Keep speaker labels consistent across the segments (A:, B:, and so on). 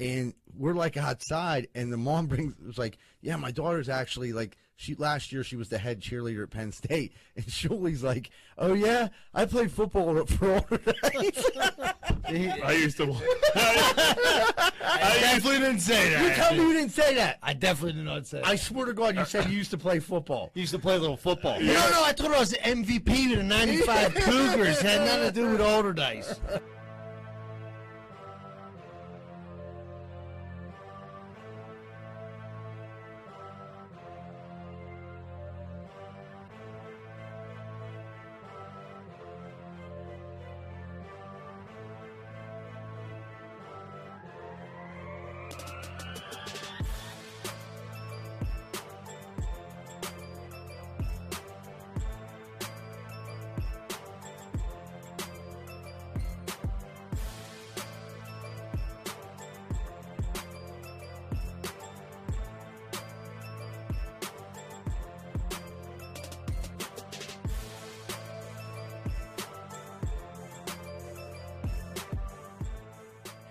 A: and we're like outside, and the mom brings was like, "Yeah, my daughter's actually like she last year she was the head cheerleader at Penn State," and Shuley's like, "Oh yeah, I played football for Older Knights."
B: I used to. I
C: definitely didn't say
A: you tell me you didn't say that.
C: I definitely did not say.
A: I
C: I
A: swear to God, you said you used to play football.
C: used to play a little football. No, no, I thought I was the MVP to the '95 Cougars. Had nothing to do with older dice.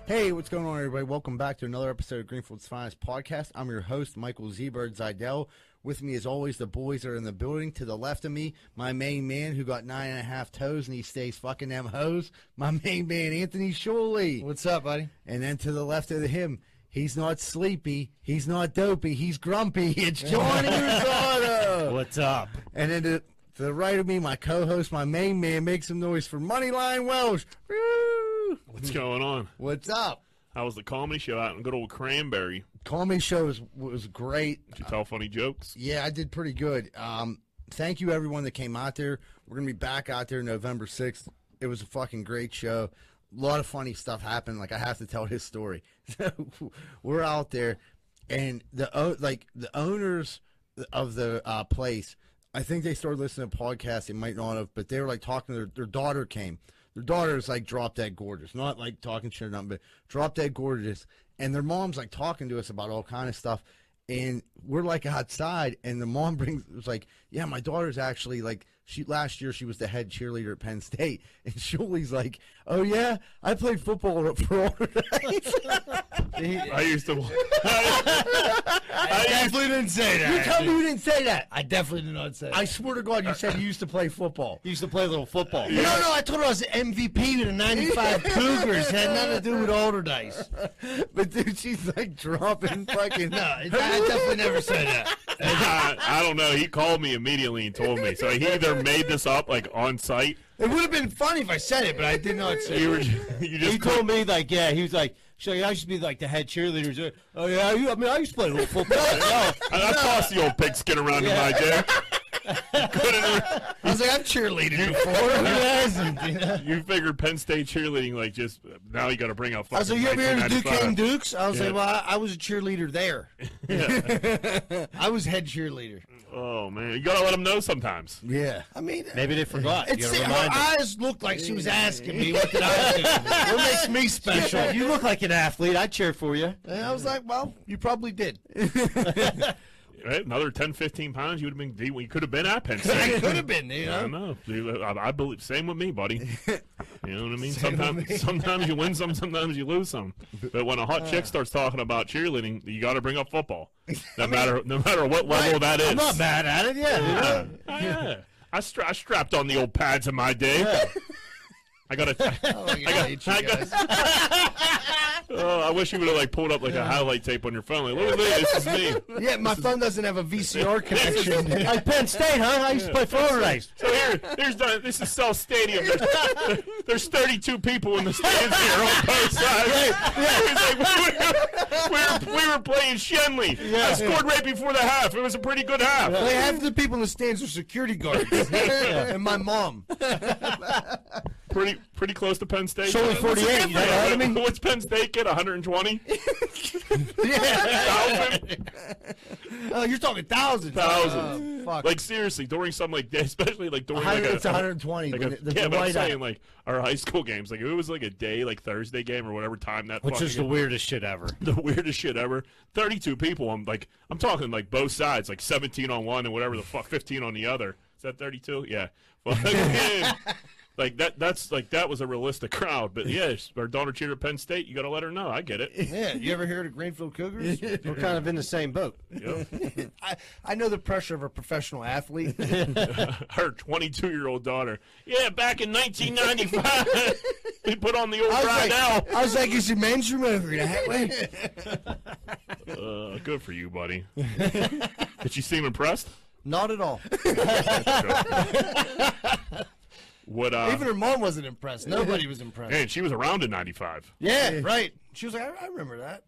A: Hey, what's going on, everybody? Welcome back to another episode of Greenfield's Finest Podcast. I'm your host, Michael Zebird Zidell. With me, as always, the boys are in the building. To the left of me, my main man who got nine and a half toes and he stays fucking them hoes, my main man, Anthony Shuley.
C: What's up, buddy?
A: And then to the left of him, he's not sleepy, he's not dopey, he's grumpy. It's Johnny Rosado.
C: What's up?
A: And then to, to the right of me, my co host, my main man, make some noise for Moneyline Welsh. Woo!
B: What's going on?
A: What's up?
B: How was the comedy show out in good old Cranberry?
A: Comedy show was, was great.
B: Did you tell funny jokes?
A: Yeah, I did pretty good. Um, thank you everyone that came out there. We're gonna be back out there November sixth. It was a fucking great show. A lot of funny stuff happened. Like I have to tell his story. So we're out there, and the o- like the owners of the uh, place. I think they started listening to podcasts. They might not have, but they were like talking. To their, their daughter came. Their daughter's like drop dead gorgeous, not like talking shit or nothing, but drop dead gorgeous. And their mom's like talking to us about all kind of stuff and we're like outside and the mom brings was like yeah my daughter's actually like she last year she was the head cheerleader at penn state and Shuley's like oh yeah i played football for Older Knights."
B: I used to. I,
C: I definitely didn't say
A: you tell me
C: that.
A: you didn't say that
C: I definitely did not say.
A: i
C: That.
A: swear to god you said you used to play football
C: I used to play a little football. No, no, I thought I was the MVP to the '95 Cougars. Had nothing to do with older dice.
A: but dude she's like dropping fucking
C: No, I definitely never said that.
B: I, I don't know. He called me immediately and told me. So he either made this up like on site.
C: It would have been funny if I said it, but I did not say
B: You
C: it.
B: were
C: He
B: you just
C: told me like, yeah, he was like, so I used to be like the head cheerleader. He's like, Oh yeah, you, I mean, I used to play a little football. no,
B: I, I tossed the old pigskin around
C: Yeah.
B: in my chair. Couldn't re-
C: I was like, I've cheerleaded before. Who hasn't? You know?
B: you figured Penn State cheerleading like just now you got to bring up.
C: I was like, you ever heard of Duquesne Dukes? I was
B: Yeah.
C: like, well, I, I was a cheerleader there. I was head cheerleader.
B: Oh man, you gotta let them know sometimes.
A: yeah
C: I mean,
D: Maybe they forgot. You
C: it's,
D: gotta
C: her
D: remind them.
C: eyes looked like she was asking me what did I do. what makes me special?
D: You look like an athlete. I'd cheer for you.
C: And I was like, well, you probably did.
B: Right? Another 10, 15 pounds, you would have been. You could have been at Penn
C: I
B: State.
C: could have been, you know.
B: I don't know. Dude, I, I believe same with me, buddy. You know what I mean? Sometimes, sometimes you win some, sometimes you lose some. But when a hot
C: Uh.
B: chick starts talking about cheerleading, you got to bring up football, no matter no matter what level that is.
C: I'm not mad at it, yeah. you know.
B: Yeah. Oh, yeah. I, stra- I strapped on the old pads in my day. I got a.
C: Oh, yeah,
B: got-
C: you two
B: I got-
C: guys.
B: Oh, I wish you would have like pulled up like a highlight tape on your phone. Like, look at this, this is me.
C: Yeah, my phone doesn't have a VCR connection.
D: Like Penn State, huh? I used to play Florida Dice.
B: So here, there's the, this is Cell Stadium. There's, there's 32 people in the stands here on both sides. It's like, we, were, we, were, we were playing Shenley. I scored right before the half. It was a pretty good half.
C: Like half the people in the stands are security guards, and my mom.
B: Pretty pretty close to Penn State.
C: only
B: What's the
C: 48, you
B: difference?
C: know what I mean?
B: What's Penn State get? 120?
C: Yeah.
B: 1,000?
C: Oh, you're talking thousands.
B: Thousands.
C: Oh, fuck.
B: Like seriously, during some like day- especially like during like
A: 100,
B: a,
A: it's 120
B: like
A: when
B: a-
A: the- the
B: yeah, but I'm
A: light out.
B: saying like our high school games, like if it was like a day like Thursday game or whatever time that
D: Which
B: fucking-
D: is the weirdest shit ever.
B: the weirdest shit ever. Thirty-two people. I'm like, I'm talking like both sides, like seventeen on one and whatever the fuck, fifteen on the other. Is that thirty-two? Yeah. Fucking- Like that. That's like that was a realistic crowd. But yeah, our daughter cheered at Penn State. You got to let her know. I get it.
E: Yeah, you ever heard of Greenville Cougars?
C: We're kind of in the same boat.
B: Yep.
E: I, I know the pressure of a professional athlete.
B: her 22 year old daughter. Yeah, back in 1995, we put on the old
E: I was
B: right
E: like,
B: now.
E: I was like, is your men's room over that way?
B: Uh, good for you, buddy. Did she seem impressed?
E: Not at all.
B: What? Uh,
E: Even her mom wasn't impressed. Nobody was impressed.
B: man, she was around in '95.
E: Yeah, right. She was like, I, I remember that.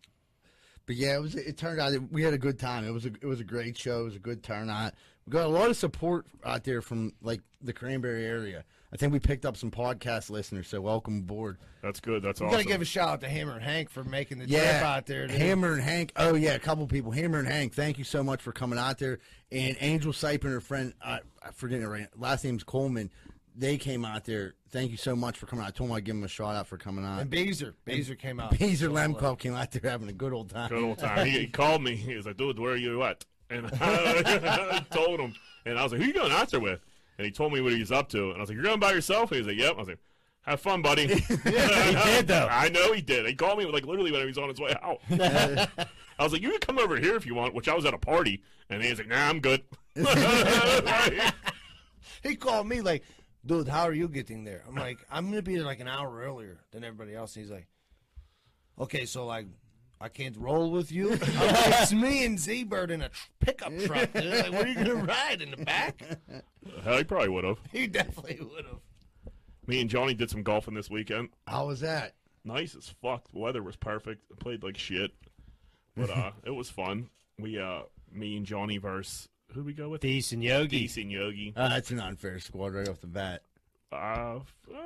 A: But yeah, it was. It turned out that we had a good time. It was a it was a great show. It was a good turnout. We got a lot of support out there from like the Cranberry area. I think we picked up some podcast listeners. So welcome aboard.
B: That's good. That's
E: We
B: awesome.
E: gotta give a shout out to Hammer and Hank for making the
A: Yeah,
E: trip out there. dude.
A: Hammer and Hank. Oh yeah, a couple people. Hammer and Hank. Thank you so much for coming out there. And Angel Sipe and her friend. I I forget her right- last name's Coleman. They came out there. Thank you so much for coming out. I told them I'd give them a shout out for coming out.
E: and Baser. Baser came out.
A: Peter Lemkov came out there having a good old time.
B: good old time. He, he called me. He was like, "Dude, where are you at?" And I told him, and I was like, "Who you going out there with?" And he told me what he was up to, and I was like, "You're going by yourself?" And he was like, "Yep." I was like, "Have fun, buddy." he did
C: though.
B: I know he did. He called me like literally when he was on his way out. I was like, "You can come over here if you want," which I was at a party, and he was like, "Nah, I'm good."
E: He called me like, dude, how are you getting there? I'm like, I'm gonna be there like an hour earlier than everybody else. And he's like, okay, so like, I can't roll with you. I'm like, it's me and Z Bird in a tr- pickup truck. Dude. Like, what are you gonna ride in the back?
B: Hell, he probably would have.
E: He definitely would have.
B: Me and Johnny did some golfing this weekend.
A: How was that?
B: nice as fuck. The weather was perfect. I played like shit, but uh, it was fun. We uh, me and Johnny verse who we go with?
C: Peace and Yogi.
B: Deese and Yogi.
A: Uh, that's an unfair squad right off the bat.
B: Uh, uh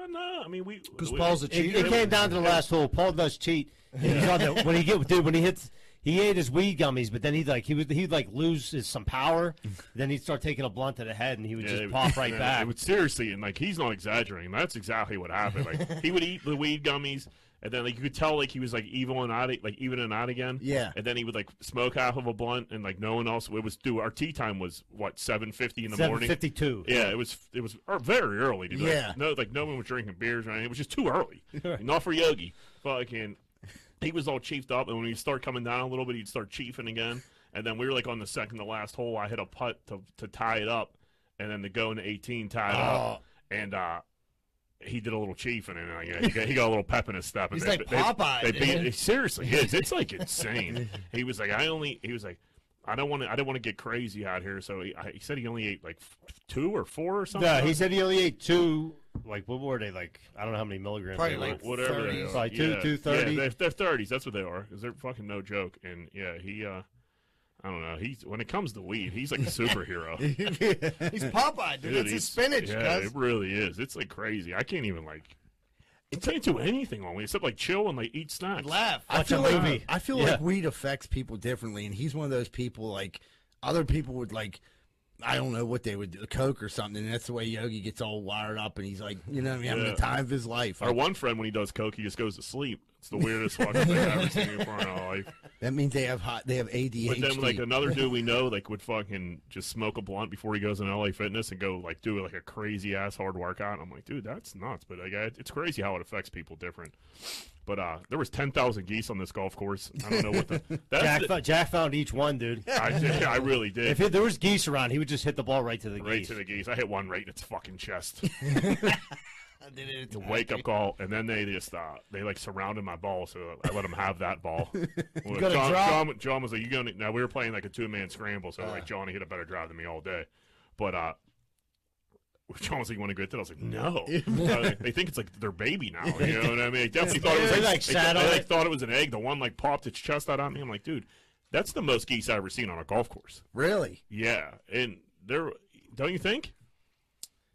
B: no, I mean we
E: Because
B: we-
E: Paul's a
C: It,
E: cheater.
C: it came down to the last hole. Paul does cheat. He's on the, when he get dude when he hits. He ate his weed gummies, but then he'd like he would he'd like lose his, some power. Then he'd start taking a blunt to the head, and he would
B: Yeah,
C: just
B: it-
C: pop right
B: yeah,
C: back.
B: It would, seriously, and like he's not exaggerating. That's exactly what happened. Like he would eat the weed gummies, and then like you could tell like he was like evil and out, like even and out again.
A: Yeah.
B: And then he would like smoke half of a blunt, and like no one else. It was dude. Our tea time was what seven fifty in the
C: Seven
B: morning.
C: fifty two.
B: Yeah, it was it was er- very early. Dude. Like,
A: Yeah.
B: no, like no one was drinking beers or anything. It was just too early. Not for Yogi. Fucking, he was all chiefed up, and when he started coming down a little bit, he'd start chiefing again. And then we were like on the second to last hole. I hit a putt to to tie it up, and then to go into eighteen tie it
E: Oh.
B: up, and uh, he did a little chiefing, and uh, yeah, he, got, he got a little pep in his step. And
E: He's
B: they-
E: like
B: they-
E: Popeye,
B: They,
E: dude.
B: beat, seriously, it's it's like insane. he was like, I only he was like. I don't want to. I don't want to get crazy out here. So he, I- he said he only ate like f- two or four or something.
C: No, he said he only ate two. Like what were they like? I don't know how many milligrams.
E: Probably
C: they were.
E: like
B: whatever they
E: 30s.
B: are.
C: Probably two-
B: yeah.
C: two 30.
B: Yeah, they're thirties. That's what they are. Cause they're fucking no joke. And yeah, he. uh I don't know. He's when it comes to weed, he's like a superhero. Dude,
E: He's Popeye, dude. That's his
B: he's-
E: spinach,
B: Yeah,
E: guys.
B: it really is. It's like crazy. I can't even like. I can't do anything on weed except like chill and like eat snacks.
E: Laugh.
A: I feel
C: a
A: like
C: movie.
A: I feel
C: Yeah.
A: like weed affects people differently, and he's one of those people like other people would like. I don't know what they would do, coke or something, and that's the way Yogi gets all wired up, and he's like, you know, what I mean, having
B: Yeah.
A: the time of his life.
B: Our one friend, when he does coke, he just goes to sleep. It's the weirdest fucking thing I've ever seen before in my life.
A: That means they have hot, they have ADHD.
B: But then, like another dude we know, like would fucking just smoke a blunt before he goes in LA Fitness and go like do like a crazy ass hard workout. And I'm like, dude, that's nuts. But like, I- it's crazy how it affects people different. But uh, there was ten thousand geese on this golf course. I don't know what the that's
C: Jack,
B: the,
C: fo- Jack found each one, dude.
B: I, did- I really did.
C: If he- there was geese around, he would just hit the ball right to the
B: right
C: geese.
B: to the geese. I hit one right in its fucking chest.
E: I did it.
B: The wake up call, and then they just uh, they like surrounded my ball, so I let them have that ball. Well,
E: gotta
B: John,
E: drop.
B: John, John was like, "You gonna?" Now we were playing like a two man scramble, so
C: Ah.
B: like Johnny hit a better drive than me all day, but uh. John was like, "You want to go get that?" I was like, "No." Uh, they think it's like their baby now. You know what I mean? They definitely thought it was
C: They,
B: like,
C: like,
B: they,
C: sat
B: they,
C: on
B: like,
C: it.
B: thought it was an egg. The one like popped its chest out on me. I'm like, dude, that's the most geese I ever seen on a golf course.
A: really,
B: Yeah, and there, don't you think?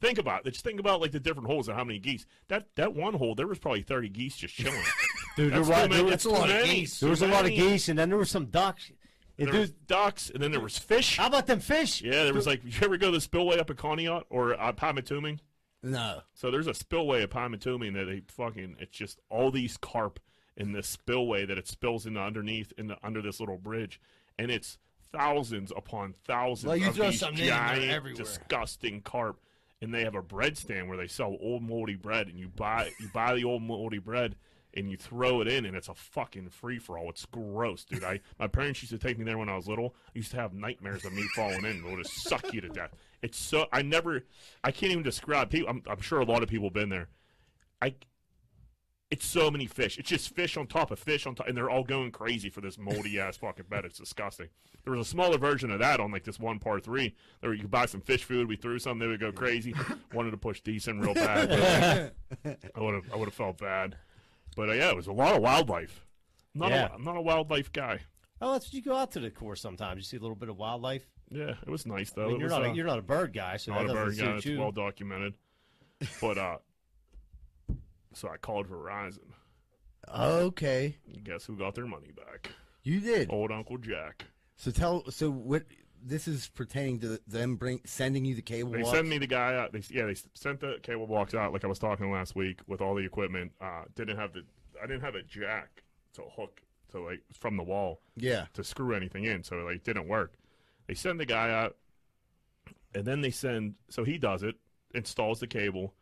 B: Think about it. Just think about like the different holes and how many geese. That that one hole, there was probably thirty geese just chilling.
C: Dude, there,
B: That's
C: wa-
B: too many-
C: there was,
B: that's too many.
C: there was a
B: Too
C: lot of
B: many.
C: geese, and then there were some ducks. And
B: There was
C: dude,
B: ducks, and then there was fish.
C: how about them fish?
B: Yeah, there was like you ever go to the spillway up at Conneaut or uh, Pymatuming?
A: no.
B: So there's a spillway at Pymatuming that they fucking it's just all these carp in this spillway that it spills into underneath into under this little bridge, and it's thousands upon thousands
E: Well, you
B: of
E: throw
B: these
E: something in, they're
B: giant,
E: everywhere.
B: disgusting carp. and they have a bread stand where they sell old moldy bread, and you buy you buy the old moldy bread. And you throw it in, and it's a fucking free for all. It's gross, dude. I my parents used to take me there when I was little. I used to have nightmares of me falling in. It would just suck you to death. It's so I never, I can't even describe. People, I'm, I'm sure a lot of people have been there. I it's so many fish. It's just fish on top of fish on top, and they're all going crazy for this moldy ass fucking bed. It's disgusting. There was a smaller version of that on like this one par three. There you could buy some fish food. We threw some. They would go crazy. Wanted to push decent real bad. but, like, I would have. I would have felt bad. But uh, yeah, it was a lot of wildlife. I'm not
C: Yeah.
B: a, I'm not a wildlife guy.
C: Oh, that's what you go out to the course sometimes. You see a little bit of wildlife.
B: Yeah, it was nice
C: I
B: though.
C: mean,
B: It
C: you're
B: was,
C: not
B: uh,
C: a, you're not a bird guy, so
B: not
C: that
B: a
C: doesn't
B: bird guy.
C: suit
B: It's
C: you.
B: well documented. But uh, so I called Verizon.
A: Okay,
B: Guess who got their money back?
A: you did.
B: Old Uncle Jack.
A: So tell. So what? This is pertaining to them bring sending you the cable.
B: They
A: box?
B: sent me the guy out. They, yeah, they sent the cable box out like I was talking last week with all the equipment. Uh, didn't have the I didn't have a jack to hook to like from the wall
A: Yeah.
B: to screw anything in, so like it didn't work. They send the guy out, and then they send so he does it, installs the cable,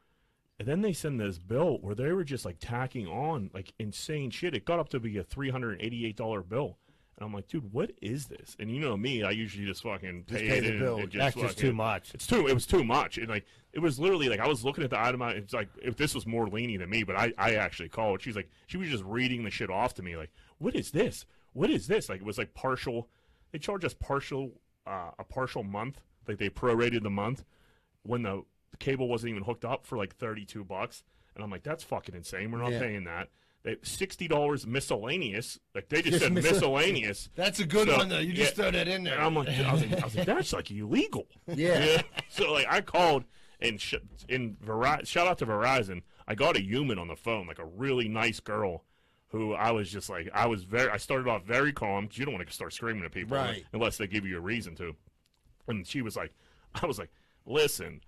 B: and then they send this bill where they were just like tacking on like insane shit. It got up to be a three hundred and eighty eight dollar bill. And I'm like, dude, what is this? And you know me, I usually just fucking pay,
A: pay
B: it
A: the
B: and-
A: bill.
B: and
C: That's just
B: fucking-
C: too much.
B: it's too. It was too much. And like, it was literally like I was looking at the item. I- It's like if this was more lenient than me, but I, I actually called. She's like, she was just reading the shit off to me. Like, what is this? What is this? Like, it was like partial. They charge us partial, uh, a partial month. Like they prorated the month when the cable wasn't even hooked up for like thirty two bucks. And I'm like, that's fucking insane. We're not
A: Yeah.
B: paying that. They, Sixty dollars miscellaneous. Like they just said miscellaneous.
E: That's a good
B: So,
E: one though. You
B: yeah.
E: just throw that in there.
B: And I'm like, I was like, I was like that's like illegal.
A: Yeah.
B: So like, I called and sh- in Veri- shout out to Verizon. I got a human on the phone, like a really nice girl, who I was just like, I was very. I started off very calm 'cause you don't want to start screaming at people
A: Right.
B: unless they give you a reason to. And she was like, I was like, listen.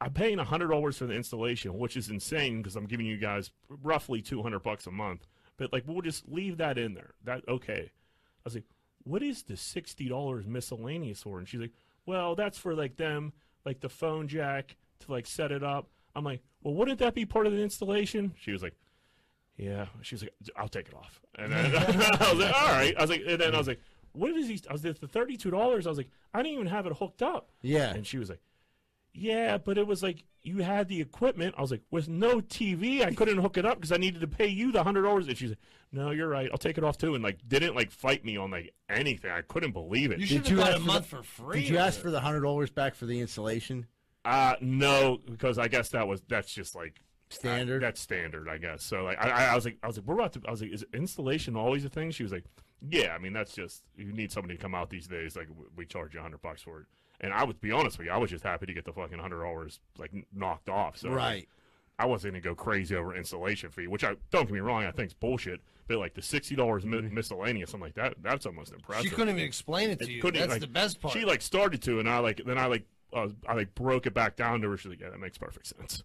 B: I'm paying hundred dollars for the installation, which is insane because I'm giving you guys roughly two hundred bucks a month. But like, we'll just leave that in there. That okay? I was like, what is the sixty dollars miscellaneous for? And she's like, well, that's for like them, like the phone jack to like set it up. I'm like, well, wouldn't that be part of the installation? She was like, yeah. She was like, I'll take it off. And then I was like, all right. I was like, and then I was like, what is these? I was like, the thirty-two dollars. I was like, I didn't even have it hooked up.
A: Yeah.
B: And she was like, yeah, but it was like you had the equipment. I was like, with no TV, I couldn't hook it up because I needed to pay you the hundred dollars. And she's like, no, you're right. I'll take it off too. And like, didn't like fight me on like anything. I couldn't believe it.
E: you should
A: you
E: have got
A: ask
E: a
A: for
E: month
A: the-
E: for free.
A: Did you ask for the hundred dollars back for the installation?
B: Uh no, because I guess that was that's just like
A: Standard?
B: I- that's standard, I guess. So like I, I- I was like I was like we're about to I was like is installation always a thing? She was like, yeah. I mean that's just you need somebody to come out these days. Like w- we charge you hundred bucks for it. And I would be honest with you, I was just happy to get the fucking hundred dollars like n- knocked off. So like,
A: Right.
B: I wasn't gonna go crazy over installation fee, which I don't get me wrong, I think's bullshit. But like the sixty dollars mi- miscellaneous, I'm like that that's almost impressive.
E: She couldn't even explain it to you.
B: Couldn't,
E: That's
B: like,
E: the best part.
B: She like started to, and I like then I like uh, I like broke it back down to her. She's like, yeah, that makes perfect sense.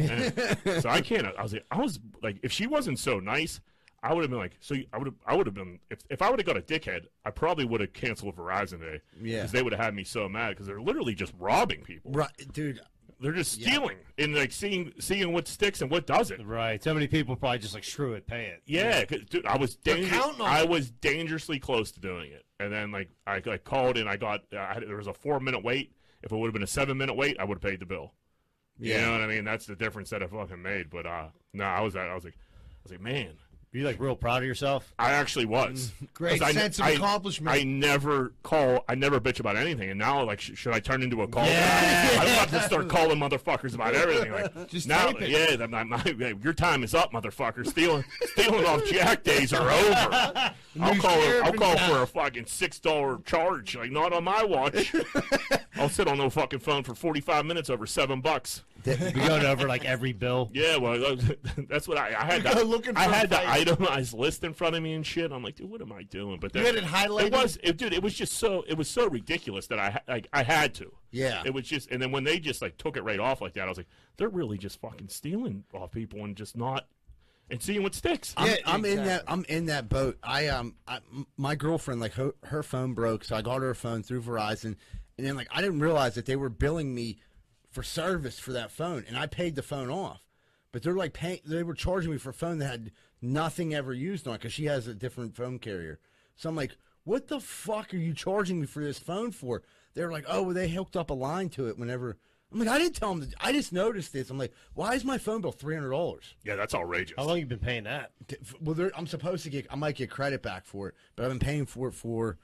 B: And so I can't. I was like, I was like, if she wasn't so nice, I would have been like, so you- I would have I would have been if if I would have got a dickhead, I probably would have canceled Verizon today.
A: Yeah.
B: because they would have had me so mad because they're literally just robbing people.
A: Right, dude.
B: They're just stealing and like seeing seeing what sticks and what doesn't.
C: Right. So many people probably just like screw it, pay it.
B: Yeah, 'cause, dude, I was danger-
E: counting on
B: I
E: it.
B: was dangerously close to doing it, and then like I, I called and I got I had, there was a four minute wait. If it would have been a seven minute wait, I would have paid the bill. You know what I mean? That's the difference that I fucking made. But uh, no, I was I was like, I was like, man,
C: Were you like real proud of yourself?
B: I actually
E: Mm.
B: was.
E: Great
B: 'Cause I-
E: sense of
B: I-
E: accomplishment.
B: I never call. I never bitch about anything. And now, like, sh- should I turn into a call?
C: Yeah.
B: I'm about to start calling motherfuckers about everything. Like,
E: Just
B: now,
E: tape it.
B: yeah, that- my, my, yeah, your time is up, motherfucker. Stealing, stealing off Jack days are over. I'll call.
E: sheriff
B: I'll
E: in
B: call
E: town.
B: for a fucking six dollar charge. Like, not on my watch. I'll sit on no fucking phone for forty five minutes over seven bucks.
C: We going over like every bill.
B: Yeah, well, that's what I, I had.
E: You're
B: The,
E: looking
B: I
E: for
B: had the
E: fights.
B: itemized list in front of me and shit. I'm like, dude, what am I doing? But then,
E: had it highlighted?
B: It was, it, dude, it was just so, it was so ridiculous that I, ha- like, I had to.
A: Yeah.
B: It was just, and then when they just like took it right off like that, I was like, they're really just fucking stealing off people and just not, and seeing what sticks.
A: I'm,
E: Yeah,
A: I'm in that.
E: exactly.
A: I'm in that boat. I um, I, m- my girlfriend like her, her phone broke, so I got her a phone through Verizon, and then like I didn't realize that they were billing me for service for that phone, and I paid the phone off. But they're like paying. They were charging me for a phone that had nothing ever used on it because she has a different phone carrier. So I'm like, what the fuck are you charging me for this phone for? They're like, oh, well, they hooked up a line to it whenever. I'm like, I didn't tell them. To, I just noticed this. I'm like, why is my phone bill three hundred dollars?
B: Yeah, that's outrageous.
C: How long you been paying that?
B: Oh,
A: T- f- Well, there, I'm supposed to get. I might get credit back for it, but I've been paying for it for,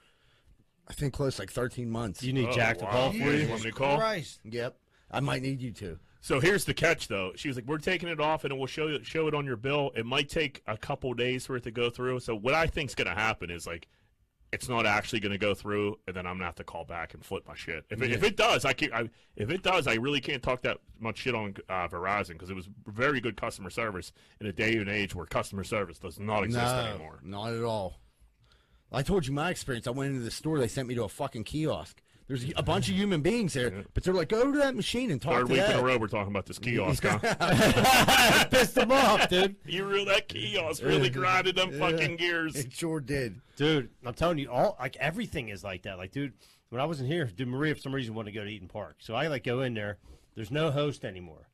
A: I think, close to, like 13 months.
C: Do you need
B: Oh,
C: Jack to
B: wow.
C: call for
B: Yeah.
C: you?
B: You want me to call?
E: Christ.
A: yep. I might need you to.
B: So here's the catch, though. She was like, "We're taking it off, and we'll show you, show it on your bill. It might take a couple days for it to go through." So what I think's going to happen is like, it's not actually going to go through, and then I'm going to have to call back and flip my shit. If it, if it does, I can't. I, if it does, I really can't talk that much shit on uh, Verizon because it was very good customer service in a day and age where customer service does not exist anymore.
A: not at all. I told you my experience. I went into the store. They sent me to a fucking kiosk. There's a bunch of human beings there, but they're like, go to that machine and talk
B: Third
A: to
B: week in a
A: that.
B: row, we're talking about this kiosk. huh?
C: Pissed him off, dude.
B: you real that kiosk really grinded them fucking gears.
A: It sure did.
C: Dude, I'm telling you, all like everything is like that. Like, dude, when I wasn't here, dude, Maria for some reason wanted to go to Eaton Park, so I like go in there. There's no host anymore.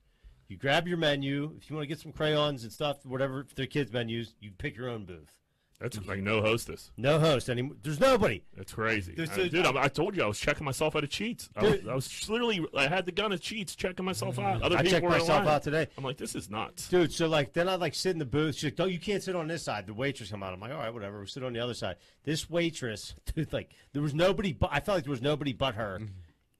C: You grab your menu. If you want to get some crayons and stuff, whatever for the kids' menus, you pick your own booth.
B: That's like no hostess.
C: No host anymore. There's nobody.
B: That's crazy,
C: There's
B: Uh,
C: so-
B: dude. I, I told you I was checking myself out of cheats. I was, I was literally I had the gun at cheats, checking myself out. Other
C: I
B: people
C: checked
B: were in
C: myself
B: line.
C: out today.
B: I'm like, this is nuts.
C: Dude, so like then I like sit in the booth. She's like, "No, you can't sit on this side." The waitress come out. I'm like, "All right, whatever." We'll sit on the other side. This waitress, dude, like there was nobody. But I felt like there was nobody but her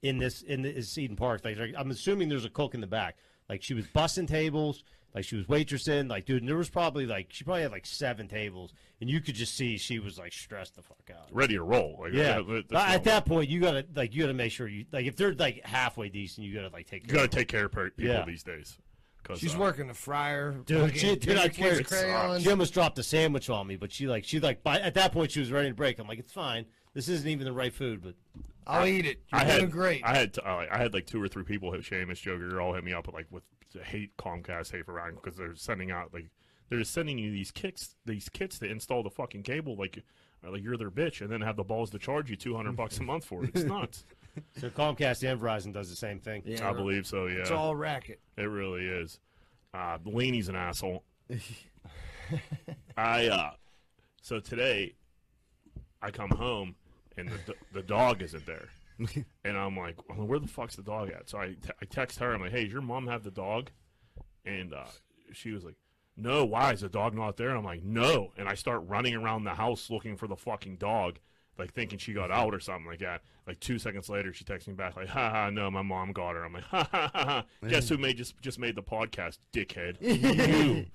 C: in this in this Eden Park. Like, like, I'm assuming there's a cook in the back. Like she was bussing tables. Like she was waitressing. Like dude, and there was probably like she probably had like seven tables, and you could just see she was like stressed the fuck out.
B: Ready to roll. Like,
C: Yeah,
B: that-
C: but
B: that's
C: at
B: normal.
C: that point you gotta like you gotta make sure you like if they're like halfway decent, you gotta like take.
B: you got to take care of per- people
C: Yeah.
B: these days. 'Cause,
E: She's
B: uh,
E: working the fryer.
C: Dude,
E: fucking
C: she, dude, I
E: giving kids
C: carried.
E: crayons.
C: She almost dropped a sandwich on me, but she like she like by at that point she was ready to break. I'm like, it's fine. This isn't even the right food, but
E: I'll eat it. You're
B: I
E: doing
B: had
E: great.
B: I had t- uh, I had like two or three people hit Seamus Joker all hit me up with, like with hate Comcast, hate Verizon because they're sending out like they're just sending you these kits these kits to install the fucking cable like uh, like you're their bitch and then have the balls to charge you 200 bucks a month for it. It's nuts.
C: so Comcast and Verizon does the same thing.
E: Yeah.
B: I believe so. Yeah.
E: It's all racket.
B: It really is. Uh, Laney's an asshole. I uh, so today I come home and the, the dog isn't there, and I'm like, well, where the fuck's the dog at? So I te- I text her. I'm like, hey, does your mom have the dog? And uh, she was like, no. Why is the dog not there? I'm like, no. And I start running around the house looking for the fucking dog. Like thinking she got out or something like that. Like two seconds later, she texts me back like, "Ha ha, no, my mom got her." I'm like, "Ha ha ha ha." Guess who made just just made the podcast, dickhead?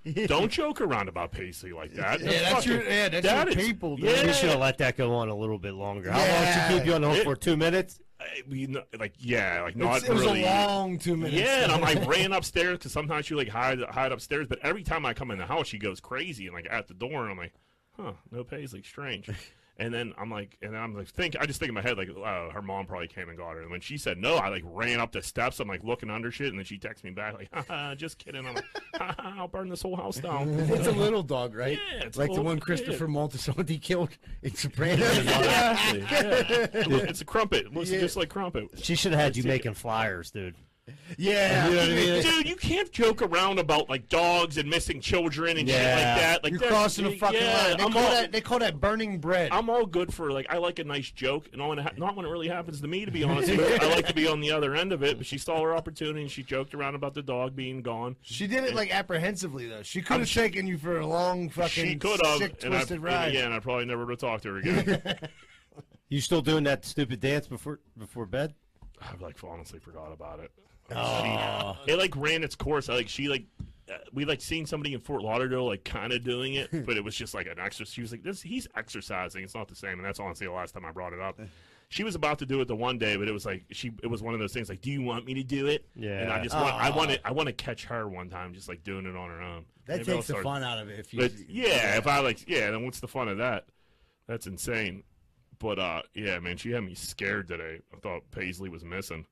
B: you. Don't joke around about Pacey like that.
E: Yeah, that's your- yeah, that's your
B: is-
E: people, dude.
C: You
B: Yeah,
C: should have let that go on a little bit longer. How long
E: Yeah.
C: did she keep you on the hook
B: It-
C: for? Two minutes?
B: I- we kn- like yeah, like not
E: It's- it was
B: really.
E: a long two minutes.
B: yeah, and I'm like ran upstairs because sometimes you like hide hide upstairs, but every time I come in the house, she goes crazy and like at the door, and I'm like, huh, no pays, like strange. And then I'm like, and then I'm like, think I just think in my head like, oh, her mom probably came and got her. And when she said no, I like ran up the steps. I'm like looking under shit, and then she texts me back like, Haha, just kidding. I'm like, Haha, I'll burn this whole house down.
A: It's a little dog, right?
B: Yeah, it's a
A: like the
B: little
A: one
B: kid.
A: Christopher Moltisanti killed in Sopranos.
B: yeah, yeah. it's a crumpet. It looks
A: Yeah.
B: just like crumpet.
C: She should have had you making flyers, dude.
A: yeah.
C: You know what I mean?
B: Dude, you can't joke around about like dogs and missing children and shit
C: Yeah.
B: like that. Like
E: You're
B: that's-
E: crossing the fucking
B: yeah,
E: line. They
B: I'm
E: call,
B: all,
E: that, they call that burning bread.
B: I'm all good for like I like a nice joke, and all when it ha- not when it really happens to me. To be honest, with you. I like to be on the other end of it. But she saw her opportunity, and she joked around about the dog being gone.
E: she did it like apprehensively though. She could have taken you for a long fucking
B: She could have,
E: sick
B: and I,
E: twisted ride.
B: yeah, and I probably never would have talked to her again.
C: You still doing that stupid dance before before bed?
B: I've like honestly forgot about it. She- it like ran its course. I like she like uh, we like seen somebody in Fort Lauderdale like kind of doing it, but it was just like an exercise. She was like, "This he's exercising. It's not the same." And that's honestly the last time I brought it up. She was about to do it the one day, but it was like she it was one of those things like, "Do you want me to do it?" And I
C: Yeah.
B: just want I want to I want to catch her one time, just like doing it on her own.
A: That
B: Maybe I'll
A: takes the
B: start-
A: fun out of it. If you,
B: But yeah, if I like yeah, then what's the fun of that? That's insane. But uh yeah, man, she had me scared today. I thought Paisley was missing.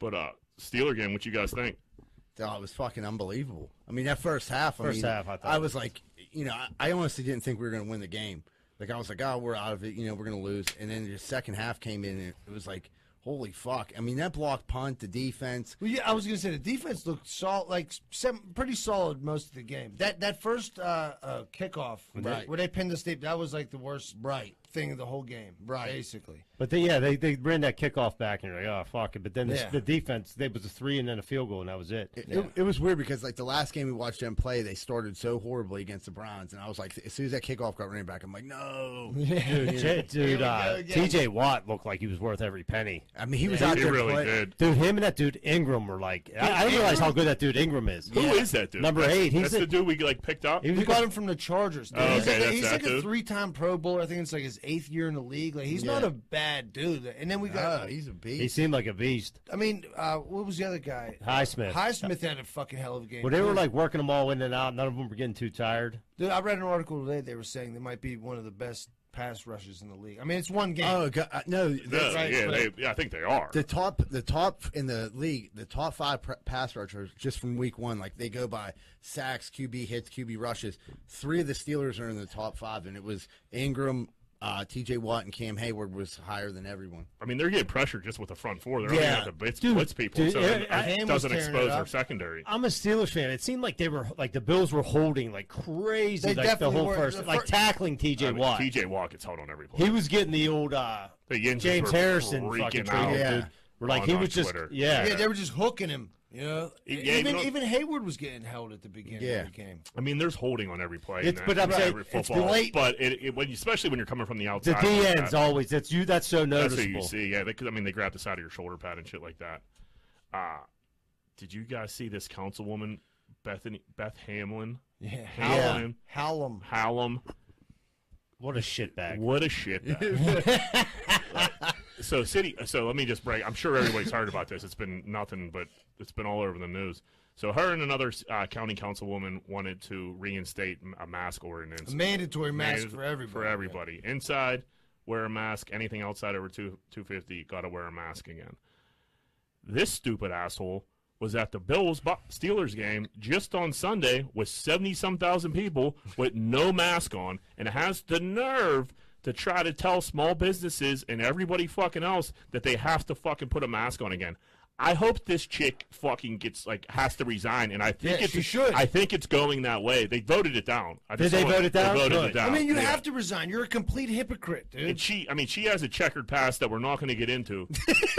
B: But uh Steeler game, what you guys think?
A: Oh, it was fucking unbelievable. I mean, that first half. I
C: First
A: mean,
C: half, I thought
A: I
C: it
A: was like, you know, I, I honestly didn't think we were going to win the game. Like I was like, oh, we're out of it. You know, we're going to lose. And then the second half came in, and it was like, Holy fuck! I mean, that blocked punt, the defense.
E: Well, yeah, I was gonna say the defense looked solid, like sem- pretty solid most of the game. That that first uh, uh, kickoff
A: Right.
E: where they pinned us deep, that was like the worst
A: Right.
E: thing of the whole game,
A: Right.
E: Basically,
C: But they, yeah, they, they ran that kickoff back, and you're like, oh fuck it. But then the,
E: Yeah.
C: the defense, they was a three and then a field goal, and that was it.
A: It, it, it was weird because like the last game we watched them play, they started so horribly against the Browns, and I was like, as soon as that kickoff got running back, I'm like, no.
C: Dude, J- dude
E: go
C: uh,
E: again.
C: T.J. Watt looked like he was worth every penny.
A: I mean, he was out
B: He
A: there.
B: really
A: play-
B: did.
C: Dude, him and that dude Ingram were like, I, I didn't realize how good that dude Ingram is.
B: Who is that dude?
C: Number
B: That's-
C: eight, he's
B: that's
C: a-
B: the dude we like picked up.
C: He was
E: we got him from the Chargers. Dude.
B: Oh,
E: he's
B: okay,
E: like, a,
B: that's
E: he's
B: that
E: like a
B: dude.
E: three-time Pro Bowler. I think it's like his eighth year in the league. Like he's not
A: Yeah.
E: a bad dude. And then we got,
A: Oh, he's a beast.
C: he seemed like a beast.
E: I mean, uh, what was the other guy?
C: Highsmith.
E: Highsmith had a fucking hell of a game.
C: Well, they were
E: too.
C: like working them all in and out. None of them were getting too tired.
E: Dude, I read an article today. They were saying they might be one of the best pass rushes in the league. I mean, it's one game.
A: oh god, uh, no.
B: No,
A: that's-
E: right,
B: yeah,
E: but-
B: they, yeah, I think they are.
A: The top, the top in the league, the top five pr- pass rushers just from week one, like they go by sacks, QB hits, QB rushes. Three of the Steelers are in the top five, and it was Ingram, uh, T.J. Watt, and Cam Hayward was higher than everyone.
B: I mean, they're getting pressure just with the front four. They're only
C: Yeah.
B: going to blitz,
C: Dude,
B: blitz people,
C: dude,
B: so
C: yeah,
B: it-
C: I-
B: it,
E: Ham was
B: doesn't
E: tearing
B: expose
E: it
B: their
E: up.
B: secondary.
C: I'm a Steelers fan. It seemed like they were like the Bills were holding like crazy,
E: They
C: like the
E: definitely
C: whole
E: were.
C: first,
E: The
C: like
E: fir-
C: tackling T.J.
B: I mean,
C: Watt.
B: TJ Watt gets held on every play.
C: He was getting the old uh,
B: The Yinzers
C: James
B: were
C: Harrison
B: freaking
C: fucking
B: out,
C: treatment,
A: Yeah.
C: dude. We're like
B: on-
C: he
B: on
C: was just
B: Twitter.
C: yeah.
E: yeah, they were just hooking him. You know,
B: Yeah, yeah,
E: even
B: you know-
E: even Hayward was getting held at the beginning
A: Yeah.
E: of the game.
B: I mean, there's holding on every play.
C: It's-
B: in that-
C: but I'm
B: in
C: saying
B: every
C: it's
B: football,
C: late.
B: But it, it, when you, especially when you're coming from the
C: The
B: outside,
C: D
B: like
C: ends
B: that,
C: always. That's you. That's so
B: that's what
C: noticeable.
B: you see. Yeah, because I mean, they grab the side of your shoulder pad and shit like that. Uh, did you guys see this councilwoman, Bethany Beth Hamlin?
E: Yeah,
B: Hamlin,
E: Hallam.
B: Hallam.
C: What a shitbag.
B: What a shit. bag. so city. So let me just break. I'm sure everybody's heard about this. It's been nothing but it's been all over the news. So her and another uh, county councilwoman wanted to reinstate m- a mask ordinance.
E: A mandatory mask
B: Mandatory
E: for everybody.
B: For everybody. Inside, wear a mask. Anything outside over two two fifty, gotta wear a mask again. This stupid asshole was at the Bills Bu- Steelers game just on Sunday with seventy some thousand people with no mask on, and has the nerve to try to tell small businesses and everybody fucking else that they have to fucking put a mask on again. I hope this chick fucking gets like has to resign, and I think
E: Yeah,
B: it's
E: she should.
B: I think it's going that way. They voted it down. I just
C: they
B: saw it.
C: vote it down?
B: They voted
C: Good.
B: it down.
E: I mean, you
B: Yeah.
E: have to resign. You're a complete hypocrite, dude.
B: And she, I mean, she has a checkered past that we're not going to get into.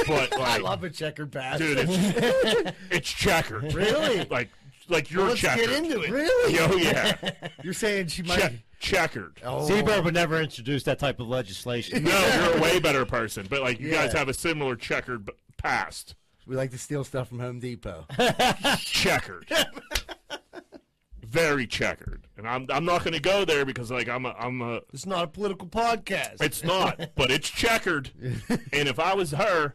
B: But like,
E: I love a checkered pass.
B: dude, it's, it's checkered.
E: Really?
B: Like, like you're
E: Let's
B: checkered.
E: get into it.
A: Really?
B: Oh yeah,
A: You're saying she might?
B: che- checkered.
A: Oh,
C: Seabird would never introduce that type of legislation.
B: No, you're a way better person. But like, you guys
A: Yeah.
B: have a similar checkered b- past.
A: we like to steal stuff from Home Depot.
B: Checkered. Very checkered, and I'm I'm not going to go there because like I'm a I'm a
E: It's not a political podcast.
B: It's not, but it's checkered. and if I was her,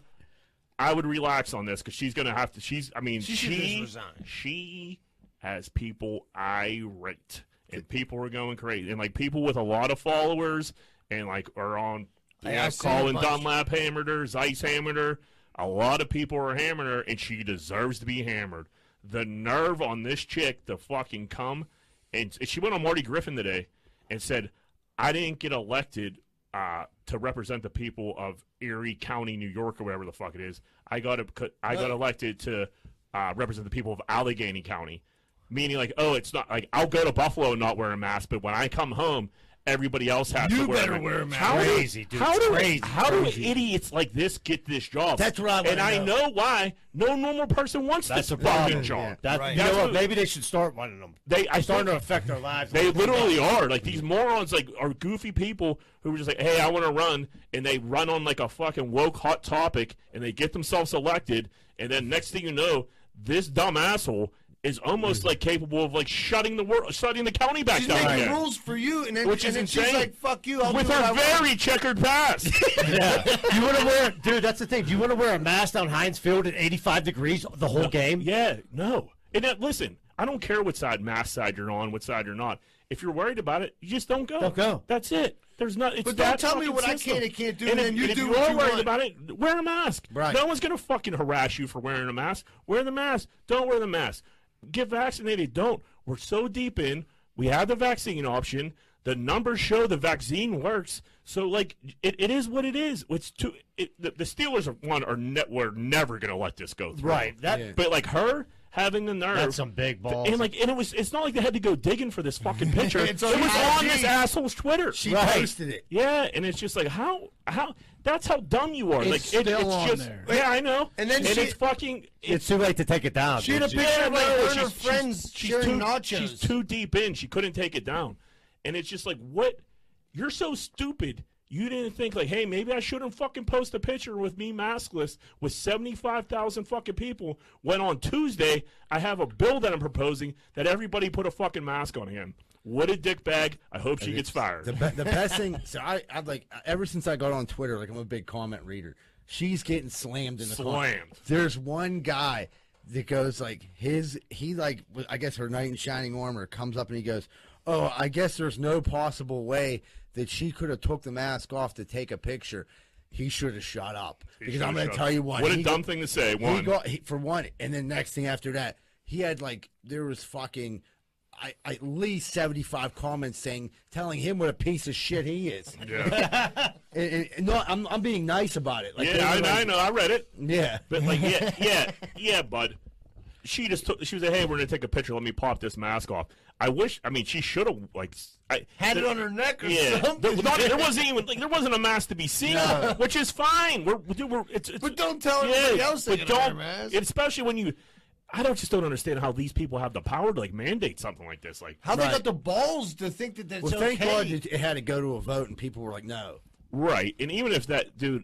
B: I would relax on this because she's gonna have to. She's. I mean,
E: She
B: she
E: should just
B: she,
E: resign.
B: has people irate, and people are going crazy, and like people with a lot of followers, and like are on.
E: Hey,
B: yeah,
E: I've seen a
B: calling
E: bunch.
B: Dunlap hammered her, Zeiss hammered her. A lot of people are hammering her, and she deserves to be hammered. The nerve on this chick to fucking come, and and she went on Marty Griffin today and said, "I didn't get elected uh, to represent the people of Erie County, New York, or whatever the fuck it is. I got a, I got elected to uh, represent the people of Allegheny County." Meaning, like, oh, it's not like I'll go to Buffalo and not wear a mask, but when I come home, everybody else has
E: You
B: to wear
E: better
B: a mask.
E: wear a mask.
B: How do-
C: Crazy, dude.
B: How do
C: Crazy,
B: how do idiots like this get this job?
A: That's what I wanna
B: And I
A: know.
B: know why. No normal person wants
C: That's
B: this
C: a problem,
B: fucking job.
C: That,
E: Right.
C: You know
B: That's
C: what?
B: what-
C: Maybe they should start one of them.
B: They I
C: Starting
B: started
C: to affect their lives.
B: they literally are like
E: Mm-hmm.
B: these morons. Like are goofy people who are just like, "Hey, I want to run," and they run on like a fucking woke hot topic, and they get themselves elected, and then next thing you know, this dumb asshole is almost like capable of like shutting the world, shutting the county back
E: Mm. She's
B: down.
E: making
B: again.
E: rules for you, and then,
B: Which
E: and
B: is
E: then she's
B: insane.
E: like, "Fuck you." I'll
B: with
E: do what I
B: her
E: want.
B: very checkered past.
C: Yeah. you want to wear, dude? That's the thing. Do you want to wear a mask down Heinz Field at 85 degrees the whole game?
B: Yeah, no. And that, listen, I don't care what side mask side you're on, what side you're not. If you're worried about it, you just don't go.
C: Don't go.
B: That's it. There's not. It's
E: But don't
B: that
E: tell me
B: fucking
E: what I
B: system.
E: can and can't do,
B: And
E: and then
B: if,
E: you
B: and if
E: do
B: you
E: what
B: are
E: you
B: worried
E: want.
B: about it, wear a mask.
A: Right.
B: No one's gonna fucking harass you for wearing a mask. Wear the mask. Don't wear the mask. Get vaccinated. Don't. We're so deep in. We have the vaccine option. The numbers show the vaccine works. So like it, it is what it is. It's too it, the, the Steelers are one are ne- were never going to let this go through.
C: Right, that- Yeah.
B: but like her having the nerve
C: That's some big balls.
B: and like, and it was. It's not like they had to go digging for this fucking picture. it
A: It's
B: was
A: on
B: on
A: IG.
B: this asshole's Twitter.
A: She posted it.
B: yeah, and it's just like how how that's how dumb you are.
F: It's
B: like it,
F: still
B: it's
F: on
B: just
F: there.
B: yeah, I know.
E: And then
B: and
E: she-
B: it's fucking. It's
C: it's too late to take it down.
E: She had a
C: dude.
E: picture of like
B: no,
E: her and her
B: she's- she's-
E: friends
B: she's
E: sharing
B: too,
E: nachos.
B: She's too deep in. She couldn't take it down, and it's just like what you're so stupid. You didn't think like, hey, maybe I shouldn't fucking post a picture with me maskless with seventy five thousand fucking people. When on Tuesday I have a bill that I'm proposing that everybody put a fucking mask on him. What a dickbag! I hope she gets fired.
A: The, be- the best thing, so I, I'd like ever since I got on Twitter, like I'm a big comment reader. She's getting slammed in the com-
B: Slammed.
A: There's one guy that goes like his, he like w- I guess her knight in shining armor comes up and he goes, "Oh, I guess there's no possible way that she could have took the mask off to take a picture." He should have shut up because I'm going to tell you what.
B: What a
A: he-
B: dumb thing to say.
A: he
B: One.
A: got he, for one, and then next thing after that, he had like there was fucking. I, at least 75 comments saying telling him what a piece of shit he is
B: yeah,
A: and, and- and no I'm, I'm being nice about it like they
B: yeah
A: were
B: I, I
A: like-
B: know. I read it.
A: yeah
B: But like, yeah, yeah, yeah, bud. She just took. She was like, "Hey, we're gonna take a picture. Let me pop this mask off." I wish. I mean, she should have like s- I,
E: Had it on her neck or
B: Yeah,
E: something.
B: there, not- there wasn't even like there wasn't a mask to be seen, which is fine. We're, we're, dude, we're it's, it's
E: But don't tell
B: yeah,
E: everybody else they
B: but
E: gotta wear
B: don't-
E: a mask.
B: especially when you. I don't just don't understand how these people have the power to like mandate something like this. Like,
E: How they
A: Right.
E: got the balls to think that that's
A: well
E: okay?
A: thank god it, it had to go to a vote and people were like no
B: Right, and even if that dude,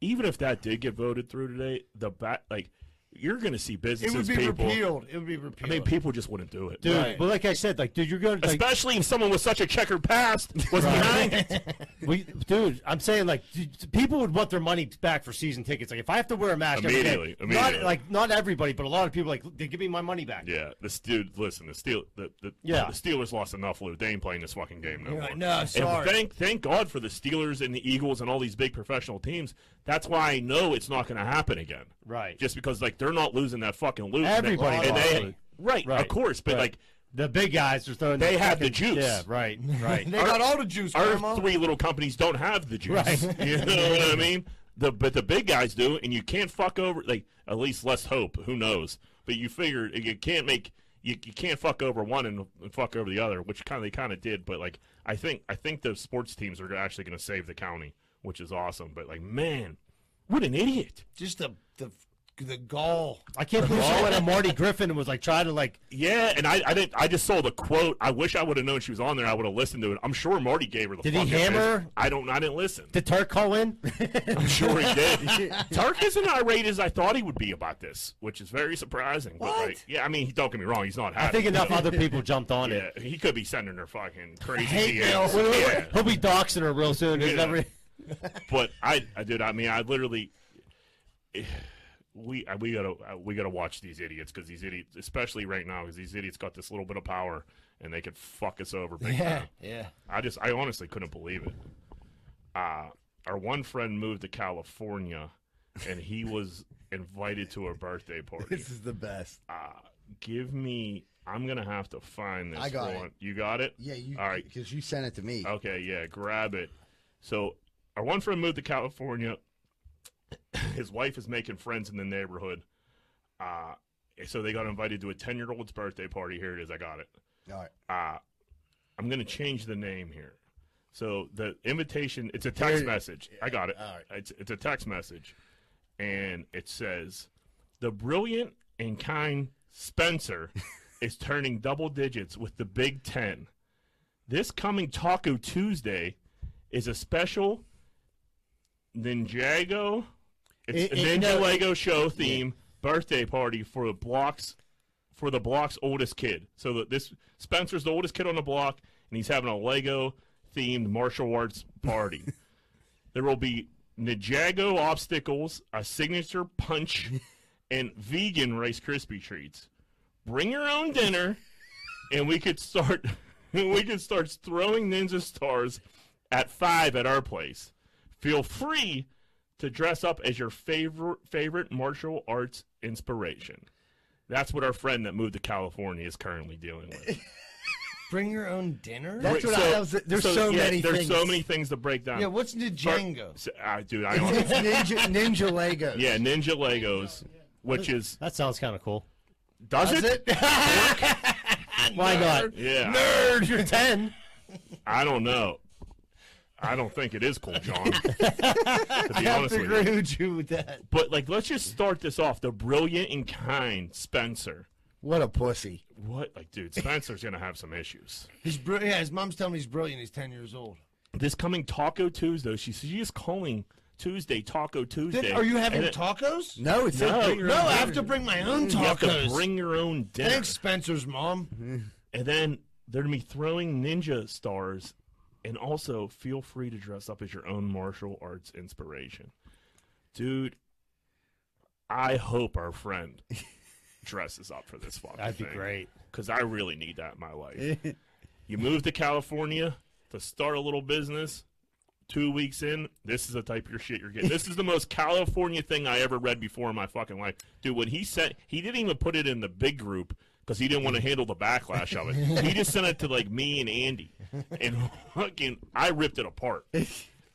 B: even if that did get voted through today, the back like you're gonna see
E: it
B: businesses
E: would be
B: people.
E: repealed. It would be
B: I
E: repealed.
B: mean, people just wouldn't do it.
C: dude.
E: Right.
C: But like I said, like dude, you're going to like,
B: Especially if someone with such a checkered past was behind it.
C: we, dude. I'm saying like dude, people would want their money back for season tickets. Like if I have to wear a mask every day-
B: Immediately, immediately.
C: not like not everybody, but a lot of people like they give me my money back.
B: Yeah, this dude. Listen, the Steel, the, the,
C: Yeah.
B: the Steelers lost enough. Lou. They ain't playing this fucking game no
E: You're
B: more.
E: like, "No,
B: And
E: sorry."
B: thank thank God for the Steelers and the Eagles and all these big professional teams. That's why I know it's not going to happen again.
C: Right.
B: Just because like they're not losing that fucking loot.
C: Everybody
B: and
C: lost
B: they,
C: loot.
B: right,
C: Right,
B: Of course, but
C: right.
B: like
C: The big guys are throwing.
B: They
C: the
B: have the
C: fucking-
B: juice.
C: Yeah, right, right.
E: they got all the juice,
B: our
E: Grandma.
B: three little companies don't have the juice. You know what I mean? The but the big guys do, and you can't fuck over. Like at least let's hope. Who knows? But you figure you can't make you, you can't fuck over one and, and fuck over the other, which kind of they kind of did. But like I think I think those sports teams are actually going to save the county, which is awesome. But like man, what an idiot!
E: Just the the the gall.
C: I can't believe she went to Marty Griffin and was like trying to like
B: Yeah, and I I didn't I just saw the quote. I wish I would have known she was on there. I would have listened to it. I'm sure Marty gave her the.
C: Did he
B: fucking
C: hammer her?
B: fist. I don't. I didn't listen.
C: did Turk call in?
B: I'm sure he did. Turk isn't irate as I thought he would be about this, which is very surprising. But
E: What?
B: like, yeah, I mean, don't get me wrong, he's not happy.
C: I think enough other people jumped on
B: Yeah,
C: it.
B: he could be sending her fucking crazy
E: Hate
B: DMs.
E: mail.
B: Yeah,
C: He'll be doxing her real soon. He's
B: Yeah.
C: never-
B: but I, I did. I mean, I literally, we we gotta uh, we gotta watch these idiots because these idiots, especially right now, because these idiots got this little bit of power and they could fuck us over. Big time.
E: yeah.
B: I just I honestly couldn't believe it. Uh, our one friend moved to California, and he was invited to a birthday party.
A: this is the best
B: Uh, give me. I'm gonna have to find this
A: I got
B: one.
A: it.
B: You got it.
A: yeah you
B: All right. Oh.
A: because you sent it to me
B: Okay, yeah, grab it. So our one friend moved to California. His wife is making friends in the neighborhood. Uh, so they got invited to a 10 year old's birthday party. Here it is. I got it.
A: all right
B: Uh, I'm going to change the name here. So the invitation, it's a
A: Here
B: text
A: it-
B: message. I got it.
A: all right.
B: It's, it's a text message. And it says, The brilliant and kind Spencer is turning double digits with the Big Ten. This coming Taco Tuesday is a special Ninjago,
A: It-
B: it's a
A: it-
B: Ninja
A: no,
B: Lego show theme birthday party for the blocks for the block's oldest kid. So that this Spencer's the oldest kid on the block, and he's having a Lego themed martial arts party. there will be Ninjago obstacles, a signature punch, and vegan Rice Krispie treats. Bring your own dinner, and we could start. we could start throwing ninja stars at five at our place. Feel free to dress up as your favorite favorite martial arts inspiration. That's what our friend that moved to California is currently dealing with.
E: Bring your own dinner?
A: That's what I- that was- there's so
B: yeah,
A: many
B: There's
A: things.
B: so many things to break down.
E: yeah, what's Django?
B: So- ah, dude, I don't.
A: It's ninja ninja Legos.
B: yeah, Ninja Legos, which is
C: That sounds kind of cool.
B: does,
A: Is it?
C: Why not?
B: Yeah,
C: Nerd, you're ten.
B: I don't know. I don't think it is cool, John. to be honest with you.
E: with you with that.
B: But like, let's just start this off. The brilliant and kind Spencer.
A: What a pussy.
B: What, like, dude? Spencer's gonna have some issues.
E: He's br- yeah, his mom's telling me he's brilliant. He's 10 years old.
B: This coming Taco Tuesday, she she is calling Tuesday Taco Tuesday.
E: Then, are you having
B: And it-
E: tacos?
A: No, it's
B: No.
A: not. bring your
E: No,
A: own
E: I
A: dinner.
E: have to bring my own
B: You have to
E: tacos.
B: bring your own dinner,
E: Thanks, Spencer's mom.
B: and then they're gonna be throwing ninja stars. And also, feel free to dress up as your own martial arts inspiration, dude. I hope our friend dresses up for this fucking
C: That'd be
B: thing.
C: great.
B: because I really need that in my life. you move to California to start a little business. Two weeks in, this is the type of your shit you're getting. This is the most California thing I ever read before in my fucking life, dude. When he sent, he didn't even put it in the big group because he didn't want to handle the backlash of it. He just sent it to like me and Andy, and fucking, I ripped it apart.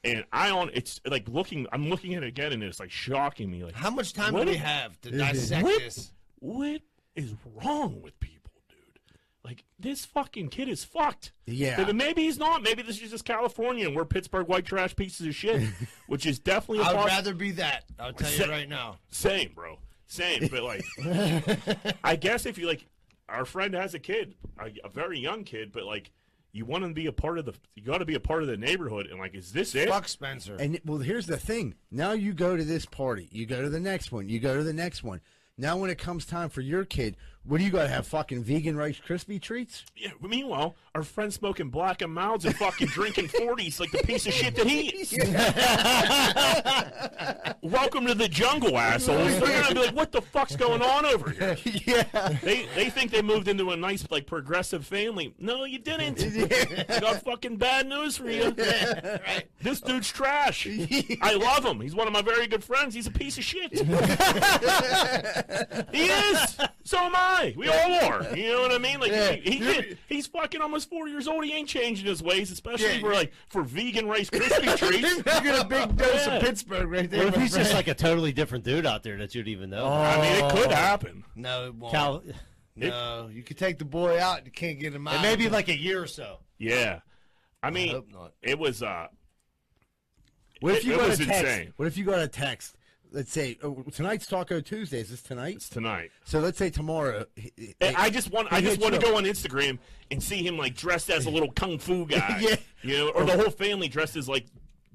B: And I on, it's like looking, I'm looking at it again, and it's like shocking me. Like,
E: How much time
B: What
E: do we
B: if-
E: have to dissect
B: What?
E: this?
B: what is wrong with people, dude? Like this fucking kid is fucked.
A: Yeah.
B: But maybe he's not. Maybe this is just California and we're Pittsburgh white trash pieces of shit, which is definitely a
E: I would
B: poss-
E: rather be that. I'll tell you right now.
B: same, bro. Same, but like, I guess if you like, our friend has a kid, a, a very young kid, but like, you want him to be a part of the, you got to be a part of the neighborhood, and like, is this it?
E: Fuck Spencer.
A: And well, here's the thing. Now you go to this party, you go to the next one, you go to the next one. Now, when it comes time for your kid, what do you got to have? Fucking vegan Rice Krispie treats?
B: Yeah, meanwhile, our friend smoking black and mouths and fucking drinking 40s like the piece of shit that he is. Welcome to the jungle, assholes. They're going to be like, what the fuck's going on over here?
A: yeah.
B: They, they think they moved into a nice, like, progressive family. No, you didn't. I got fucking bad news for you. This dude's trash. I love him. He's one of my very good friends. He's a piece of shit. he is. So am I. We all are. You know what I mean? Like he, he can't- he's fucking almost forty years old. He ain't changing his ways, especially for like for vegan Rice Krispie treats.
E: You get a big dose
B: Yeah.
E: of Pittsburgh right there.
C: What if
E: my
C: he's
E: friend.
C: just like a totally different dude out there that you'd even know?
B: I mean, it could happen.
E: no, it won't.
C: Cal-
E: no, you can take the boy out. You can't get him out.
C: it may be like a year or so.
B: Yeah. I mean,
E: hope not.
B: it was. uh
A: What if
B: It-
A: you
B: it
A: got
B: was
A: a text?
B: insane.
A: What if you got a text? Let's say oh, tonight's Taco Tuesday. Is this tonight?
B: It's tonight.
A: So let's say tomorrow. he- he-
B: I- I just want I
A: He
B: just
A: hits
B: want to
A: you
B: go on Instagram and see him like dressed as a little kung fu guy.
A: Yeah.
B: You know, or the whole family dressed as like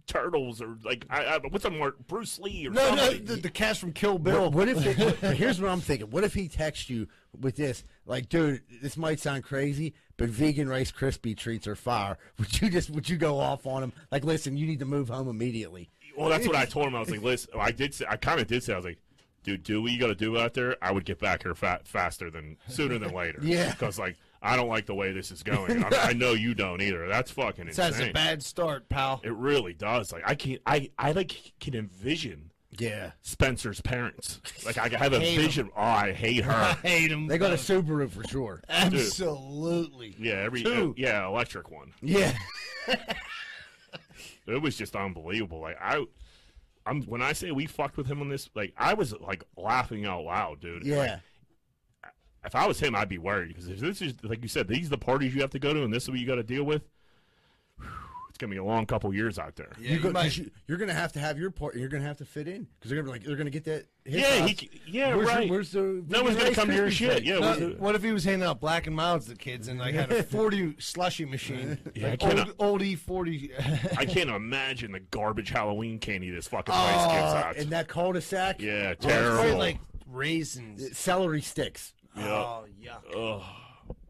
B: turtles or like I, I what's a more Bruce Lee or
E: no, no,
B: something.
E: the, the cast from Kill
A: Bill,
E: Bill.
A: what if? It, but here's what I'm thinking. What if he texts you with this? Like, dude, this might sound crazy, but vegan Rice Krispie treats are fire. Would you just? Would you go off on him? Like, listen, you need to move home immediately.
B: Well, that's what I told him. I was like, listen, I did say I kind of did say I was like, dude, do what you got to do out there. I would get back here fa- faster than sooner than later.
A: Yeah.
B: because like I don't like the way this is going. I, I know you don't either. That's fucking
E: That's
B: insane.
E: a bad start, pal.
B: it really does. Like I can I I like can envision.
A: Yeah.
B: Spencer's parents. Like I have a
E: Hate 'em.
B: vision. Oh, I hate her.
E: hate him.
A: They got a Subaru for sure.
E: Absolutely.
B: Yeah, every
E: Two.
B: uh, yeah, electric one.
A: Yeah.
B: It was just unbelievable. Like I, I'm when I say we fucked with him on this, like I was like laughing out loud, dude. Like,
A: Yeah.
B: if I was him, I'd be worried because if this is like you said, these are the parties you have to go to, and this is what you got to deal with. whew, It's gonna be a long couple years out there.
E: Yeah, you
A: go- 'cause
E: might-
A: you, are gonna have to have your part. You're gonna have to fit in because they're gonna be like they're gonna get that. hip
B: Yeah,
A: hop.
B: he, c- yeah,
A: Where's your-
B: right.
A: where's the
B: no one's gonna
A: Rice
B: come to your
A: Krispie
B: shit.
A: treat?
B: Yeah,
E: No,
B: where's the-
E: what if he was handing out black and mouths to kids and like had a forty slushy machine,
B: Yeah,
E: like
B: I cannot-
E: old, old E forty?
B: I can't imagine the garbage Halloween candy this fucking place gives
A: Uh,
B: out.
A: in that cul-de-sac.
B: yeah,
E: Probably
B: terrible.
E: like raisins.
A: Celery sticks.
B: Yeah.
E: Oh yuck!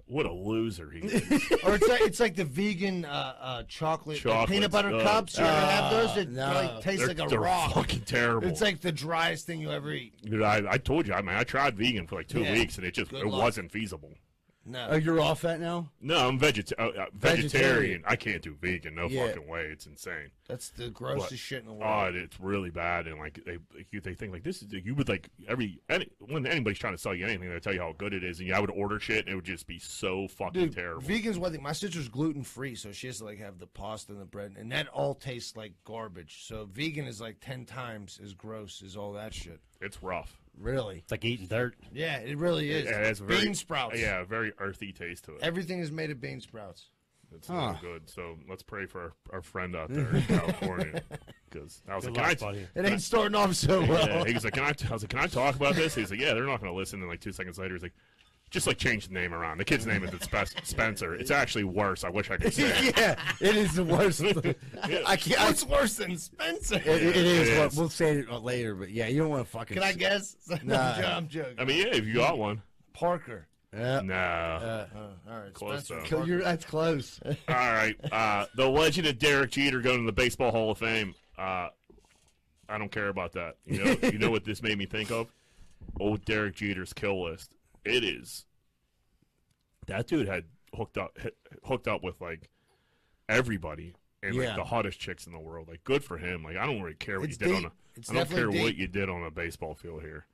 B: what a loser he is.
E: or it's like, it's like the vegan uh, uh, chocolate, like
B: Chocolates,
E: peanut butter
B: oh,
E: cups. You ever have those? That
A: no.
E: like, taste
B: they're,
E: like a
B: they're
E: rock.
B: fucking terrible.
E: It's like the driest thing you ever eat.
B: Dude, I, I told you, I mean, I tried vegan for like two
E: Yeah.
B: weeks, and it just
E: Good
B: it
E: luck.
B: wasn't feasible.
E: No.
A: Oh, you're off that now?
B: No, I'm vegeta- uh, uh,
A: Vegetarian.
B: vegetarian. I can't do vegan. No
A: Yeah.
B: fucking way. It's insane.
E: That's the grossest
B: What?
E: shit in the
B: Oh,
E: world.
B: it- it's really bad. And like they, like, you- they think like this is you would like every any, when anybody's trying to sell you anything, they tell you how good it is, and yeah, I would order shit, and it would just be so fucking
E: Dude,
B: terrible.
E: vegan's one thing. My sister's gluten free, so she has to like have the pasta and the bread, and that all tastes like garbage. So vegan is like ten times as gross as all that shit.
B: it's rough.
A: Really?
C: It's like eating dirt.
E: Yeah, it really is.
B: Yeah, it has a very,
E: bean sprouts.
B: Yeah, a very earthy taste to it.
E: everything is made of bean sprouts.
B: It's
A: Huh.
B: not good. So let's pray for our, our friend out there in California. Because I was
C: Good
B: like,
C: luck,
B: can I,
C: buddy.
E: It ain't starting off so well.
B: yeah, he was like, can I, I was like, can I talk about this? He's like, yeah, they're not going to listen. And like two seconds later, he's like, just like change the name around. The kid's name is Spe- Spencer. It's actually worse. I wish I could say. it.
A: yeah, it is the worst. I can't. I,
E: What's worse than Spencer?
A: it, it is.
B: It
A: what,
B: is.
A: we'll say it later, but yeah, you don't want to fucking.
E: Can I guess? No, I'm joking.
B: I mean, yeah, if you got one.
E: Parker.
A: Yeah.
B: No.
E: Uh, all right,
B: Close,
E: Spencer.
B: though.
A: Kill your- that's close.
B: All right. Uh, the legend of Derek Jeter going to the Baseball Hall of Fame. Uh, I don't care about that. You know, you know what this made me think of? Old Derek Jeter's kill list. It is. That dude had hooked up hit- hooked up with like everybody and
A: Yeah.
B: like the hottest chicks in the world. Like good for him. Like I don't really care what
E: It's
B: you did on
E: deep.
B: a
E: It's
B: I don't care
E: definitely
B: what
E: deep.
B: you did on a baseball field here.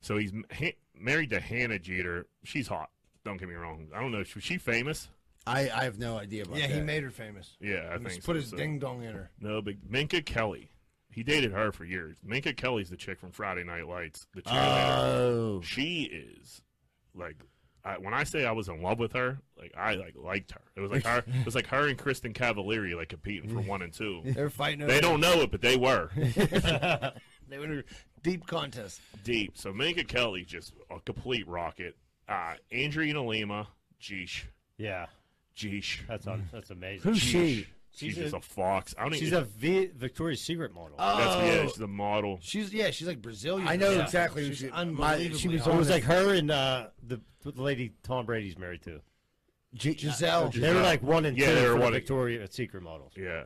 B: So he's m- ha- married to Hannah Jeter. She's hot. Don't get me wrong. I don't know. Was she famous?
A: I, I have no idea about
E: Yeah,
A: that.
E: he made her famous.
B: Yeah, I
E: He
B: think
E: just put
B: so,
E: his
B: so.
E: ding dong in her.
B: No, but Minka Kelly. He dated her for years. Minka Kelly's the chick from Friday Night Lights. The cheerleader.
A: Oh,
B: she is like I, when I say I was in love with her, like I like liked her. It was like her. It was like her and Kristen Cavallari like competing for one and two.
E: They're fighting. Over
B: They don't know it, but they were
E: They were in a deep contest.
B: deep. So Minka Kelly just a complete rocket. Uh, Andreina Lima, jeesh,
C: Yeah,
B: jeesh.
C: that's on. That's amazing.
A: who's she?
B: She's,
C: She's a-
B: just a, fox. I don't
C: She's
B: even.
C: a v- Victoria's Secret model.
E: Oh,
B: that's, yeah, she's a model.
E: She's yeah, she's like Brazilian.
A: I know
E: Yeah.
A: exactly. who
E: She's
A: she, my,
E: unbelievably
A: she was
E: hot.
C: it
A: on
C: was
A: like
C: like her and uh, the, the lady Tom Brady's married to.
E: Giselle.
C: They were like one and
B: Yeah,
C: two
B: they were
C: for the
B: one and-
C: Victoria's Secret models.
B: Yeah.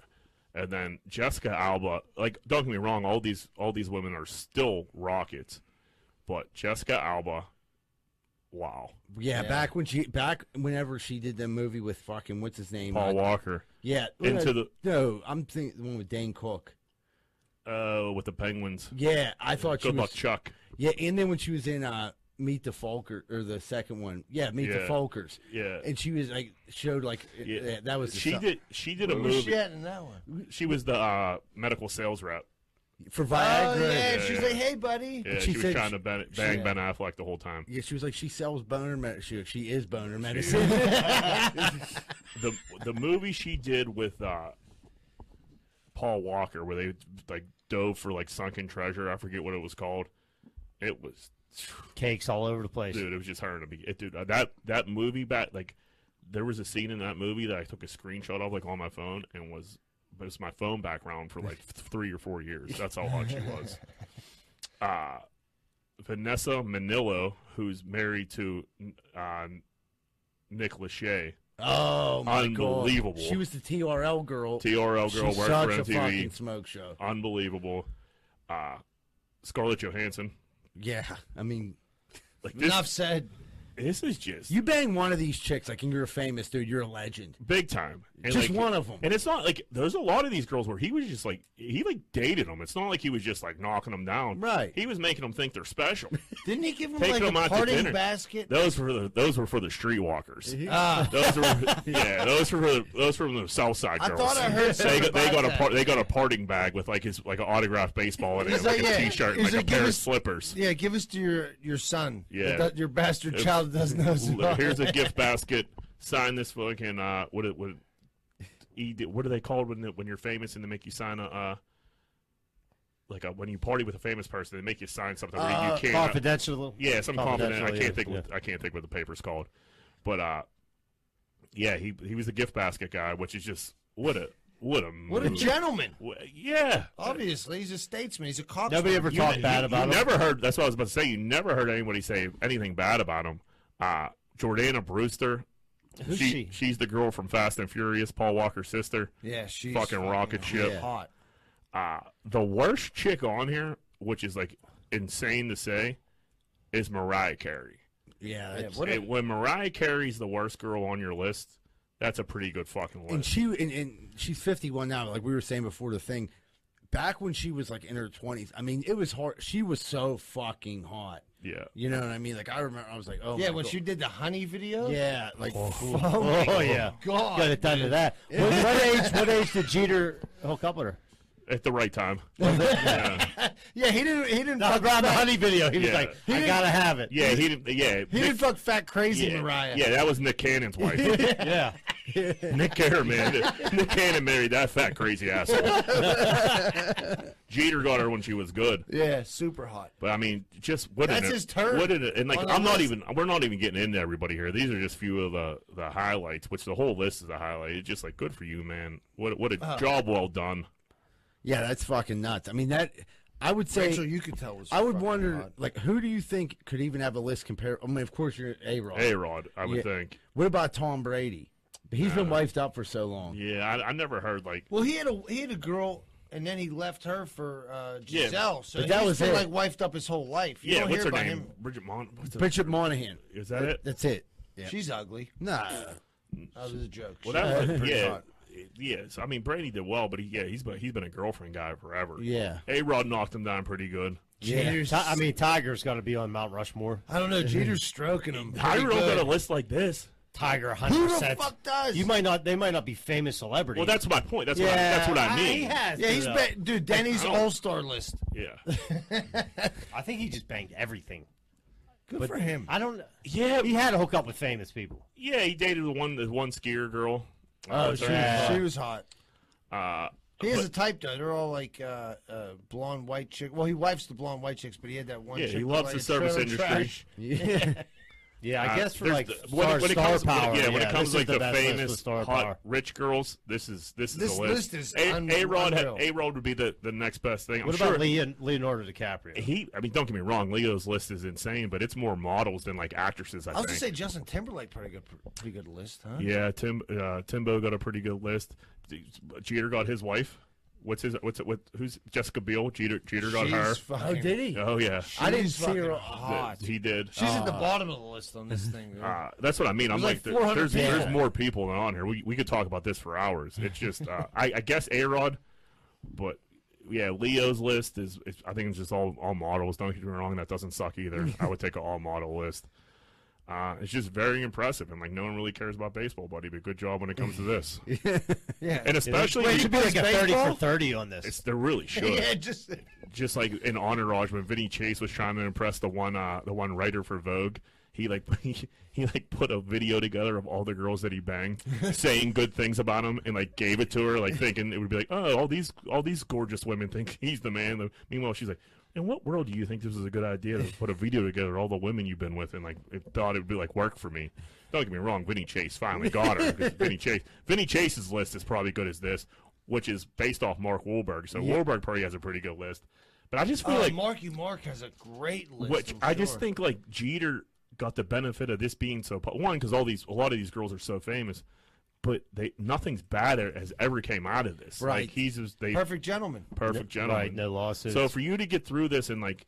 B: And then Jessica Alba, like don't get me wrong, all these all these women are still rockets, but Jessica Alba, wow,
A: yeah,
E: Yeah.
A: back when she back whenever she did the movie with fucking what's his name?
B: Paul
A: Uh,
B: Walker,
A: yeah,
B: into the
A: no, I'm thinking the one with Dane Cook.
B: uh with the Penguins.
A: Yeah, I thought she
B: Good luck,
A: was.
B: Chuck.
A: Yeah, and then when she was in uh, Meet the Folker or the second one, yeah, Meet the
B: Yeah.
A: Folkers,
B: Yeah,
A: and she was like showed like
B: Yeah.
A: yeah. that was the
B: she
A: stuff.
B: did she did a
E: Who was
B: movie.
E: she at in that one?
B: She was the uh, medical sales rep.
A: for
E: Oh
A: Viagra.
E: yeah,
B: Yeah,
E: she's
B: yeah.
E: like, hey buddy.
B: Yeah,
A: She
B: she, was
A: said
B: trying
A: she-
B: to ben, bang
A: yeah.
B: Ben Affleck the whole time.
A: Yeah, she was like, she sells boner medicine. She, she is boner medicine.
B: the the movie she did with uh, Paul Walker, where they like dove for like sunken treasure. I forget what it was called. It was
C: Cakes all over the place.
B: dude. It was just her in the be- it, dude. uh, That that movie back like there was a scene in that movie that I took a screenshot of like on my phone and was but it's my phone background for like th- three or four years. That's how hot she was. Uh Vanessa Manillo, who's married to uh, Nick Lachey,
A: oh my
B: Unbelievable.
A: god, she was the TRL girl.
B: TRL girl,
A: She's
B: worked
A: such
B: for
A: a fucking
B: MTV,
A: smoke show.
B: unbelievable. Uh, Scarlett Johansson,
A: Yeah, I mean,
B: like this,
E: Enough said.
B: this is just
A: you bang one of these chicks, like, and you're a famous dude. You're a legend.
B: big time. And
A: Just
B: like,
A: one of them.
B: And it's not like there's a lot of these girls where he was just like he like dated them. It's not like he was just like knocking them down.
A: Right.
B: He was making them think they're special.
E: Didn't he give him
B: Take
E: like
B: them
E: a
B: out to
E: parting
B: dinner.
E: basket?
B: those were the those were for the streetwalkers.
E: Ah,
B: Those were yeah. Those were the, those were the South Side
E: I
B: girls.
E: thought I heard
B: they
E: something
B: got, they
E: about
B: got a
E: that.
B: par- they got a parting bag with like his like an autographed baseball in it, and
E: He's
B: like,
E: like,
B: a
E: yeah,
B: t-shirt, and like
E: he's
B: a
E: like,
B: pair
E: give
B: of
E: us-
B: slippers.
E: yeah, give us to your your son.
B: Yeah.
E: That- your bastard child doesn't know. his
B: L-
E: mom.
B: here's a gift basket. Sign this fucking uh, what it what, E- what are they called when the, when you're famous and they make you sign a uh, like a, when you party with a famous person they make you sign something where
E: Uh,
B: you can't
C: Uh,
B: uh,
C: Confidential.
B: yeah some confident I
C: confidential,
B: can't
C: yeah,
B: think
C: yeah.
B: what, I can't think what the paper's called, but uh, yeah he he was the gift basket guy which is just what a what a
E: What a
B: move.
E: gentleman.
B: Wha- yeah
E: Obviously, he's a statesman. He's a cop.
C: Nobody ever
B: You-
C: talked bad
B: you-
C: about
B: you
C: him.
B: Never heard. That's what I was about to say. You never heard anybody say anything bad about him. Uh, Jordana Brewster.
C: Who's she?
B: She's the girl from Fast and Furious, Paul Walker's sister.
E: Yeah, she's
B: Fucking rocket ship.
E: Hot.
B: Uh, the worst chick on here, which is like insane to say, is Mariah Carey.
A: Yeah, that's-
E: what
B: Hey, when Mariah Carey's the worst girl on your list, that's a pretty good fucking
A: and
B: list.
A: she and, and she's 51 now. Like we were saying before the thing, back when she was like in her 20s, I mean, it was hard. She was so fucking hot.
B: yeah.
A: You know what I mean? Like I remember, I was like, oh
E: Yeah,
A: my
E: when
A: God.
E: she did the honey video.
A: yeah, like
C: Oh, yeah.
E: God.
C: Got it done to that. What, what age? What age did Jeter hook up with her?
B: At the right time.
E: Yeah, he didn't. He didn't.
C: No, I
E: fuck,
C: grabbed the honey video. He was
B: Yeah.
C: like, I gotta have it.
B: Yeah, he didn't. Yeah,
E: he didn't fuck fat crazy
B: yeah,
E: Mariah.
B: yeah, that was Nick Cannon's wife.
C: yeah.
B: Nick Cannon, man. Nick Cannon married that fat crazy asshole. Jeter got her when she was good.
E: Yeah, super hot.
B: But I mean, just what
E: That's
B: an,
E: his turn
B: What an, and like
E: on the
B: I'm not
E: list.
B: even we're not even getting into everybody here. These are just few of the the highlights, which the whole list is a highlight. It's just like good for you, man. What what a
E: Uh-huh.
B: job well done.
A: yeah, that's fucking nuts. I mean that. I would say
E: Rachel, you could tell. Was
A: I would
E: fucking
A: wonder,
E: hot.
A: like, who do you think could even have a list compare? I mean, of course, you're A
E: Uh-huh.
A: Rod.
B: Hey Rod, I would
A: Yeah.
B: think.
A: What about Tom Brady? But he's been wifed up for so long.
B: Yeah, I, I never heard like
E: Well, he had a he had a girl, and then he left her for uh,
B: Yeah.
E: Giselle. So
A: But
E: he's
A: that was
E: been
A: it.
E: like wifed up his whole life. You
B: yeah,
E: don't
B: what's
E: hear
B: her
E: about
B: name?
E: him.
B: Bridget Mon. What's her,
A: Bishop Monahan.
B: is that it?
A: That's it. Yeah.
E: She's ugly.
A: Nah.
E: That was a joke.
B: Well, that was
E: Pretty
B: yeah.
E: hot.
B: Yeah, so, I mean Brady did well, but he, yeah, he's been he's been a girlfriend guy forever.
A: Yeah.
B: A Rod knocked him down pretty good.
A: Yeah.
C: Ti- I mean, Tiger's got to be on Mount Rushmore.
E: I don't know. Jeter's stroking him.
B: I
E: pretty
B: don't Mm-hmm. got
E: good.
B: a list like this.
C: Tiger,
E: Who
C: hundred
E: the
C: percent.
E: fuck does?
C: You might not. They might not be famous celebrities.
B: Well, that's my point. That's
C: yeah.
B: what I, that's what I
C: He
B: mean.
C: has.
E: yeah,
C: to,
E: he's
C: though.
E: been, dude. Denny's
B: I don't-
E: All Star list.
B: yeah,
C: I think he just banged everything.
E: Good for him.
C: I don't.
B: yeah,
C: He had to hook up with famous people.
B: Yeah, he dated the one the one skier girl.
A: Oh,
B: what's her
A: she-
B: name?
E: she was hot.
B: Uh,
E: He has a type though. They're all like uh, uh, blonde white chick. Well, he wifes the blonde white chicks, but he had that one.
B: yeah,
E: chick
B: he
E: that
B: loves
E: like
B: the
E: a
B: service
E: trailer
B: industry.
E: trash.
A: yeah.
C: Yeah, I
B: Uh,
C: guess for
B: there's
C: like
B: the-
C: star,
B: it
C: star
B: comes, when-
C: power.
B: yeah, when it comes
C: this
B: like
C: is the, best list with
B: famous
C: star
B: hot
C: power.
B: rich girls, this is this is
E: This
B: the list.
E: list is un-
B: a Rod had-
E: unreal.
B: a Rod would be the, the next best thing. I'm
C: What
B: sure
C: about Leon, Leonardo DiCaprio?
B: he? I mean, don't get me wrong. Leo's list is insane, but it's more models than like actresses. I,
E: I was
B: think.
E: gonna say Justin Timberlake, pretty good, pretty good list, huh?
B: yeah, Tim uh, Timbo got a pretty good list. Jeter got his wife. What's his? What's it? What? Who's Jessica Biel? Jeter Jeter got her.
E: She's fucking-
A: Oh, did he?
B: Oh yeah,
A: I didn't
E: she's
A: see her
E: fucking
A: on-
E: Hot.
B: he did.
E: She's at the bottom of the list on this thing. dude.
B: Uh, that's what I mean. I'm
E: There's
B: like,
E: like
B: there-
E: 400
B: there's
E: people.
B: there's more people than on here. We we could talk about this for hours. It's just uh, I, I guess A Rod, but yeah, Leo's list is, is I think it's just all all models. Don't get me wrong, that doesn't suck either. I would take an all model list. Uh, it's just very impressive, and like no one really cares about baseball, buddy. But good job when it comes to this,
E: yeah,
B: and especially
C: Wait, it should be like a thirty for
E: baseball?
C: thirty on this.
B: it's they really should.
E: yeah, just
B: just like in entourage when Vinny Chase was trying to impress the one uh, the one writer for Vogue. He like he, he like put a video together of all the girls that he banged, saying good things about him, and like gave it to her, like thinking it would be like, oh, all these all these gorgeous women think he's the man. Meanwhile, she's like, in what world do you think this is a good idea to put a video together of all the women you've been with, and like it thought it would be like work for me? Don't get me wrong, Vinny Chase finally got her. 'cause Vinny Chase, Vinny Chase's list is probably good as this, which is based off Mark Wahlberg. So Wahlberg probably has a pretty good list. But I just feel
E: uh,
B: like
E: Marky Mark has a great list.
B: which
E: I'm
B: I just
E: sure.
B: think like Jeter got the benefit of this being so po- one because all these a lot of these girls are so famous, but they nothing's bad that has ever came out of this.
A: Right.
B: like, he's just they perfect,
E: perfect gentleman.
B: gentleman.
C: Right, no lawsuits.
B: So for you to get through this and like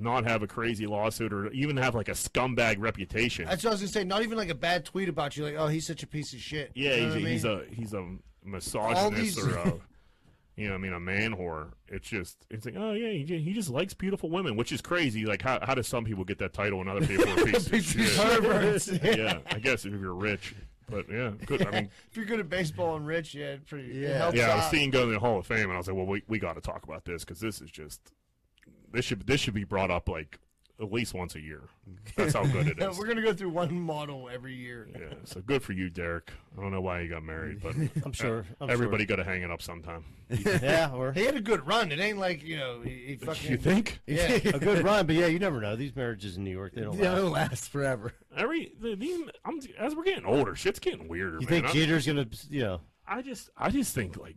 B: not have a crazy lawsuit or even have like a scumbag reputation,
E: That's what I was gonna say. Not even like a bad tweet about you, like, oh, he's such a piece of shit.
B: yeah,
E: you know
B: he's,
E: what
B: a,
E: I
B: he's
E: mean?
B: a he's a misogynist
E: these-
B: or a. You know, what I mean, a man whore. It's just, it's like, oh yeah, he, ju- he just likes beautiful women, which is crazy. Like, how, how do some people get that title and other people are pieces of
E: Piece of
B: shit?
E: perverts. if
B: yeah, I guess if you're rich. But yeah, good. I mean,
E: you're good at baseball and rich, yeah, it pretty. it
A: Yeah.
E: helps
B: yeah, I was
E: out.
B: seeing going to the Hall of Fame, and I was like, well, we, we got to talk about this because this is just this should this should be brought up like at least once a year. That's how good it
E: Yeah,
B: is.
E: We're gonna go through one model every year.
B: yeah, so good for you, Derek. I don't know why you got married, but
C: I'm sure. I'm
B: everybody got to hang it up sometime.
C: Sure. Yeah, or
E: He had a good run. It ain't like you know he, he fucking.
B: You think
E: Yeah.
C: a good run, but yeah, you never know. These marriages in New York, they don't.
A: Yeah,
C: last.
A: it'll last forever.
B: every the, these I'm as we're getting older, shit's getting weirder.
C: You
B: oh, man.
C: think
B: I-
C: Jeter's gonna, you know?
B: I just I just think like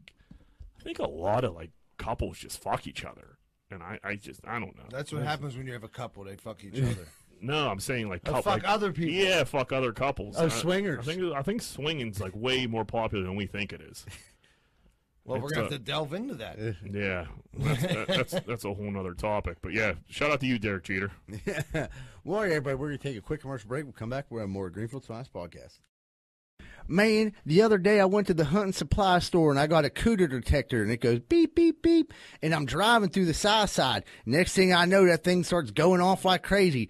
B: I think a lot of like couples just fuck each other, and I I just I don't know.
E: That's what happens when you have a couple. They fuck each other.
B: No, I'm saying like
E: Oh,
B: coup-
E: fuck
B: like-
E: other people.
B: Yeah, fuck other couples.
A: Oh,
B: I-
A: swingers.
B: I think I think swinging's like way more popular than we think it is.
E: Well, we're
B: It's
E: gonna
B: a-
E: have to delve into that.
B: Yeah, that's, that, that's that's a whole nother topic. But yeah, shout out to you, Derek Jeter.
A: well, all right, everybody, we're going to take a quick commercial break. We'll come back. We're on more Greenfield Science Podcast. Man, the other day I went to the hunting supply store and I got a cooter detector and it goes beep, beep, beep. And I'm driving through the south side. Next thing I know, that thing starts going off like crazy.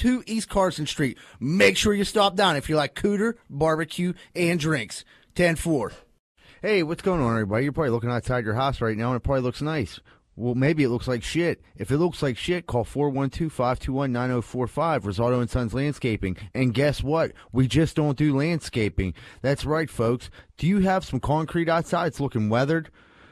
A: East Carson Street. Make sure you stop down if you like cooter, barbecue, and drinks. 10 4. Hey, what's going on, everybody? You're probably looking outside your house right now, and it probably looks nice. Well, maybe it looks like shit. If it looks like shit, call 412-521-9045, Rosato & Sons Landscaping. And guess what? We just don't do landscaping. That's right, folks. Do you have some concrete outside? It's looking weathered.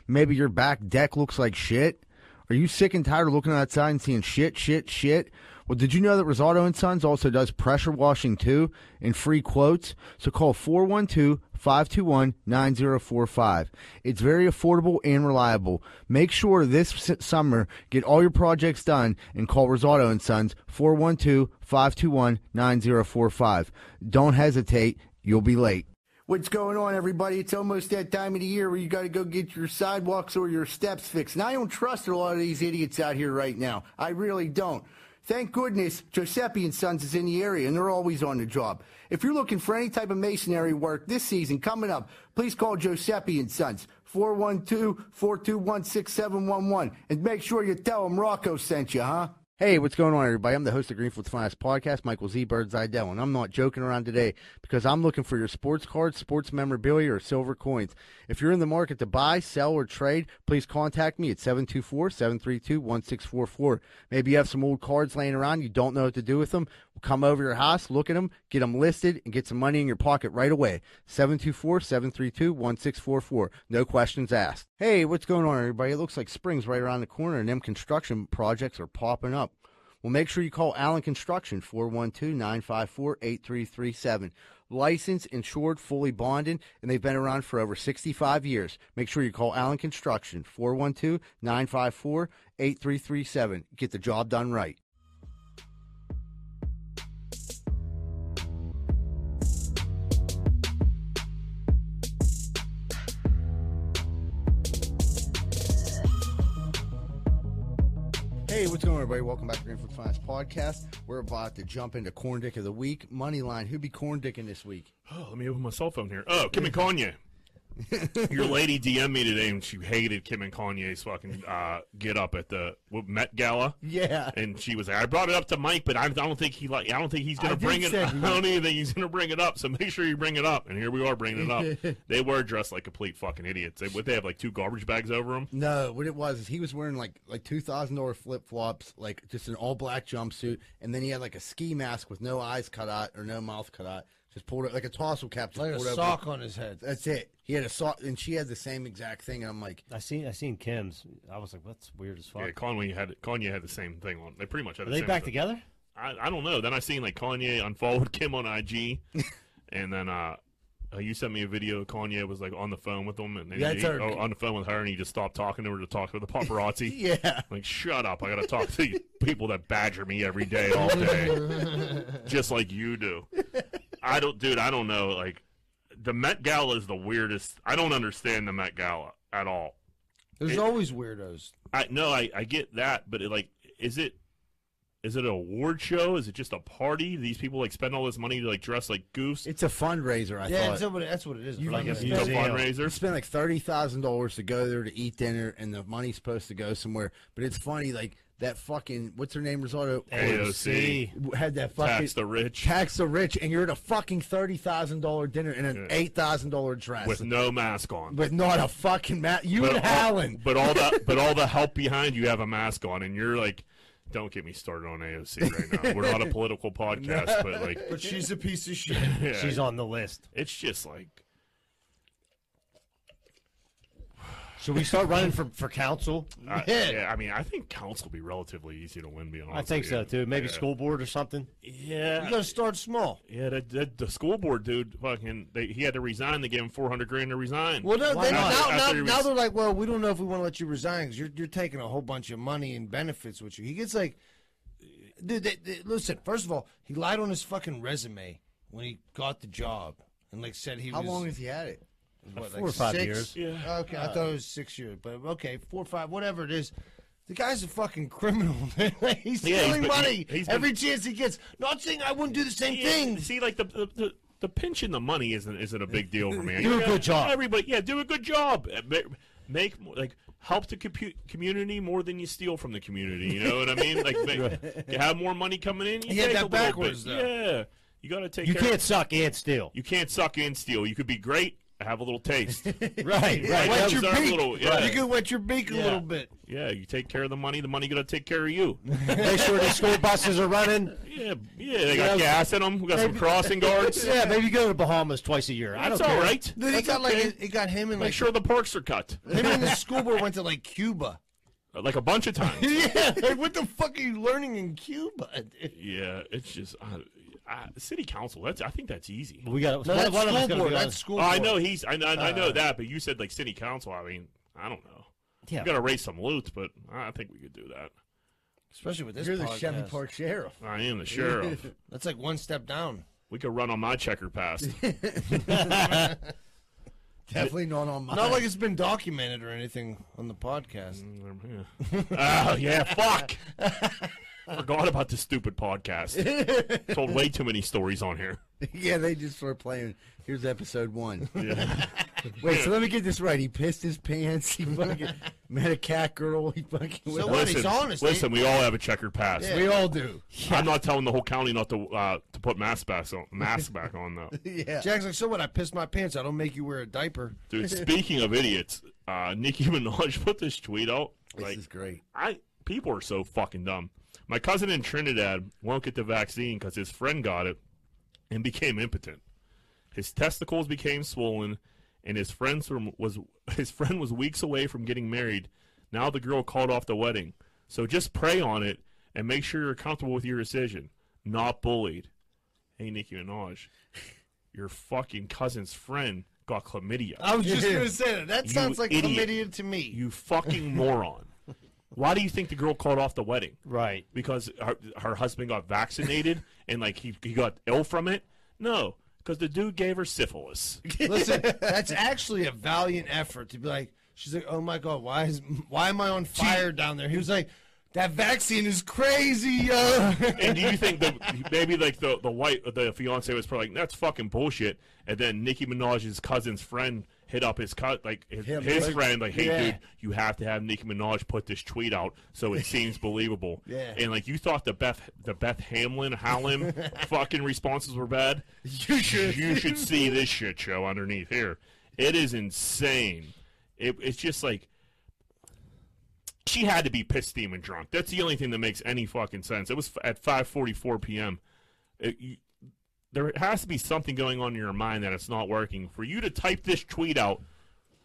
A: Maybe your back deck looks like shit. Are you sick and tired of looking outside and seeing shit, shit, shit? Well, did you know that Rosato and Sons also does pressure washing too and free quotes? So call 412 521 9045. It's very affordable and reliable. Make sure this s- summer get all your projects done and call Rosato and Sons 412 521 9045. Don't hesitate, you'll be late. What's going on, everybody? It's almost that time of the year where you got to go get your sidewalks or your steps fixed. And I don't trust a lot of these idiots out here right now. I really don't. Thank goodness Giuseppe and Sons is in the area and they're always on the job. If you're looking for any type of masonry work this season coming up, please call Giuseppe and Sons 412-421-6711 and make sure you tell them Rocco sent you, huh? Hey, what's going on, everybody? I'm the host of Greenfield's Finest Podcast, Michael Z. Bird Zidell, and I'm not joking around today because I'm looking for your sports cards, sports memorabilia, or silver coins. If you're in the market to buy, sell, or trade, please contact me at 724-732-1644. Maybe you have some old cards laying around, you don't know what to do with them. Come over to your house, look at them, get them listed, and get some money in your pocket right away. 724-732-1644. No questions asked. Hey, what's going on, everybody? It looks like spring's right around the corner, and them construction projects are popping up. Well, make sure you call Allen Construction, 412 954 8337. Licensed, insured, fully bonded, and they've been around for over 65 years. Make sure you call Allen Construction, 412 954 8337. Get the job done right. Hey, what's going on, everybody? Welcome back to Greenfield Finance Podcast. We're about to jump into Corn Dick of the Week. Money line. Who be corn dicking this week?
B: Oh, let me open my cell phone here. Oh, Kim and Kanye. Your lady DM'd me today, and she hated Kim and Kanye's fucking uh, get up at the what, Met Gala.
A: Yeah.
B: And she was like, "I brought it up to Mike, but I, I don't think he like. I don't think he's gonna bring it. I don't even think he's gonna bring it up. So make sure you bring it up." And here we are bringing it up. they were dressed like complete fucking idiots. They, what they have like two garbage bags over them.
A: No, what it was is he was wearing like like two thousand dollar flip flops, like just an all black jumpsuit, and then he had like a ski mask with no eyes cut out or no mouth cut out, just pulled it like a tassel cap, just
E: Like a
A: pulled over.
E: sock on his head.
A: That's it. He had a sock, and she had the same exact thing. And I'm like,
C: I seen I seen Kim's. I was like, that's weird as fuck.
B: Yeah, Kanye had Kanye had the same thing on. They pretty much had.
C: Are
B: the
C: they
B: same
C: back
B: thing.
C: together?
B: I, I don't know. Then I seen like Kanye unfollowed Kim on IG, and then uh, uh, you sent me a video. Kanye was like on the phone with him, and then
A: Yeah,
B: he,
A: it's her.
B: oh, on the phone with her, and he just stopped talking to her to talk to the paparazzi.
A: yeah,
B: Like, shut up! I gotta talk to these people that badger me every day, all day, just like you do. I don't, dude. I don't know. Like, the Met Gala is the weirdest. I don't understand the Met Gala at all.
E: There's
B: It-
E: always weirdos.
B: I no, I, I get that, but it, like, is it is it an award show? Is it just a party? These people like spend all this money to like dress like goose.
A: it's a fundraiser. I
E: Yeah,
A: thought.
E: somebody, that's what it is.
C: You-
E: Like
C: you-
E: a-
B: you know,
C: it's a-
A: You
B: fundraiser.
A: spend like thirty thousand dollars to go there to eat dinner, and the money's supposed to go somewhere. But it's funny, like that fucking what's her name, Rosato
B: AOC.
A: had that fucking
B: Tax the rich
A: tax the rich, and you're at a fucking thirty thousand dollar dinner in an
B: Yeah.
A: eight thousand dollar dress
B: with no mask on.
A: with not a fucking mat. You and
B: all,
A: Allen.
B: but all the but all the help behind you have a mask on, and you're like, don't get me started on AOC right now. We're not a political podcast, but like,
E: But she's a piece of shit.
B: yeah,
C: She's on the list.
B: it's just like
C: Should we start running for, for council?
B: I, Uh, yeah, I mean, I think council will be relatively easy to win. Be honest
C: I think
B: with
C: so
B: you.
C: too. Maybe
B: Yeah.
C: school board or something.
E: You
B: Yeah,
E: gotta start small.
B: yeah. The, the, the school board dude, fucking, they, he had to resign. They gave him four hundred grand to resign.
E: Well, no, then,
B: not?
E: now,
B: After he
E: now, now
B: was-
E: they're like, well, we don't know if we want to let you resign because you're, you're taking a whole bunch of money and benefits with you. He gets like, dude, they, they- listen, first of all, he lied on his fucking resume when he got the job and like said he
A: How
E: was.
A: long has he had it?
E: what,
C: Four or five years.
E: six?
B: Yeah.
E: Okay, I thought it was six years, but okay, four or five, whatever it is. The guy's a fucking criminal. man. he's
B: Yeah, he's
E: stealing
B: been-
E: money
B: he- he's been-
E: every chance he gets. Not saying I wouldn't do the same
B: Yeah,
E: thing.
B: See, like the the, the the pension, the money isn't isn't a big deal for me.
C: Do a
B: Yeah,
C: good job.
B: Everybody, yeah, do a good job. Uh, ma- Make more- like help the compu- community more than you steal from the community. You know what I mean? Like make, you have more money coming in. You
E: He had
B: take
E: that
B: a little bit.
E: backwards, though.
B: Yeah, you got to take.
C: You
B: care-
C: can't suck and steal.
B: You can't suck and steal. You could be great. Have a little taste.
C: Right,
B: Yeah,
C: right.
B: why
E: wet
B: that
E: your
B: was our
E: beak.
B: little- yeah.
E: You can wet your beak a
B: Yeah.
E: little bit.
B: yeah, you take care of the money. The money gonna take care of you.
C: Make sure the school buses are running.
B: Yeah, yeah. They
C: Yeah.
B: got gas in them. We got some crossing guards.
C: Yeah, maybe go to the Bahamas twice a year. I
B: That's
C: don't care.
B: all right.
E: Dude, he
B: That's
E: got
B: okay.
E: like he got him and
B: Make
E: like
B: sure the parks are cut, uh,
E: him and the school board went to like Cuba.
B: like a bunch of times.
E: yeah, like what the fuck are you learning in Cuba? dude?
B: Yeah, it's just I, I, city council. That's I think that's easy.
C: We got
E: No,
C: one,
E: that's
C: one of us
E: school
C: gotta
E: board.
C: be on-
E: That's school
B: Oh,
E: board.
B: I know he's. I, I, I
C: Uh,
B: know that, but you said like city council. I mean, I don't know.
C: Yeah.
B: You got to raise some loot, but I think we could do that.
E: Especially with this
A: You're the Chevy
E: podcast.
A: Park Sheriff.
B: I am the sheriff.
E: That's like one step down.
B: we could run on my checker pass.
A: Definitely not on my.
E: Not like it's been documented or anything on the podcast.
B: Mm-hmm. oh yeah, fuck. Forgot about this stupid podcast. Told way too many stories on here.
A: yeah, they just were playing. Here's episode one.
B: Yeah.
A: Wait, so let me get this right. He pissed his pants. He fucking met a cat girl. He fucking.
E: So what?
B: listen,
E: He's honest,
B: listen. We all have a checker pass.
A: We all do.
B: I'm not telling the whole county not to uh, to put masks back on. Masks back on though.
A: Yeah.
E: Jack's like, so what? I pissed my pants. I don't make you wear a diaper.
B: Dude, speaking of idiots, uh, Nicki Minaj put this tweet out.
A: This
B: Like,
A: is great.
B: I people are so fucking dumb. My cousin in Trinidad won't get the vaccine because his friend got it and became impotent. His testicles became swollen, and his friends from, was his friend was weeks away from getting married. Now the girl called off the wedding. So just pray on it and make sure you're comfortable with your decision. Not bullied. Hey Nicki Minaj, your fucking cousin's friend got chlamydia.
E: I was just gonna say that. That
B: You
E: sounds like
B: idiot.
E: chlamydia to me.
B: You fucking moron. Why do you think the girl called off the wedding?
C: Right.
B: Because her, her husband got vaccinated and like he, he got ill from it? No, because the dude gave her syphilis.
E: Listen, that's actually a valiant effort to be like. She's like, oh my god, why is why am I on fire down there? He was like, that vaccine is crazy, yo.
B: and do you think that maybe like the the wife the fiance was probably like that's fucking bullshit? And then Nicki Minaj's cousin's friend hit up his cut like his,
A: Him,
B: his
A: like-
B: friend like hey
C: Yeah.
B: dude you have to have Nicki Minaj put this tweet out so it seems believable.
E: Yeah.
B: And like you thought the Beth the Beth Hamlin Howlin fucking responses were bad. You should you should see this shit show underneath here. It is insane. It, it's just like she had to be pissed, steaming drunk. That's the only thing that makes any fucking sense. It was f- at 5:44 p.m. It- you- there has to be something going on in your mind that it's not working for you to type this tweet out,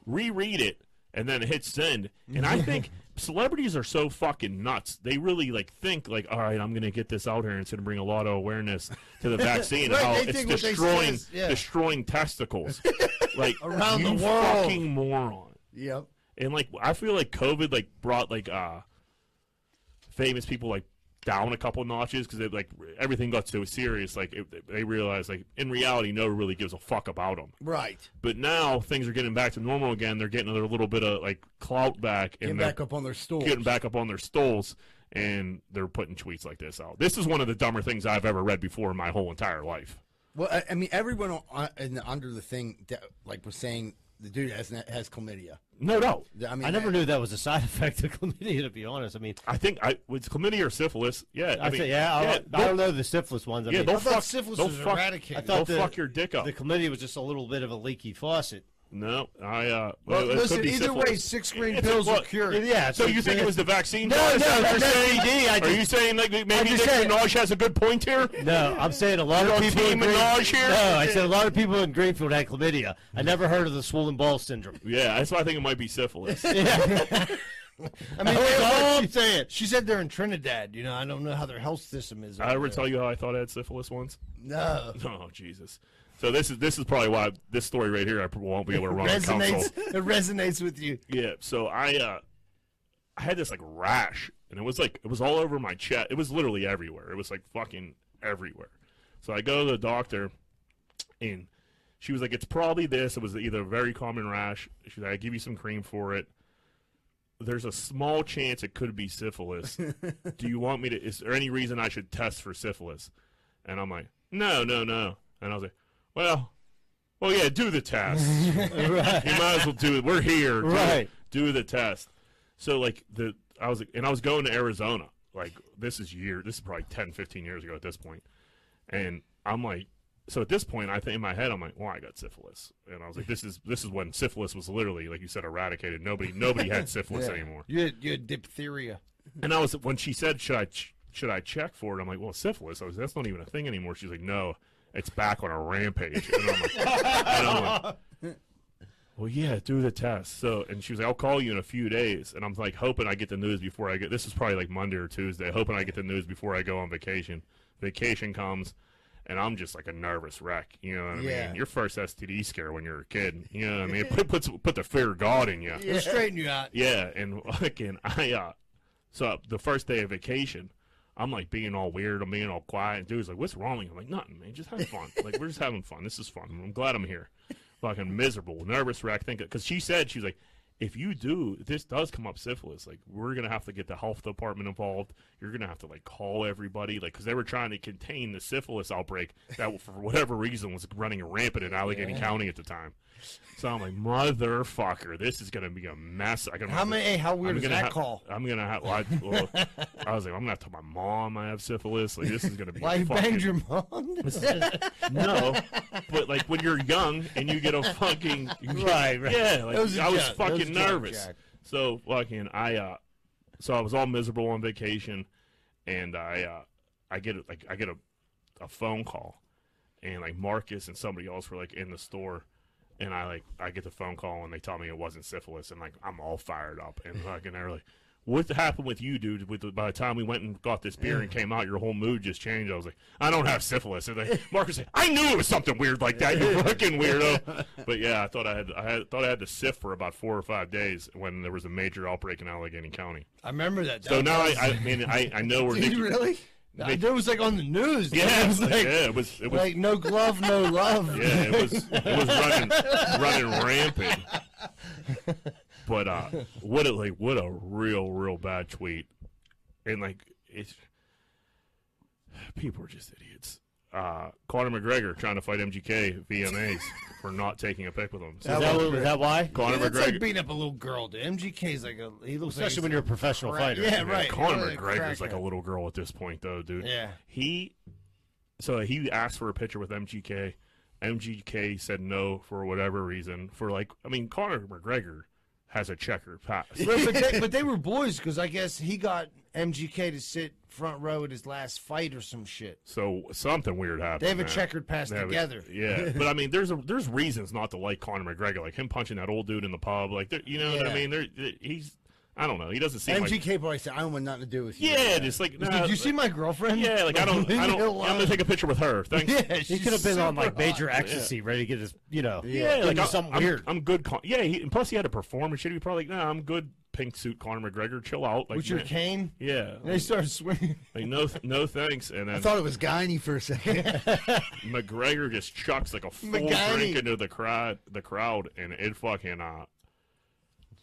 B: reread it, and then hit send. And I think celebrities are so fucking nuts. They really like think like, all right, I'm gonna get this out here, and it's gonna bring a lot of awareness to the vaccine and
E: Right,
B: how
E: they
B: it's
E: think what they say
B: destroying
E: is- yeah.
B: destroying testicles, like
E: Around the
B: you
E: world.
B: fucking moron
A: Yep.
B: and like I feel like COVID like brought like uh famous people like down a couple notches because like everything got so serious like it, they realized like in reality no one really gives a fuck about them
A: Right.
B: but now things are getting back to normal again they're getting their little bit of like clout back
A: Get
B: and they're
A: back up on their stool.
B: getting back up on their stoles and they're putting tweets like this out this is one of the dumber things I've ever read before in my whole entire life
A: Well, I, I mean, everyone on, on, in the- under the thing that, like was saying the dude has na- has chlamydia.
B: no no
A: I mean,
C: I never knew that was a side effect of chlamydia. To be honest, I mean,
B: I think I was chlamydia or syphilis yeah I,
C: I,
B: mean
C: say, yeah, I, don't, I
B: don't-
C: don't know the syphilis ones. I
B: yeah,
C: mean,
B: don't
E: thought
B: fuck,
E: syphilis
B: don't
E: was
B: fuck,
E: eradicated.
C: I thought
B: don't
C: the-
B: fuck your dick up.
C: the chlamydia was just a little bit of a leaky faucet.
B: No, I. Uh,
E: Well,
B: well, it
E: listen,
B: could be
E: either way,
B: syphilis.
E: six grain
B: It's a-
E: pills will
B: well,
E: cure it.
C: Yeah.
B: So you think it was the vaccine?
C: No,
B: John? Is
C: no,
B: that what you're
C: that's
B: saying?
C: STD. I
B: Are
C: just-
B: you saying like maybe Nick
C: just saying-
B: Minaj has a good point here?
C: No, I'm saying a lot
B: You're
C: of
B: on
C: people
B: Team
C: in Green-
B: Minaj here?
C: No, I said a lot of people in Greenfield had chlamydia. I never heard of the swollen ball syndrome.
B: Yeah, that's why I think it might be syphilis.
E: I
B: Oh,
E: mean,
C: That's
E: they-
C: all
B: um,
C: I'm saying.
E: she said they're in Trinidad. You know, I don't know how their health system is.
B: I ever tell you how I thought I had syphilis once?
E: No.
B: Oh Jesus! So this is this is probably why this story right here I probably won't be able to run on console.
E: Resonates. It resonates with you.
B: Yeah. So I uh, I had this like rash, and it was like it was all over my chest. It was literally everywhere. It was like fucking everywhere. So I go to the doctor, and she was like, "It's probably this. It was either a very common rash. She's like, I give you some cream for it." There's a small chance it could be syphilis. Do you want me to? Is there any reason I should test for syphilis? And I'm like, no, no, no. And I was like, well, well, yeah, do the test. You might as well do it. We're here. Do,
C: Right.
B: Do the test. So like the I was and I was going to Arizona. Like this is year. This is probably 10, 15 years ago at this point. And I'm like, so at this point, I think in my head, I'm like, well, I got syphilis, and I was like, this is this is when syphilis was literally, like you said, eradicated. Nobody nobody had syphilis anymore.
E: You had, you had diphtheria.
B: And I was when she said, "Should I ch- should I check for it?" I'm like, "Well, syphilis." I was, "That's not even a thing anymore." She's like, "No, it's back on a rampage." And I'm like, and I'm like, "Well, yeah, do the test." So, and she was like, "I'll call you in a few days." And I'm like, hoping I get the news before I get. This is probably like Monday or Tuesday. Hoping I get the news before I go on vacation. Vacation comes. And I'm just like a nervous wreck, you know what I
E: Yeah.
B: mean. Your first STD scare when you're a kid, you know what I mean. It put, puts put the fear of God in you.
E: It'll straighten you out.
B: Yeah, and fucking I uh so the first day of vacation, I'm like being all weird, I'm being all quiet, and dude's like, What's wrong with you? I'm like, nothing, man, just having fun. like we're just having fun. This is fun. I'm glad I'm here. Fucking miserable, nervous wreck, think because she said she was like if you do, if this does come up syphilis. Like we're gonna have to get the health department involved. You're gonna have to like call everybody, like because they were trying to contain the syphilis outbreak that, for whatever reason, was running rampant in Allegheny County at the time. So I'm like, motherfucker, this is gonna be a mess. I can
E: How many? Hey, how weird
B: I'm
E: is
B: gonna
E: that
B: ha-
E: call?
B: I'm gonna have. Well, I, well, I was like, I'm gonna have to tell my mom I have syphilis. Like this is gonna be.
E: Why
B: a
E: you
B: fucking-
E: banged your mom?
B: No, but like when you're young and you get a fucking
C: Right, right.
B: Yeah, like,
E: That was a
B: I was
E: joke. That was
B: fucking
E: a joke,
B: nervous.
E: Jack.
B: So fucking I uh so I was all miserable on vacation and I uh I get a- like I get a a phone call and like Marcus and somebody else were like in the store and I like I get the phone call and they tell me it wasn't syphilis and like I'm all fired up and fucking they're like what happened with you, dude? With the, by the time we went and got this beer and came out, your whole mood just changed. I was like, I don't have syphilis. And they, Marcus, said, I knew it was something weird like that. You fucking weirdo. But yeah, I thought I had, I had, thought I had to sift for about four or five days when there was a major outbreak in Allegheny County.
E: I remember that.
B: So
E: That
B: now I,
E: was-
B: I mean, I, I know where.
E: Dude,
B: Nick-
E: really? Nah,
B: Nick-
E: That was like on the news. dude.
B: Yeah,
E: It was like,
B: yeah, it was, it was
E: like no glove, no love.
B: Yeah, it was it was running running rampant. But uh, what a like what a real real bad tweet, and like it's people are just idiots. Uh, Conor McGregor trying to fight MGK VMAs for not taking a pic with him. So
C: Is that, what- is that why?
B: Conor
E: Dude, that's like
B: McGregor,
E: beating up a little girl. Dude, MGK's like a he looks
C: Especially when
E: like
C: you're a professional
E: Right,
C: fighter.
E: yeah, right.
B: Conor
E: You're like a
B: McGregor's like a
E: crackhead.
B: little girl at this point though, dude.
E: Yeah.
B: he so he asked for a picture with MGK. MGK said no for whatever reason. For like, I mean, Conor McGregor has a checker pass.
E: Right, but, they, but they were boys because I guess he got MGK to sit front row at his last fight or some shit.
B: so something weird happened.
E: They have a
B: man.
E: checkered past
B: They have a-
E: together.
B: yeah, but I mean, there's a, there's reasons not to like Conor McGregor, like him punching that old dude in the pub. Like, there- you know what I
E: Yeah.
B: mean? There, there- he's I don't know. He doesn't seem like
A: MGK probably said, I don't want nothing to do with you.
B: yeah, just like nah,
E: Did you see my girlfriend?
B: yeah, like I don't,
E: Leave
B: I
E: me
B: don't. I'm gonna
E: alone.
B: take a picture with her. Thanks.
E: Yeah,
C: He
E: she's
C: could have been on
E: super
C: like
E: hot.
C: major ecstasy, ready to get his, you know,
B: Yeah, like
C: into
B: I,
C: something
B: I'm,
C: weird.
B: I'm good. Con- yeah, he, and plus he had to perform and shit. He probably like, nah, I'm good. Pink suit, Conor McGregor, chill out. Like,
E: with your
B: man,
E: cane.
B: yeah,
E: And they started swinging.
B: like no, th- no thanks. And
A: I
B: then
A: thought it was Guyney for a second.
B: McGregor just chucks like a full
E: McGuiney.
B: drink into the crowd, the crowd, and it fucking uh,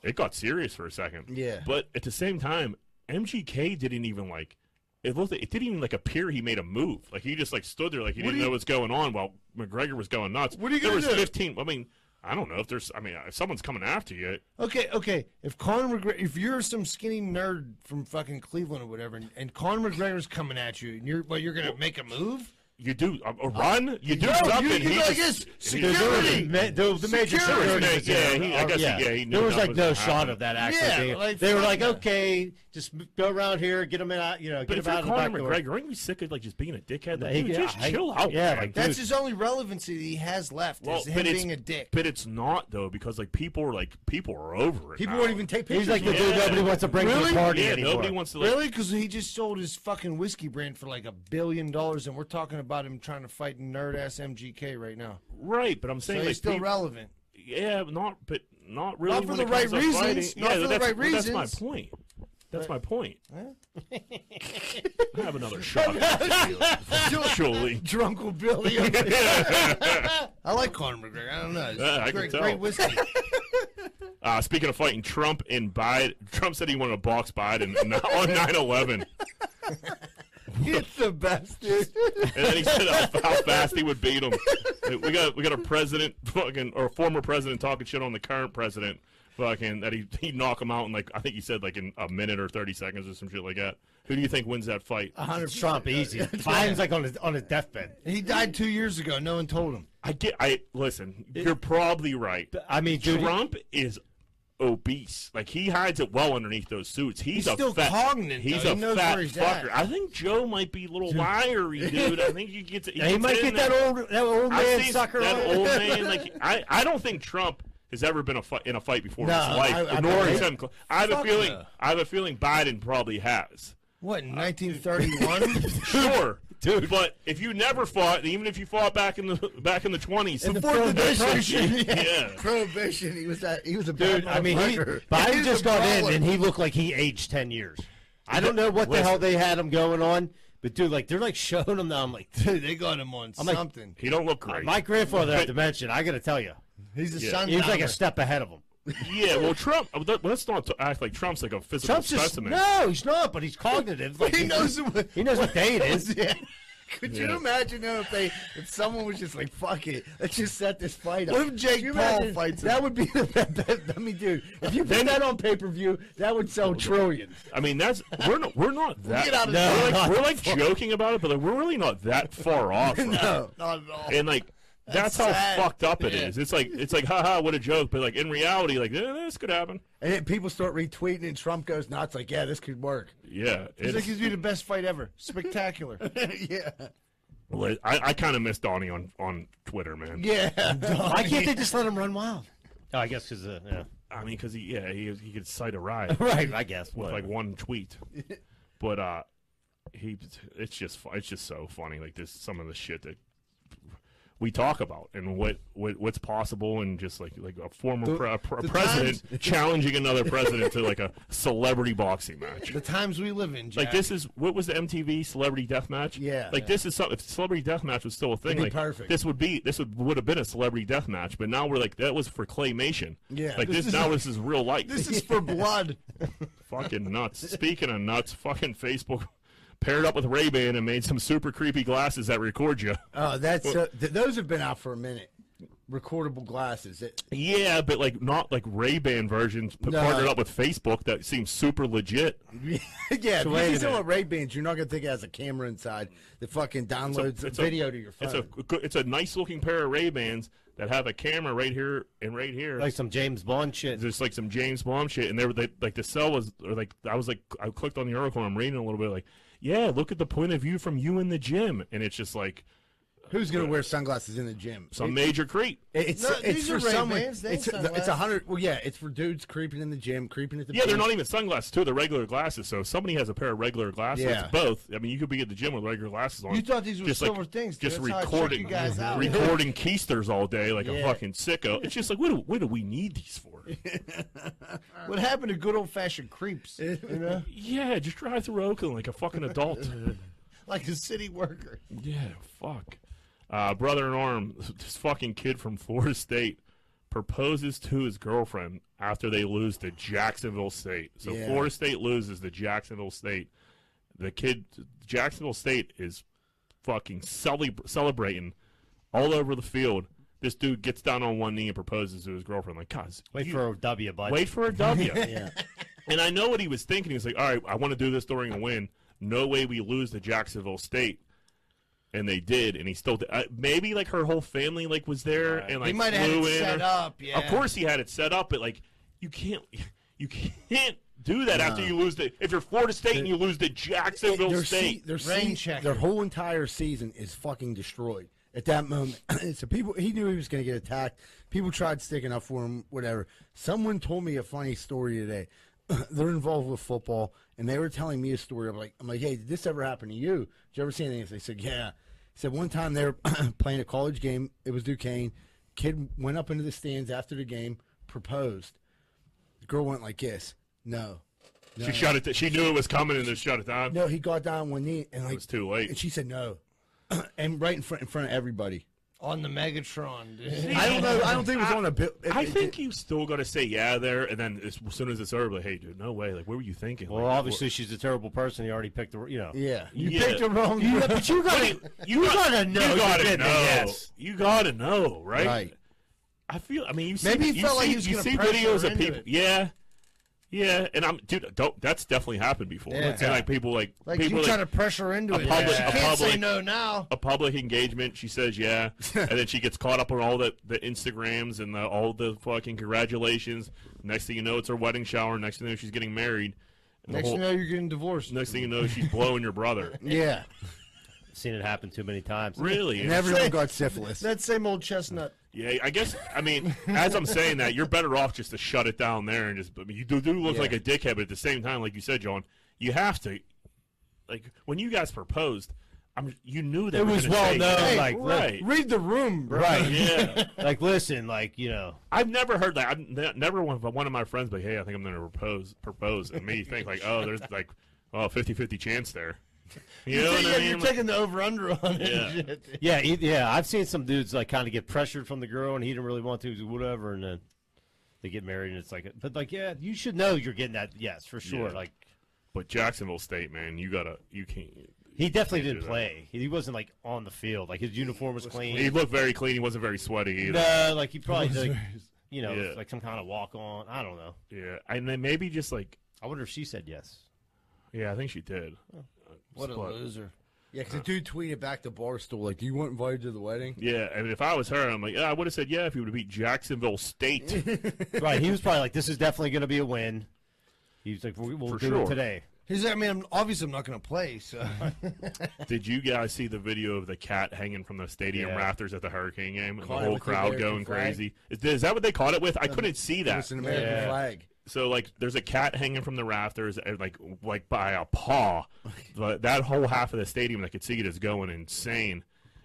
B: it got serious for a second.
A: Yeah.
B: but at the same time, MGK didn't even like. It looked. It didn't even like appear he made a move. Like he just like stood there, like he didn't know what's going on, while McGregor was going nuts.
E: What are you
B: there was
E: gonna do?
B: Fifteen. I mean, I don't know if there's. I mean, if someone's coming after you,
E: Okay, okay. If Conor McGregor, if you're some skinny nerd from fucking Cleveland or whatever, and, and Conor McGregor's coming at you, and you're, well, you're gonna make a move.
B: you do a, a run, you do
A: No, you-
B: something.
A: you
B: he
A: go like
B: just-
A: this,
B: he-
C: There's already ma- the, the major security.
B: Security. Yeah,
C: was
B: yeah,
C: in
B: he-
C: it.
B: I guess he- yeah, he knew
C: there was
B: that
C: like
B: was
C: no
B: gonna
C: shot
B: happen.
C: of that actually.
A: Yeah,
C: being-
A: like,
C: they were
A: fuck
C: like,
A: no.
C: okay, just m- go around here, get him out, you know,
B: But
C: get
B: if
C: him
B: you're
C: out of the
B: Conor
C: back door.
B: McGregor, aren't you sick of like just being a dickhead? Like,
C: He-
B: dude,
C: yeah,
B: just
C: I-
B: chill out.
C: yeah,
B: man.
C: like,
E: That's
C: Dude.
E: his only relevancy that he has left
B: Well,
E: is him
B: but it's-
E: being a dick.
B: but it's not though because like people are like people are over it.
A: People
B: now.
A: won't even take pictures.
C: He's like the
A: of
C: dude
A: it.
C: nobody wants to bring to
E: Really?
C: the party
B: yeah,
C: anymore.
B: nobody wants to like.
E: Really? Because he just sold his fucking whiskey brand for like a billion dollars, and we're talking about him trying to fight nerd ass MGK right now.
B: Right, but I'm
E: So
B: saying
E: he's
B: like
E: still
B: peop-
E: relevant.
B: yeah, but not but not really
E: Not for
B: when
E: the
B: it
E: right
B: comes to fighting.
E: reasons.
B: Yeah,
E: Not for the
B: that's-
E: right
B: well, That's
E: reasons.
B: my point. That's my point. I have another shot. Surely.
E: Drunk Drunkle Billy. I like Conor McGregor. I don't know. It's
B: Yeah, I can
E: great,
B: tell.
E: great whiskey.
B: Uh, speaking of fighting Trump and Biden, Trump said he wanted to box Biden on 9/11,
A: It's the best, dude.
B: and then he said how, how fast he would beat him. Like, we got we got a president fucking or a former president talking shit on the current president, fucking that he he knock him out in like I think he said like in a minute or 30 seconds or some shit like that. Who do you think wins that fight?
E: Uh,
C: It's Trump easy. Biden's like on his on his deathbed.
E: He died two years ago. No one told him.
B: I get I listen. You're probably right.
C: I mean, dude,
B: Trump is obese. Like he hides it well underneath those suits. He's,
E: He's
B: a
E: still
B: fat,
E: cognate,
B: He's
E: though.
B: a
E: He knows
B: fat
E: where he's
B: fucker.
E: at.
B: I think Joe might be a little wiry, dude. I think you get to, he,
C: he
B: gets
C: might get
B: in there.
C: that old that old
B: I've
C: man
B: seen
C: sucker
B: That
C: on.
B: old man. Like I, I don't think Trump has ever been a fight, in a fight before in
C: No,
B: his life.
C: I- I
B: nor
C: bet
B: is
C: he-
B: him. cl- I have a
E: Fuck
B: feeling.
E: no.
B: I have a feeling Biden probably has.
E: What, in 1931?
B: Sure. Dude, but if you never fought, even if you fought back in the back in the twenties,
A: The fourth edition.
B: yeah,
A: Prohibition. He was that. He was a bad
C: Dude, I mean, he,
A: motherfucker.
C: Biden
A: He was
C: just
A: a
C: got in
A: brawler.
C: and he looked like he aged ten years. I don't know what the
B: Listen.
C: hell they had him going on, but dude, like they're like showing him that I'm like,
E: Dude, they got him on
C: like-
E: something.
B: he don't look great.
C: my grandfather had dementia. I gotta tell you,
E: He's a
B: Yeah.
E: son.
C: he was like a step ahead of him.
B: Yeah, well, Trump. uh, let- Let's not t- act like Trump's like a physical
C: Trump's just
B: specimen.
C: no, he's not, but he's cognitive. Like,
A: He knows what.
C: he knows what day it is.
A: Yeah. Could you
B: Yeah.
A: imagine though, if they if someone was just like fuck it, let's just set this fight up?
E: What if Jake
A: Could you
E: Paul
A: imagine-
E: fights him?
A: That would be the best. I mean, dude, if you put that on pay per view, that would sell trillions.
B: I mean, that's we're not we're not that.
A: Get out of
C: No.
B: we're
A: this.
B: like,
C: Not
B: we're like joking about it, but like we're really not that far off. from it.
A: No.
E: Not at all.
B: And like that's, how
E: sad.
B: fucked up it is.
E: Yeah.
B: It's like it's like haha, what a joke. But like in reality, like eh, this could happen.
A: And then people start retweeting, and Trump goes nuts. Like, yeah, this could work.
B: Yeah,
E: He's like,
B: it's-
E: he's be the best fight ever. Spectacular.
A: yeah,
B: li- I, I kind of miss Donnie on on Twitter, man.
A: yeah.
C: Why can't they just let him run wild? Oh, I guess because uh, yeah.
B: I mean, because he yeah he he could cite a ride with
C: right, I guess. What?
B: like one tweet, but uh, he it's just fu- it's just so funny. Like this some of the shit that we talk about and what, what what's possible and just like like a former pre- a pre- president challenging another president to like a celebrity boxing match.
E: the times we live in, Jack.
B: Like this is what was the MTV Celebrity Death Match?
A: Yeah.
B: Like this is something. If Celebrity Death Match was still a thing,
A: It'd be
B: like
A: perfect.
B: this would be this would would have been a Celebrity Death Match, but now we're like that was for claymation.
A: Yeah.
B: Like this,
E: This is-
B: now this is real life.
E: This is for blood.
B: fucking nuts. Speaking of nuts, fucking Facebook paired up with Ray Ban and made some super creepy glasses that record you.
A: Oh, that's uh, th- those have been out for a minute. Recordable glasses. It,
B: Yeah, but like not like Ray Ban versions p-
A: No.
B: partnered up with Facebook that seems super legit.
A: yeah, if
C: wait a
A: you still
C: minute.
A: want Ray Bans, you're not gonna think it has a camera inside that fucking downloads
B: it's a-
A: video to your phone.
B: It's a good- it's a nice looking pair of Ray Bans that have a camera right here and right here.
C: like some James Bond shit.
B: there's like some James Blom shit, and they were they, like the cell was or like I was like I clicked on the article, and I'm reading a little bit like, yeah, look at the point of view from you in the gym, and it's just like
A: Who's gonna wear sunglasses in the gym?
B: some major creep.
A: It- It's,
E: No,
A: it's
E: these
A: for
E: are
A: some
E: Ray-Bans, they ain't
A: It's, it's a
E: sunglasses.
A: hundred. Well, yeah, it's for dudes creeping in the gym, creeping at the.
B: Yeah, they're
A: beach.
B: not even sunglasses too. They're regular glasses. So if somebody has a pair of regular glasses.
A: Yeah.
B: It's both. I mean, you could be at the gym with regular glasses on.
E: You thought these were
B: just
E: silver
B: like,
E: things, dude.
B: Just
E: That's how I tricked
B: recording,
E: you guys out.
B: recording keisters all day like a
A: Yeah.
B: fucking sicko. It's just like, what do, what do we need these for?
E: What happened to good old fashioned creeps? You know?
B: yeah, just drive through Oakland like a fucking adult.
E: Like a city worker.
B: Yeah, fuck. Uh, brother in arm, this fucking kid from Florida State proposes to his girlfriend after they lose to Jacksonville State. So
A: Yeah.
B: Florida State loses to Jacksonville State. The kid, Jacksonville State is fucking celeb- celebrating all over the field. This dude gets down on one knee and proposes to his girlfriend. Like, guys,
C: Wait
B: you-
C: for a W, bud.
B: wait for a W. And I know what he was thinking. He was like, all right, I want to do this during a win. No way we lose to Jacksonville State. and they did, and he still did. Uh, maybe like her whole family like was there and like
E: he might have had
B: flew
E: it
B: in. or-
E: set up. Yeah,
B: Of course, he had it set up, but like you can't, you can't do that after you lose the. If you're Florida State and you lose the Jacksonville
A: their
B: State,
A: se- their
E: Rain
A: se-
E: checker.
A: their whole entire season is fucking destroyed at that moment. so people, he knew he was going to get attacked. People tried sticking up for him, whatever. Someone told me a funny story today. They're involved with football, and they were telling me a story. I'm like, I'm like, hey, did this ever happen to you? Did you ever see anything? They said, yeah. He said one time they were playing a college game. It was Duquesne. Kid went up into the stands after the game, proposed. The girl went like this. No,
B: she shut it. She knew it was coming and just shut it down.
A: no, he got down on one knee and like
B: was too late.
A: And she said no, and right in front in front of everybody.
E: on the Megatron. Dude.
A: I don't know. I don't think it was on a bill.
B: I think you still got to say yeah there, and then as soon as it's over, like, hey, dude, no way. Like, what were you thinking?
C: Well,
B: Like,
C: obviously she's a terrible person. He already picked the you know.
A: yeah.
B: you yeah. picked him.
E: wrong.
C: You, but you gotta
B: You,
C: gotta know
B: You
C: you're
B: gotta
C: getting
B: know.
C: a yes.
B: You gotta know, right?
A: Right.
B: I feel. I mean, you see,
E: Maybe he
B: you
E: felt
B: see,
E: like he was
B: you
E: gonna
B: see
E: pressure
B: videos
E: her
B: of
E: into
B: people.
E: it.
B: Yeah, yeah, and I'm dude. Don't, that's definitely happened before.
E: Yeah.
B: And like people like,
E: Like
B: people
E: you
B: like,
E: try to pressure into
B: a
E: it.
B: public-
E: she
B: a
E: can't say
B: public-
E: no now.
B: a public engagement. She says yeah, and then she gets caught up on all the, the Instagrams and the, all the fucking congratulations. Next thing you know, it's her wedding shower. Next thing you know, she's getting married. And the
E: Next
B: whole-
E: thing you know, you're getting divorced.
B: next thing you know, she's blowing your brother.
A: Yeah,
C: seen it happen too many times.
B: Really?
A: and everyone got syphilis.
E: That same old chestnut.
B: Yeah, I guess. I mean, as I'm saying that, you're better off just to shut it down there and just. I mean, you do, do look
A: Yeah.
B: like a dickhead, but at the same time, like you said, John, you have to. Like when you guys proposed, I'm you knew that
C: It
B: we're
C: was
B: gonna
C: well
B: say-
C: known,
B: Hey,
C: like,
B: right,
E: Read the room, bro.
C: Right.
B: yeah.
C: like listen, like you know.
B: I've never heard that. I've ne- never one one of my friends, but hey, I think I'm gonna propose, propose, and me think like, oh, there's like, well, 50-50 chance there. You know what I mean?
E: You're taking the over under on it.
B: Yeah.
E: and shit.
C: Yeah, e- yeah. I've seen some dudes like kind of get pressured from the girl, and he didn't really want to, he's like, whatever, and then they get married, and it's like, but like, yeah, you should know you're getting that. Yes, for sure.
B: Yeah.
C: Like
B: but Jacksonville State, man, you gotta, you can't.
C: he definitely
B: Can't do
C: didn't
B: that.
C: play. He wasn't like on the field. Like his uniform was clean.
B: He looked very clean. He wasn't very sweaty either.
C: No, like he probably like, you know
B: Yeah.
C: like some kind of walk on. I don't know.
B: Yeah, and then maybe just like
C: I wonder if she said yes.
B: Yeah, I think she did.
E: What a
B: But-
E: loser.
A: Yeah, because the dude tweeted back to Barstool like, "You weren't invited to the wedding."
B: Yeah, and if I was her, I'm like, yeah, I would have said yeah if you would have beat Jacksonville State.
C: right. He was probably like, this is definitely going to be a win. He was like, we, we'll
B: For
C: do
B: sure.
C: it today.
E: He's. I mean, I'm, obviously, I'm not going to play. So
B: did you guys see the video of the cat hanging from the stadium
C: Yeah.
B: rafters at the Hurricane game and
A: Caught it
B: the whole
A: with the
B: crowd
A: American
B: going
A: flag.
B: crazy? Is, is that what they caught it with? I couldn't see that.
A: It's an American
C: Yeah.
A: flag.
B: So like, there's a cat hanging from the rafters, and like, like by a paw. but that whole half of the stadium, I could see it is going insane,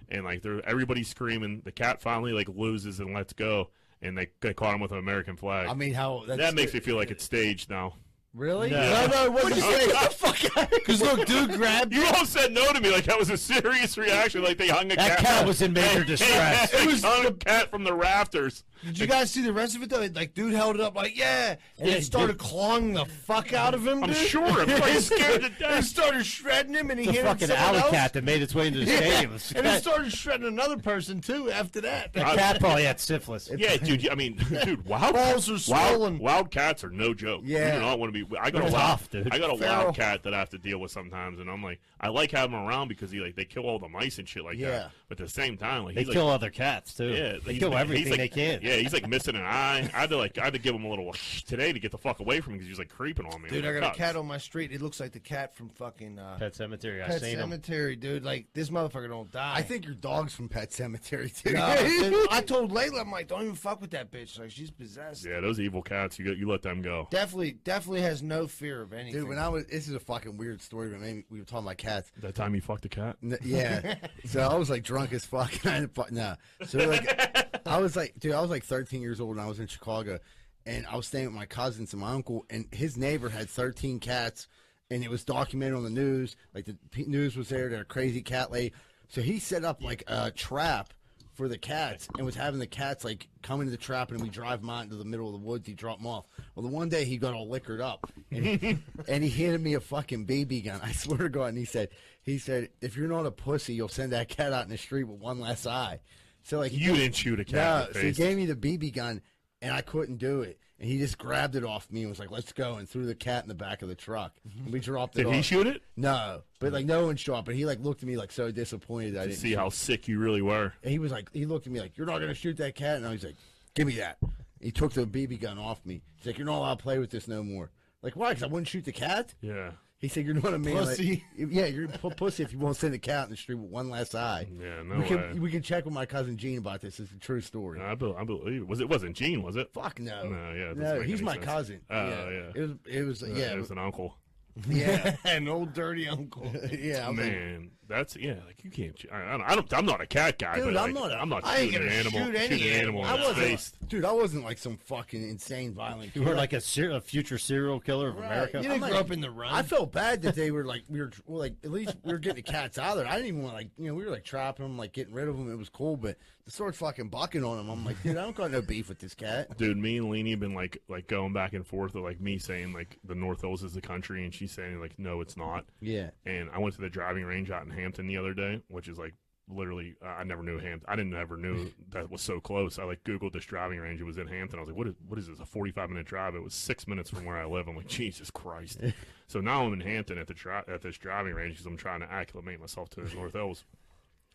B: and like, there everybody's screaming. The cat finally like loses and lets go, and they, they caught him with an American flag.
A: I mean, how that's
B: that makes me feel like it's staged now.
A: really.
C: No.
A: no, it wasn't.
B: What
E: because look, dude, grabbed.
B: You all said no to me. Like that was a serious reaction. Like they hung a
C: That
B: cat.
C: cat was in major distress.
B: It was hung a cat from the rafters.
E: Did you guys see the rest of it though? Like, dude held it up like, yeah, and
C: Yeah,
E: it started clawing the fuck out of him.
B: I'm
E: dude.
B: sure. I'm fucking scared to
E: It
B: death.
E: started shredding him, and he
C: The
E: hit
C: fucking
E: someone
C: alley
E: else.
C: cat that made its way into the stadium.
E: Yeah,
C: The
E: and it
C: cat,
E: started shredding another person too. After that,
C: cat probably had syphilis.
B: Yeah, dude. I mean, dude. Wild
E: Balls are
B: wild,
E: swollen.
B: wild cats are no joke.
A: Yeah.
B: you do not want to be. I got
C: They're
B: a wild,
C: tough, dude.
B: I got a
E: Feral.
B: wild cat that I have to deal with sometimes, and I'm like, I like having him around because he like they kill all the mice and shit like
A: Yeah.
B: that. But at the same time, like
C: They
B: he's
C: kill
B: like,
C: other cats too.
B: yeah,
C: they
B: he's
C: kill
B: like-
C: everything
B: he's
C: they
B: like-
C: can.
B: Yeah, he's like missing an eye. I had to like I had to give him a little today to get the fuck away from him because he was like creeping on me.
E: dude,
B: I'm
E: I
B: like,
E: got a
B: "Cuts."
E: cat on my street. It looks like the cat from fucking uh,
C: Pet cemetery. I
E: Pet
C: seen him.
E: Cemetery, dude. Like this motherfucker don't die.
A: I think your dog's from Pet Cemetery too.
E: No, dude, I told Layla, I'm like, don't even fuck with that bitch. Like she's possessed.
B: Yeah, those evil cats. You got you let them go.
E: Definitely, definitely has no fear of anything.
A: Dude, when I was, this is a fucking weird story, but maybe we were talking about cats.
B: That time you fucked a cat.
A: N- yeah. so I was like drunk as fuck. And I had a fu- no. So like, I was like, dude, I was like 13 years old and I was in Chicago, and I was staying with my cousins and my uncle, and his neighbor had 13 cats, and it was documented on the news. Like the p- news was there. They're a crazy cat lady. So he set up like a trap for the cats and was having the cats like come into the trap and we drive them out into the middle of the woods. He dropped them off. Well, the one day he got all liquored up and he, and he handed me a fucking BB gun. I swear to God. And he said, he said, if you're not a pussy, you'll send that cat out in the street with one less eye. So like he
B: You didn't shoot a cat.
A: no,
B: in the
A: so he
B: face.
A: gave me the BB gun. and I couldn't do it. And he just grabbed it off me and was like, "Let's go!" and threw the cat in the back of the truck. And we dropped it.
B: Mm-hmm. Did he
A: off.
B: shoot it?
A: No, but like no one shot. But he like looked at me like so disappointed. I didn't
B: See how sick you really were.
A: And he was like, he looked at me like, "You're not gonna shoot that cat." And I was like, "Give me that." He took the BB gun off me. He's like, "You're not allowed to play with this no more." Like, why? Because I wouldn't shoot the cat.
B: Yeah.
A: He said, "You're not a man. like-
E: Pussy.
A: yeah, you're a p- pussy if you won't send a cat in the street with one last eye."
B: Yeah, no
A: we
B: way.
A: can we can check with my cousin Gene about this. It's a true story.
B: I, be- I believe it. Was it wasn't Gene? Was it?
A: Fuck no.
B: No, yeah, it doesn't
A: no.
B: make
A: He's
B: any
A: my
B: sense.
A: cousin.
B: Oh, yeah.
A: It was. It was.
B: Uh,
A: yeah.
B: it was an uncle.
A: yeah.
E: An old dirty uncle.
A: Yeah. I was like,
B: Man, that's yeah. Like you can't. ch- I, I don't, I don't. I'm not a cat guy.
A: Dude,
B: but
A: I'm
B: like,
A: not a-
B: I'm not
E: I ain't
B: shooting an
E: gonna
B: animal.
E: shoot any
B: shooting an animal.
E: animal.
A: I
B: in the
A: wasn't,
B: face.
A: dude. I wasn't like some fucking insane violent.
C: You
A: kid.
C: were like a, ser- a future serial killer of
A: Right.
C: America.
A: You
E: You didn't
A: I'm
E: grow
A: like-
E: up in the run.
A: I felt bad that they were like we were well, like at least we were getting the cats out of there. I didn't even want like you know we were like trapping them, like getting rid of them. It was cool, but to start fucking bucking on them, I'm like, dude, I don't got no beef with this cat.
B: Dude, me and Lainey have been like like going back and forth of like me saying like the North Hills is the country and she's saying like no it's not.
A: Yeah,
B: And I went to the driving range out in Hampton the other day, which is like literally uh, I never knew Hampton. I didn't ever knew that was so close. I like googled this driving range. It was in Hampton. I was like, what is what is this? A forty five minute drive? It was six minutes from where I live. I'm like, Jesus Christ. so now I'm in Hampton at the tri- at this driving range because I'm trying to acclimate myself to the North Hills.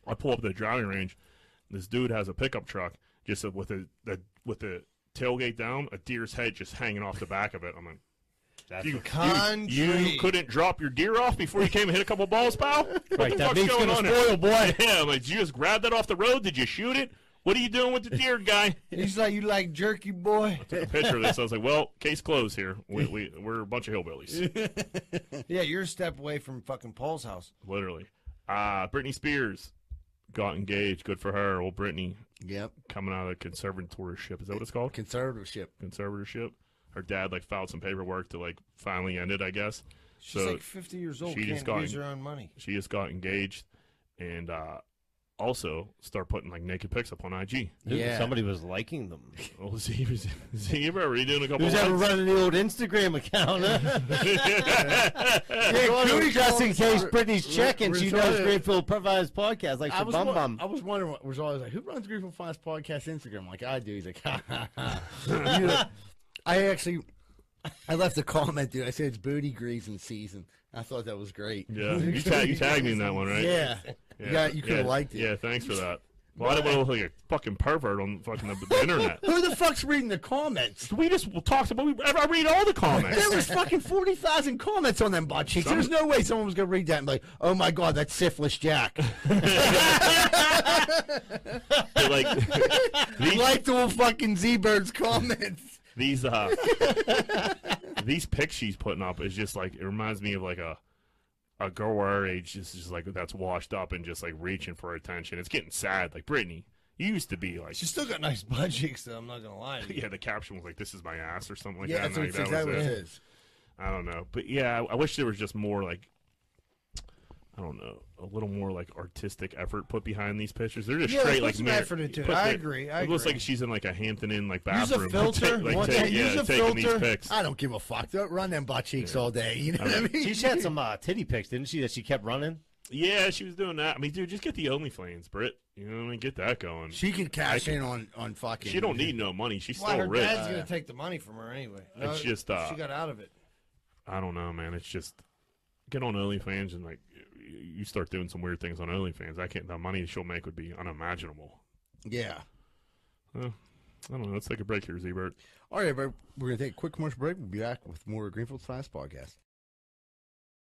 B: I pull up to the driving range. This dude has a pickup truck, just with a, the with the tailgate down, a deer's head just hanging off the back of it. I'm like,
C: That's
B: you,
E: Country.
B: you, you couldn't drop your deer off before you came and hit a couple balls, pal. What
C: Right,
B: the
C: that
B: fuck's
C: meat's
B: going
C: gonna
B: on
C: spoil,
B: boy. Yeah, I'm like, did you just grab that off the road? Did you shoot it? What are you doing with the deer, guy?
E: He's like, you like jerky, boy?
B: Took a picture of this. I was like, well, case closed here. We, we we're a bunch of hillbillies,
E: Yeah, you're a step away from fucking Paul's house.
B: literally. Uh, Britney Spears got engaged. Good for her. Old Britney
A: yep.
B: coming out of conservatorship. Is that what it's called?
A: Conservatorship.
B: conservatorship. Her dad like filed some paperwork to like finally end it, I guess.
E: She's
B: So
E: like 50 years old.
B: she
E: Can't
B: just got
E: use
B: in-
E: her own money.
B: She just got engaged, and uh, also start putting like naked pics up on Oh, IG.
C: Dude,
A: Yeah.
C: Somebody was liking them.
B: Well, Z was Z you remember you doing a couple.
C: Who's ever
B: lines?
C: running the old Instagram account?
A: Well,
C: yeah,
A: we're
C: Cootie, just
A: going
C: in case
A: to-
C: Brittany's
A: we're-
C: checking,
A: we're
C: she
A: trying
C: knows
A: to-
C: Grateful Provides podcast like
A: I
C: the
A: was,
C: bum
A: wa-
C: bum.
A: I was wondering what was always like, who runs Greenfield Finance podcast Instagram? I'm like I do. He's like, ha ha ha. You know, I actually, I left a comment, dude. I said it's booty greasing season. I thought that was great.
B: Yeah, you, ta- you tagged me in that one, right?
A: Yeah. You, got- you could have
B: yeah,
A: liked it.
B: Yeah, thanks for that. Well, I didn't want to look like a fucking pervert on fucking the, the internet.
A: Who the fuck's reading the comments?
B: We just talked about. We, I read all the comments.
A: There was fucking forty thousand comments on them butt cheeks. There's no way someone was gonna read that and be like, "Oh my god, that's syphilis Jack."
B: But, like these,
A: like the old fucking Z Bird's comments.
B: these uh these pics she's putting up is just like it reminds me of like a a girl our age just just like that's washed up and just like reaching for attention. It's getting sad. Like Brittany, you used to be like
E: She's still got nice butt cheeks, though. I'm not going to lie to you.
B: yeah, the caption was like "This is my ass" or something like
A: Yeah,
B: that.
A: that's what,
B: and, like,
A: that's
B: that
A: exactly
B: was
A: what
B: it.
A: it is.
B: I don't know, but yeah, I, I wish there was just more like I don't know, a little more like artistic effort put behind these pictures. They're just
E: Yeah,
B: straight
E: put
B: like
E: some
B: mirror-
E: effort into it.
B: put
E: I
B: the-
E: agree, I
B: it looks
E: agree.
B: like she's in like a Hampton Inn like
E: Use a
B: bathroom.
E: filter.
B: Like,
E: Watch
B: take-
E: that.
B: yeah,
E: Use a
B: taking these
E: filter.
B: pics.
A: I don't give a fuck. Don't run them butt cheeks all day. You know what I mean?
C: She's had some uh, titty pics, didn't she? That she kept running.
B: Yeah, she was doing that. I mean, dude, just get the OnlyFans, Britt. You know what I mean? Get that going. She,
A: She could cash in on on fucking.
B: don't need no money. She's
E: Why,
B: still
E: her
B: rich.
E: dad's going to take the money from her anyway. No,
B: It's just, uh,
E: She got out of it.
B: I don't know, man. It's just get on OnlyFans and like you start doing some weird things on OnlyFans. I can't. The money she'll make would be unimaginable.
A: Yeah.
B: I don't know. Let's take a break here, Zbert.
A: All right, everybody, we're going to take a quick commercial break. We'll be back with more Greenfield's Finest Podcast.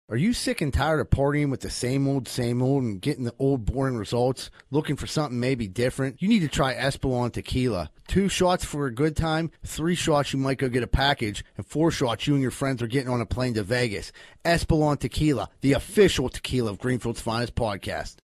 A: Are you sick and tired of partying with the same old, same old and getting the old, boring results? Looking for something maybe different? You need to try Espolon Tequila. Two shots for a good time, three shots you might go get a package, and four shots you and your friends are getting on a plane to Vegas. Espolon Tequila, the official tequila of Greenfield's Finest Podcast.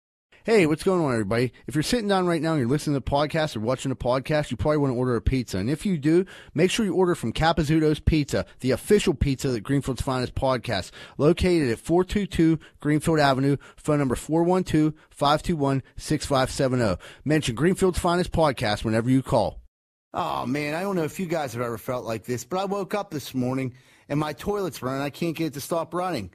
A: Hey, what's going on, everybody? If you're sitting down right now and you're listening to the podcast or watching the podcast, you probably want to order a pizza. And if you do, make sure you order from Capizuto's Pizza, the official pizza of the Greenfield's Finest podcast, located at 422 Greenfield Avenue, phone number 412 521 6570. Mention Greenfield's Finest podcast whenever you call. Oh man, I don't know if you guys have ever felt like this, but I woke up this morning and my toilet's running. I can't get it to stop running.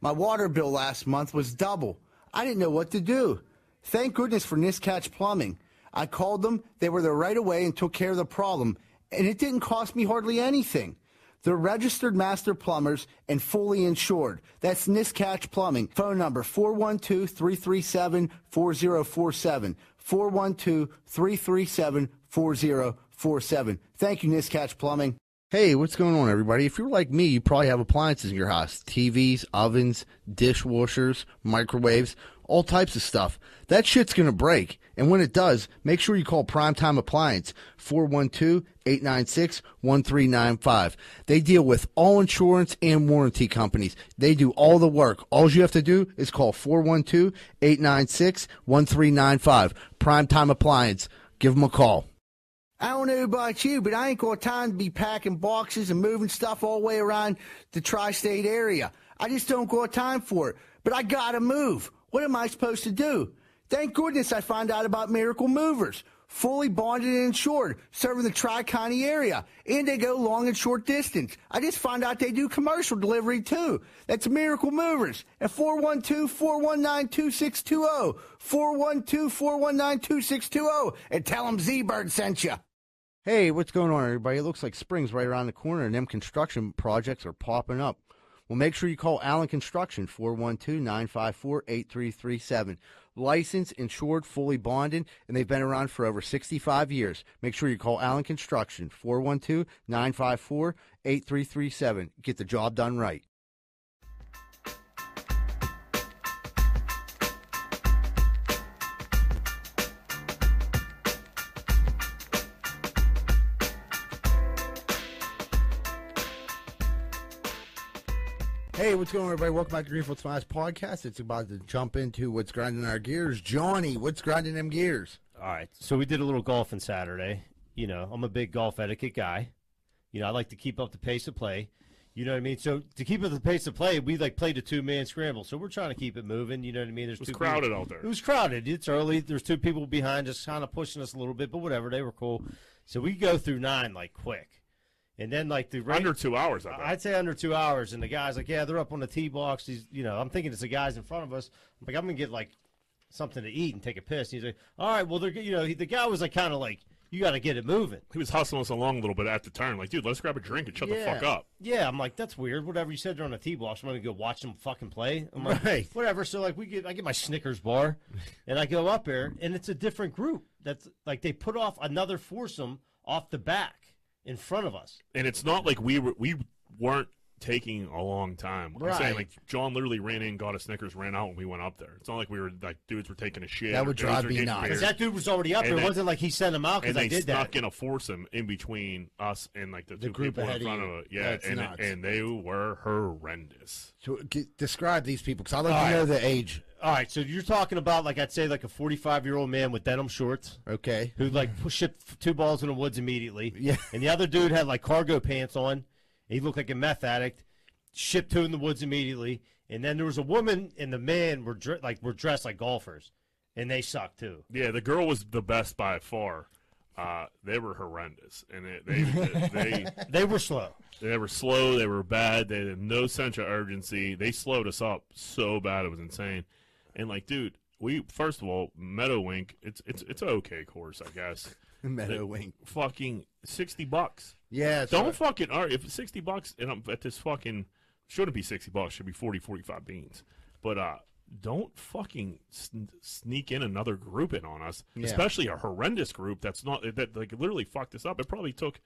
A: My water bill last month was double. I didn't know what to do. Thank goodness for Niscatch Plumbing. I called them, they were there right away and took care of the problem.
F: and it didn't cost me hardly anything. They're registered master plumbers and fully insured. That's Niscatch Plumbing. Phone number 412-337-4047. 412-337-4047. Thank you, Niscatch Plumbing.
A: Hey, what's going on, everybody? If you're like me, you probably have appliances in your house TVs, ovens, dishwashers, microwaves, all types of stuff. That shit's going to break. And when it does, make sure you call Primetime Appliance 412 896 1395. They deal with all insurance and warranty companies. They do all the work. All you have to do is call 412 896 1395. Primetime Appliance. Give them a call.
F: I don't know about you, but I ain't got time to be packing boxes and moving stuff all the way around the tri state area. I just don't got time for it. But I gotta move. What am I supposed to do? Thank goodness I found out about Miracle Movers. Fully bonded and insured, serving the Tri County area. And they go long and short distance. I just found out they do commercial delivery too. That's Miracle Movers at 412 419 2620. 412 419 2620. oh. And tell them Z Bird sent you.
A: Hey, what's going on, everybody? It looks like spring's right around the corner, and them construction projects are popping up. Well, make sure you call Allen Construction, 412 954 8337. Licensed, insured, fully bonded, and they've been around for over 65 years. Make sure you call Allen Construction, 412 954 8337. Get the job done right. Hey, what's going on, everybody? Welcome back to Greenfield Smash Podcast. It's about to jump into what's grinding our gears. Johnny, what's grinding them gears?
C: All right. So we did a little golfing Saturday. You know, I'm a big golf etiquette guy. You know, I like to keep up the pace of play. You know what I mean? So to keep up the pace of play, we like played a two man scramble. So we're trying to keep it moving. You know what I mean? There's
B: was
C: two
B: crowded
C: people-
B: out there.
C: It was crowded. It's early. There's two people behind us, kind of pushing us a little bit, but whatever. They were cool. So we go through nine like quick, and then like the ra-
B: Under two hours, I bet.
C: I'd say under two hours. And the guy's like, yeah, they're up on the tee box. He's, you know, I'm thinking it's the guys in front of us. I'm like, I'm gonna get like something to eat and take a piss. And he's like, all right, well, they're, g-" you know, he, the guy was like, kind of like, you got to get it moving.
B: he was hustling us along a little bit at the turn. Like, dude, let's grab a drink and shut the fuck up.
C: Yeah, I'm like, that's weird. Whatever you said during the tee box, I'm gonna go watch them fucking play. I'm like,
A: Right.
C: whatever. So like, we get, I get my Snickers bar, and I go up there, and it's a different group. That's like they put off another foursome off the back in front of us.
B: And it's not like we were we weren't taking a long time. I'm saying
C: Right.
B: like John literally ran in, got a Snickers, ran out, and we went up there. It's not like we were like dudes were taking a shit.
A: That
B: or
A: would
B: dudes
A: drive
B: were
A: me
B: getting
A: nuts.
B: beers.
C: Because that dude was already up
B: And
C: there. It
B: they-
C: wasn't like he sent him out because
B: and
C: I
B: they
C: did
B: snuck
C: that.
B: in a foursome in between us and like the, two
A: group
B: people in
A: ahead of
B: front
A: you.
B: of us. Yeah,
A: That's
B: and
A: nuts.
B: and they were horrendous.
A: So, g- describe these people because I'd like
C: All
A: to
C: right.
A: know the age.
C: All right, so you're talking about like I'd say like a 45 year old man with denim shorts
A: Okay.
C: who like pu- shipped f- two balls in the woods immediately.
A: Yeah.
C: And the other dude had like cargo pants on. He looked like a meth addict. Shipped two in the woods immediately. And then there was a woman and the man were dre- like were dressed like golfers, and they sucked too.
B: Yeah, the girl was the best by far. Uh, they were horrendous, and they they, they, they
C: They were slow.
B: they were slow. They were bad. They had no sense of urgency. They slowed us up so bad it was insane. And like, dude, we first of all, Meadowwink, it's it's it's an okay course, I guess.
A: Meadow Wing.
B: Fucking sixty bucks.
A: Yeah. so-
B: Don't fucking all right, if it's 60 bucks and I'm at this fucking shouldn't be 60 bucks, should be 40 45 beans. But uh don't fucking sn- sneak in another group in on us, especially a horrendous group that's not that like literally fucked us up. It probably took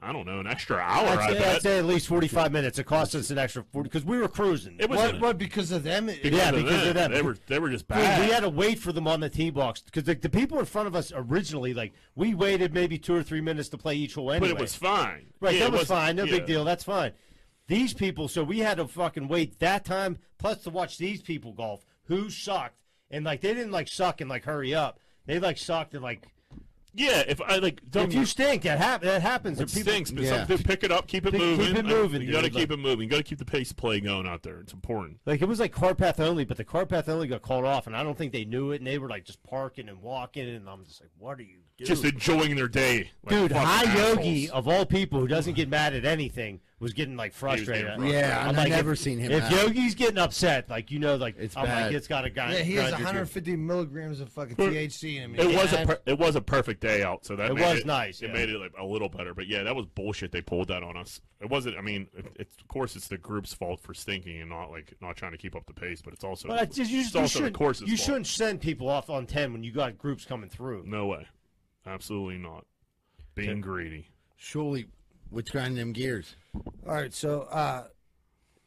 B: I don't know, an extra hour
C: I'd
B: I
C: say,
B: bet.
C: I'd say at least 45 minutes. It cost us an extra 40 because we were cruising.
B: it was
E: What? What? Because of them? It,
C: Yeah, because of them.
B: They were they were just
C: Dude,
B: bad.
C: we had to wait for them on the tee box because the, the people in front of us originally, like, we waited maybe two or three minutes to play each hole
B: but
C: anyway.
B: it was fine.
C: right.
B: Yeah,
C: that
B: it
C: was
B: wasn't-
C: fine. No
B: yeah.
C: big deal. That's fine. These people, so we had to fucking wait that time, plus to watch these people golf who sucked and like they didn't like suck and like hurry up. They like sucked and like
B: Yeah, if I like don't
C: if you stink, that hap- that happens.
B: It
C: There are people-
B: stinks, but
A: Yeah.
B: something, pick it up, keep it
C: Keep- keep
B: moving.
C: it moving,
B: You got to
C: dude, like-
B: keep it moving. You got to keep the pace of play going out there. It's important.
C: Like it was like car path only, but the car path only got called off, and I don't think they knew it. And they were like just parking and walking, and I'm just like, "What are you doing?"
B: just enjoying their day. like
C: Dude,
B: fucking
C: High
B: assholes.
C: Yogi of all people who doesn't get mad at anything was getting like frustrated.
B: frustrated.
A: Yeah,
C: I'm
A: I've
C: like,
A: never
C: if-
A: seen him
C: If
A: out.
C: Yogi's getting upset, like you know, like
A: It's
C: I'm
A: bad.
C: like, it's got a guy.
E: Yeah, he
C: grind your
E: has
C: teeth.
E: 150 milligrams of fucking THC in him.
B: It was a per- it was a perfect day out, so that
C: Oh, It
B: made
C: was nice,
B: It
C: yeah.
B: made it like a little better, but yeah, that was bullshit. They pulled that on us. It wasn't. I mean, it, it's of course it's the group's fault for stinking and not like not trying to keep up the pace, but it's also
C: But I just, you,
B: it's
C: you,
B: also the
C: shouldn't,
B: course's
C: you
B: fault.
C: shouldn't send people off on ten when you got groups coming through.
B: No way, absolutely not. Being greedy.
A: Surely, what's grinding them gears?
E: All right, so uh,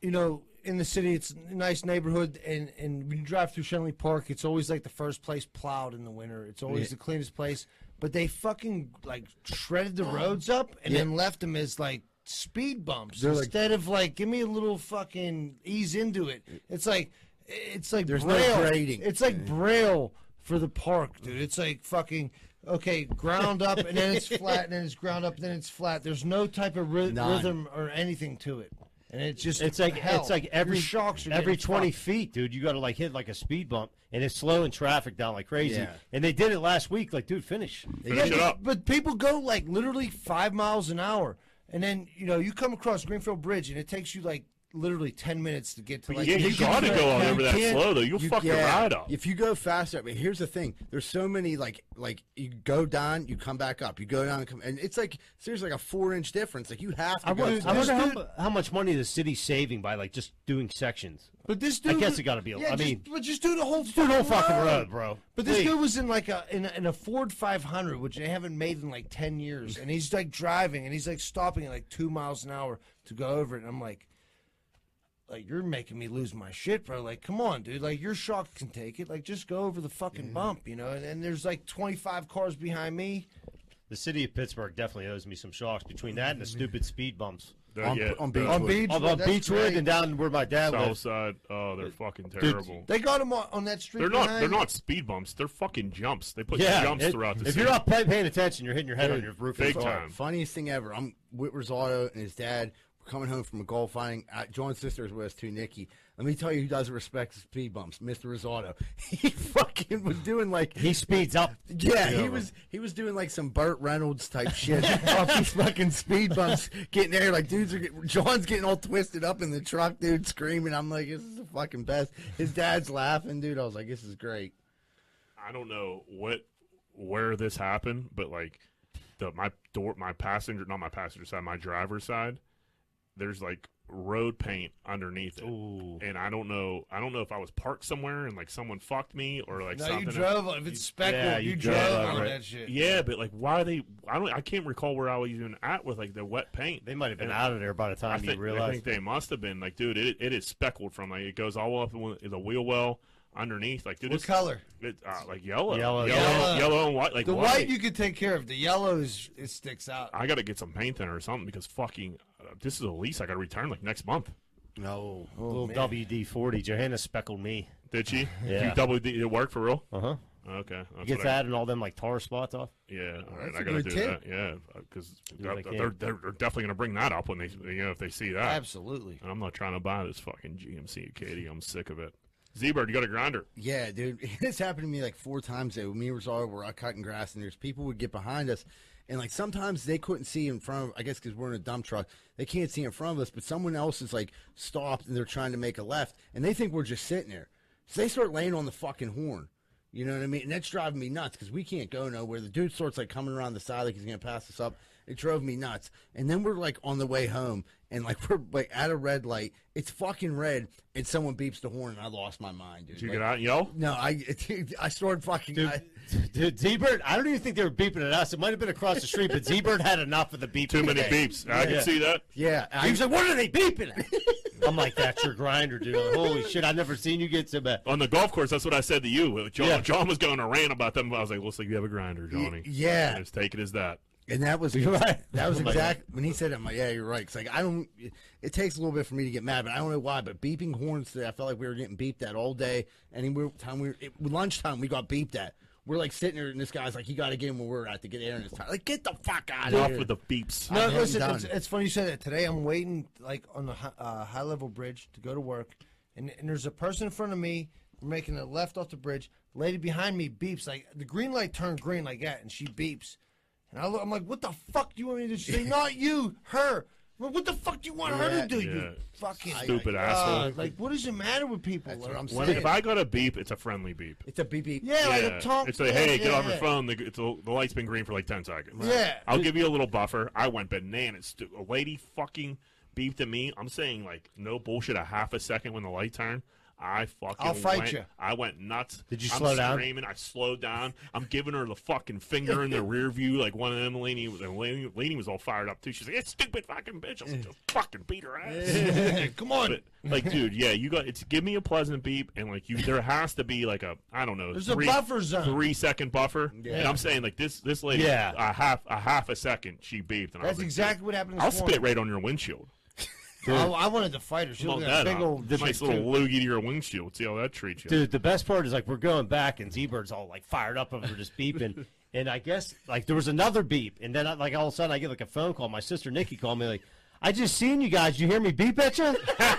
E: you know, in the city, it's a nice neighborhood, and and when you drive through Shenley Park, it's always like the first place plowed in the winter. It's always the cleanest place, but they fucking like shredded the roads up and then left them as like speed bumps
A: They're like-
E: instead of like give me a little fucking ease into it. It's like it's like
A: There's no
E: braille.
A: grading.
E: It's like braille for the park, dude. It's like fucking. Okay, ground up and then it's flat, and then it's ground up, and then it's flat. There's no type of ry-
A: None.
E: rhythm or anything to it, and it's just
C: It's like
E: hell.
C: it's like every
E: Your shocks are
C: every
E: getting
C: twenty
E: fucked.
C: feet, dude. You got to like hit like a speed bump, and it's slowing traffic down like crazy.
A: Yeah.
C: And they did it last week. Like, dude, finish.
B: Finish it
E: but,
B: up.
E: but people go like literally five miles an hour, and then you know you come across Greenfield Bridge, and it takes you like literally ten minutes to get to like.
B: yeah,
E: the
B: you
E: beginning
B: gotta
E: of
B: go
E: it.
B: on
E: You
B: over that
E: can't-
B: slow though. You'll fuck your
A: yeah,
B: ride up.
A: If you go faster, I mean, here's the thing: there's so many like like you go down, you come back up, you go down, come, and it's like seriously like a four inch difference. Like you have to.
C: I
A: go
C: wonder, I
A: faster.
C: wonder how, how much money the city's saving by like just doing sections.
E: But this dude,
C: guess
E: was-
C: it gotta be a-
E: Yeah,
C: I
E: just,
C: mean,
E: but just do the whole
C: do the whole fucking road, bro.
E: But this
C: Please.
E: dude was in like a in, a in a Ford 500, which they haven't made in like 10 years, and he's like driving and he's like stopping at like two miles an hour to go over it, and I'm like. Like you're making me lose my shit, bro. Like, come on, dude. Like your shock can take it. Like, just go over the fucking bump, you know. And, and there's like 25 cars behind me.
C: The city of Pittsburgh definitely owes me some shocks between that and the stupid speed bumps.
B: They're-
A: on-
B: yeah,
A: on
B: they're
A: Beachwood.
E: On Beach,
C: On, on
E: that's
C: Beechwood
E: great.
C: and down where my dad
B: south
C: lives.
B: side. Oh, they're fucking terrible.
E: they got him on, on that street.
B: They're not. They're
E: behind-
B: not speed bumps. They're fucking jumps. They put
C: Yeah,
B: jumps
C: it-
B: throughout the
C: if
B: city.
C: you're not pay- paying attention, you're hitting your head on your roof. of
B: big
C: your car.
B: time.
A: Funniest thing ever. I'm Whitmer's Auto and his dad were coming home from a golf outing. Uh, John's sister was with us too, Nikki. Let me tell you who doesn't respect speed bumps, Mr. Risotto. He fucking was doing like
C: He speeds up.
A: yeah, he was he was doing like some Burt Reynolds type shit off these fucking speed bumps, getting there like dudes are get, John's getting all twisted up in the truck, dude, screaming. I'm like, this is the fucking best. His dad's laughing, dude. I was like, this is great.
B: I don't know what where this happened, but like the my door my passenger not my passenger side, my driver's side, there's like road paint underneath it. And I don't know I don't know if I was parked somewhere and like someone fucked me or like
E: No,
B: something.
E: you drove. If it's speckled,
C: yeah,
E: you,
C: you
E: drove,
C: drove
E: on
C: over it.
E: that shit.
B: Yeah, but like why are they I don't I can't recall where I was even at with like the wet paint.
C: They might have been
B: And
C: out of there by the
B: I
C: time
B: think,
C: you
B: I
C: realize.
B: think they must have been like, dude, it, it is speckled from like it goes all up in the wheel well underneath. Like, dude,
E: What
B: it's-
E: color?
B: It, uh, like yellow,
C: Yellow,
B: yellow,
E: yellow.
B: yellow and white. Ah. Like
E: The
B: why?
E: white you could take care of. The yellow is it sticks out.
B: I gotta get some paint thinner or something because fucking uh, this is a lease I gotta return like next month.
A: No.
C: Little WD forty. Johanna speckled me.
B: Did she?
C: Yeah.
B: You double D, it worked for real?
C: Uh
A: Uh-huh.
C: huh.
B: Okay. That's
C: Gets
B: what I-
C: that and all them like tar spots off.
B: yeah. All right.
E: that's
B: I
E: a
B: gotta
E: good
B: do
E: tip.
B: that. Yeah. Because
C: Yeah, they
B: they're,
C: can.
B: they're, they're definitely gonna bring that up when they you know if they see that.
E: Absolutely.
B: And I'm not trying to buy this fucking GMC Katie. I'm sick of it. Z-Bird, you got a grinder?
A: Yeah, dude, this happened to me like four times. Though me and Rosario were out cutting grass, and there's people would get behind us, and like sometimes they couldn't see in front of. I guess because we're in a dump truck, they can't see in front of us. But someone else is like stopped, and they're trying to make a left, and they think we're just sitting there, so they start laying on the fucking horn. You know what I mean? And that's driving me nuts because we can't go nowhere. The dude starts like coming around the side like he's gonna pass us up. It drove me nuts. And then we're like on the way home, and like we're like at a red light. It's fucking red, and someone beeps the horn, and I lost my mind, dude.
B: Did you
A: Like,
B: get out and yell?
A: no, I dude, I started fucking. I,
C: Dude, Z-Bird, I don't even think they were beeping at us. It might have been across the street, but Z-Bird had enough of the beep.
B: Too many beeps. I can
C: Yeah.
B: see that.
A: yeah, I,
C: He was like, what are they beeping at? I'm like, that's your grinder, dude. Holy shit, I've never seen you get so bad.
B: On the golf course, that's what I said to you. John,
C: Yeah.
B: John was going to rant about them. but I was like, looks like you have a grinder, Johnny.
A: yeah.
B: Just take it as that.
A: and that was
C: right.
A: that was
B: Oh
C: I'm like-
A: exact when he said it. I'm like, yeah, you're right. 'Cause, like I don't. It takes a little bit for me to get mad, but I don't know why. But beeping horns today, I felt like we were getting beeped at all day. And we time we were, it, lunchtime, we got beeped at. We're like sitting there, and this guy's like, "You got to get him where we're at to get air in his tire." Like, get the fuck out of
B: Off
A: here.
B: with the beeps.
A: I
E: No,
A: haven't
E: listen,
A: done.
E: it's, it's funny you said that. Today I'm waiting like on the hi- uh, high level bridge to go to work, and, and there's a person in front of me. We're making a left off the bridge. Lady behind me beeps like the green light turned green like that, and she beeps, and I look, I'm like, what the fuck do you want me to do? She's like, not you, her. Well, what the fuck do you want her
A: Yeah,
E: to do?
B: yeah.
E: You fucking
C: Oh,
B: Stupid
E: God,
B: asshole.
E: Like, what is the matter with people?
A: That's what I'm
B: When,
A: saying.
B: if I got a beep, it's a friendly beep.
A: It's a beep beep.
E: yeah, like a talk.
B: it's like, hey,
E: yeah,
B: get off your
E: yeah.
B: phone. The, it's a, the light's been green for like 10 seconds.
E: Yeah.
B: I'll give you a little buffer. I went bananas. stu- A lady fucking beeped at me. I'm saying, like, no bullshit, a half a second when the light turned. I fucking
E: I'll fight
B: went,
E: ya.
B: I went nuts.
C: Did you
B: I'm
C: slow down?
B: Screaming. I slowed down. I'm giving her the fucking finger in the rear view, like one of them. Laney, was- and Laney, Laney was all fired up too. She's like, "It's stupid fucking bitch." I'm like, "Just fucking beat her ass."
E: Come on.
B: But like, dude, yeah, you got it's give me a pleasant beep, and like you, there has to be like a I don't know,
E: There's a buffer zone.
B: three second buffer.
A: Yeah.
B: And I'm saying like this this lady,
C: Yeah.
B: a half a half a second she beeped, and I was
E: That's
B: like,
E: exactly what happened.
B: dude,
E: This
B: I'll
E: morning.
B: spit right on your windshield.
E: I, I wanted to fight her. She
B: How
E: was
B: about
E: a
B: that,
E: big
B: huh?
E: old
B: nice
E: chick,
B: little
E: too.
B: loogie to your windshield. See how that treats you.
C: Dude, the best part is like we're going back and Z Bird's all like fired up over this beeping. and I guess like there was another beep. And then I, like all of a sudden I get like a phone call. My sister Nikki called me like, I just seen you guys. You hear me beep at you? like, yeah,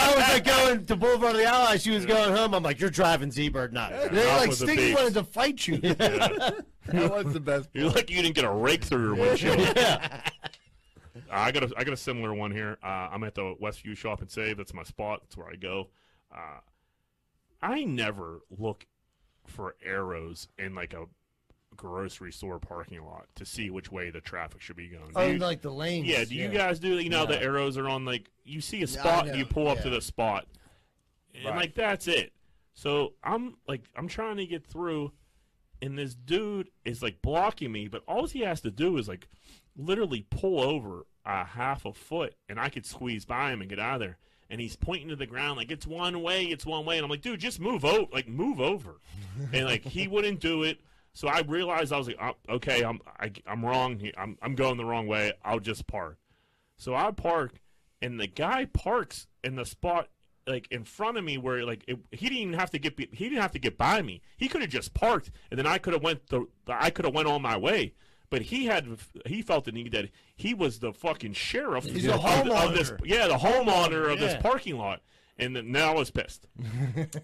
C: I was like going to Boulevard of the Allies. She was going home. I'm like, you're driving Z Bird nuts.
E: They
B: Off
E: like
B: with the
E: Stinky
B: beeps.
E: wanted to fight you.
A: That was the best.
B: You're lucky you didn't get a rake through your windshield. Uh, I got a I got a similar one here. Uh, I'm at the Westview Shop and Save. That's my spot. That's where I go. Uh, I never look for arrows in like a grocery store parking lot to see which way the traffic should be going. Do
E: Oh,
B: you-
E: like the lanes.
B: yeah, do you guys do that? You know, the arrows are on like you see a
A: Yeah, I
B: spot and
A: know.
B: you pull up to
A: Yeah.
B: the spot, and
C: Right.
B: like that's it. So I'm like I'm trying to get through, and this dude is like blocking me, but all he has to do is like literally pull over a half a foot, and I could squeeze by him and get out of there. And he's pointing to the ground like it's one way, it's one way, and I'm like, dude, just move over, like move over, and like he wouldn't do it. So I realized I was like, oh, okay, I'm I, I'm wrong. here. I'm I'm going the wrong way. I'll just park. So I park, and the guy parks in the spot like in front of me where like it, he didn't even have to get be- he didn't have to get by me. He could have just parked, and then I could have went the I could have went on my way. But he had he felt the need that he was the fucking sheriff
E: He's the
B: of, of this
E: homeowner.
B: yeah the homeowner of
E: Yeah.
B: this parking lot. And then now I was pissed.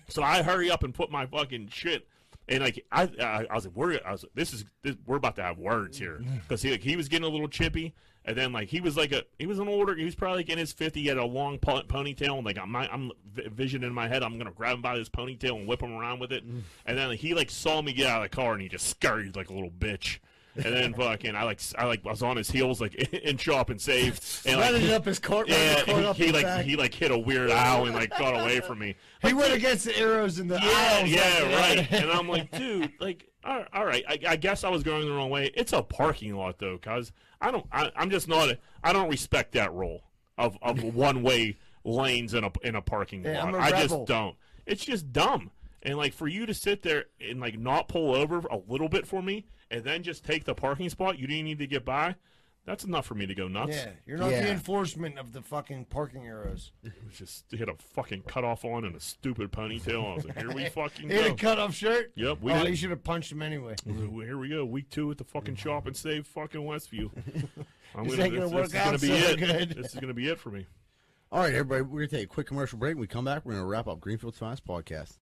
B: So I hurry up and put my fucking shit. And like I, I, I was like, we're, I was like, this is, this, we're about to have words here,
A: Mm.
B: because he, like, he was getting a little chippy, and then like he was like a, he was an older, he was probably like in his fifty, he had a long po- ponytail, and like I'm, I'm vi- vision in my head, I'm gonna grab him by this ponytail and whip him around with it,
A: Mm.
B: and then like, he like saw me get out of the car, and he just scurried like a little bitch, and then fucking I like, s- I like was on his heels like in shop and saved, and like,
A: Running up his court. running
B: yeah,
A: the court
B: he,
A: up
B: he,
A: his
B: like
A: back.
B: he like hit a weird owl and like got away from me.
E: He went against the arrows in the
B: Yeah,
E: aisles.
B: yeah,
E: like,
B: right. and I'm like, dude, like, all all right. I, I guess I was going the wrong way. It's a parking lot though, cause I don't. I, I'm just not. A, I don't respect that rule of of one way lanes in a in a parking
E: Yeah,
B: lot.
E: I'm a
B: I
E: rebel.
B: just don't. It's just dumb. And like for you to sit there and like not pull over a little bit for me, and then just take the parking spot you didn't need to get by. That's enough for me to go nuts.
E: Yeah, you're not the
A: Yeah.
E: enforcement of the fucking parking arrows.
B: Just hit a fucking cutoff on and a stupid ponytail. I was like, here we fucking
E: He had a
B: go.
E: cutoff shirt.
B: Yep, we
E: oh,
B: did.
E: you should have punched him anyway.
B: Well, Here we go, week two at the fucking shop and save fucking Westview. I'm
E: This
B: gonna,
E: ain't gonna
B: this,
E: work
B: this is gonna
E: out
B: be
E: so
B: it.
E: good.
B: This is gonna be it for me.
A: All right, everybody, we're gonna take a quick commercial break. When we come back, we're gonna wrap up Greenfield's Finest Podcast.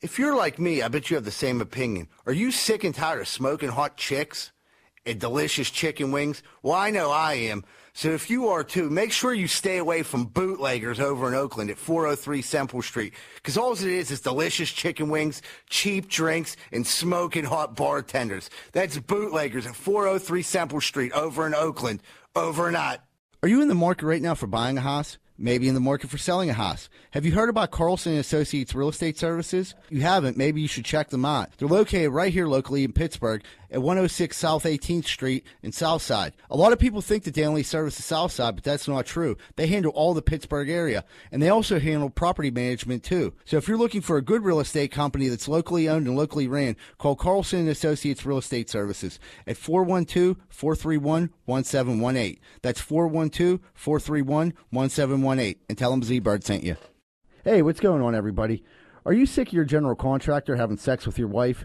F: If you're like me, I bet you have the same opinion. Are you sick and tired of smoking hot chicks and delicious chicken wings? Well, I know I am. So if you are too, make sure you stay away from bootleggers over in Oakland at 403 Semple Street. Because all it is is delicious chicken wings, cheap drinks, and smoking hot bartenders. That's bootleggers at 403 Semple Street over in Oakland overnight.
A: Are you in the market right now for buying a house? Maybe in the market for selling a house. Have you heard about Carlson and Associates Real Estate Services? If you haven't, maybe you should check them out. They're located right here locally in Pittsburgh at 106 South 18th Street in Southside. A lot of people think that they only service the Southside, but that's not true. They handle all the Pittsburgh area and they also handle property management too. So if you're looking for a good real estate company that's locally owned and locally ran, call Carlson and Associates Real Estate Services at 412-431-1718. That's 412-431-1718 and tell them Z-Bird sent you. Hey, what's going on, everybody? Are you sick of your general contractor having sex with your wife?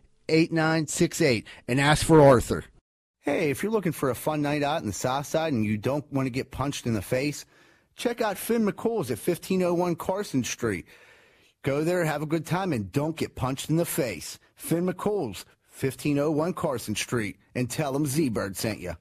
A: 8968 and ask for Arthur.
F: Hey, if you're looking for a fun night out in the South Side and you don't want to get punched in the face, check out Finn McCool's at 1501 Carson Street. Go there, have a good time, and don't get punched in the face. Finn McCool's, 1501 Carson Street, and tell them Z Bird sent you.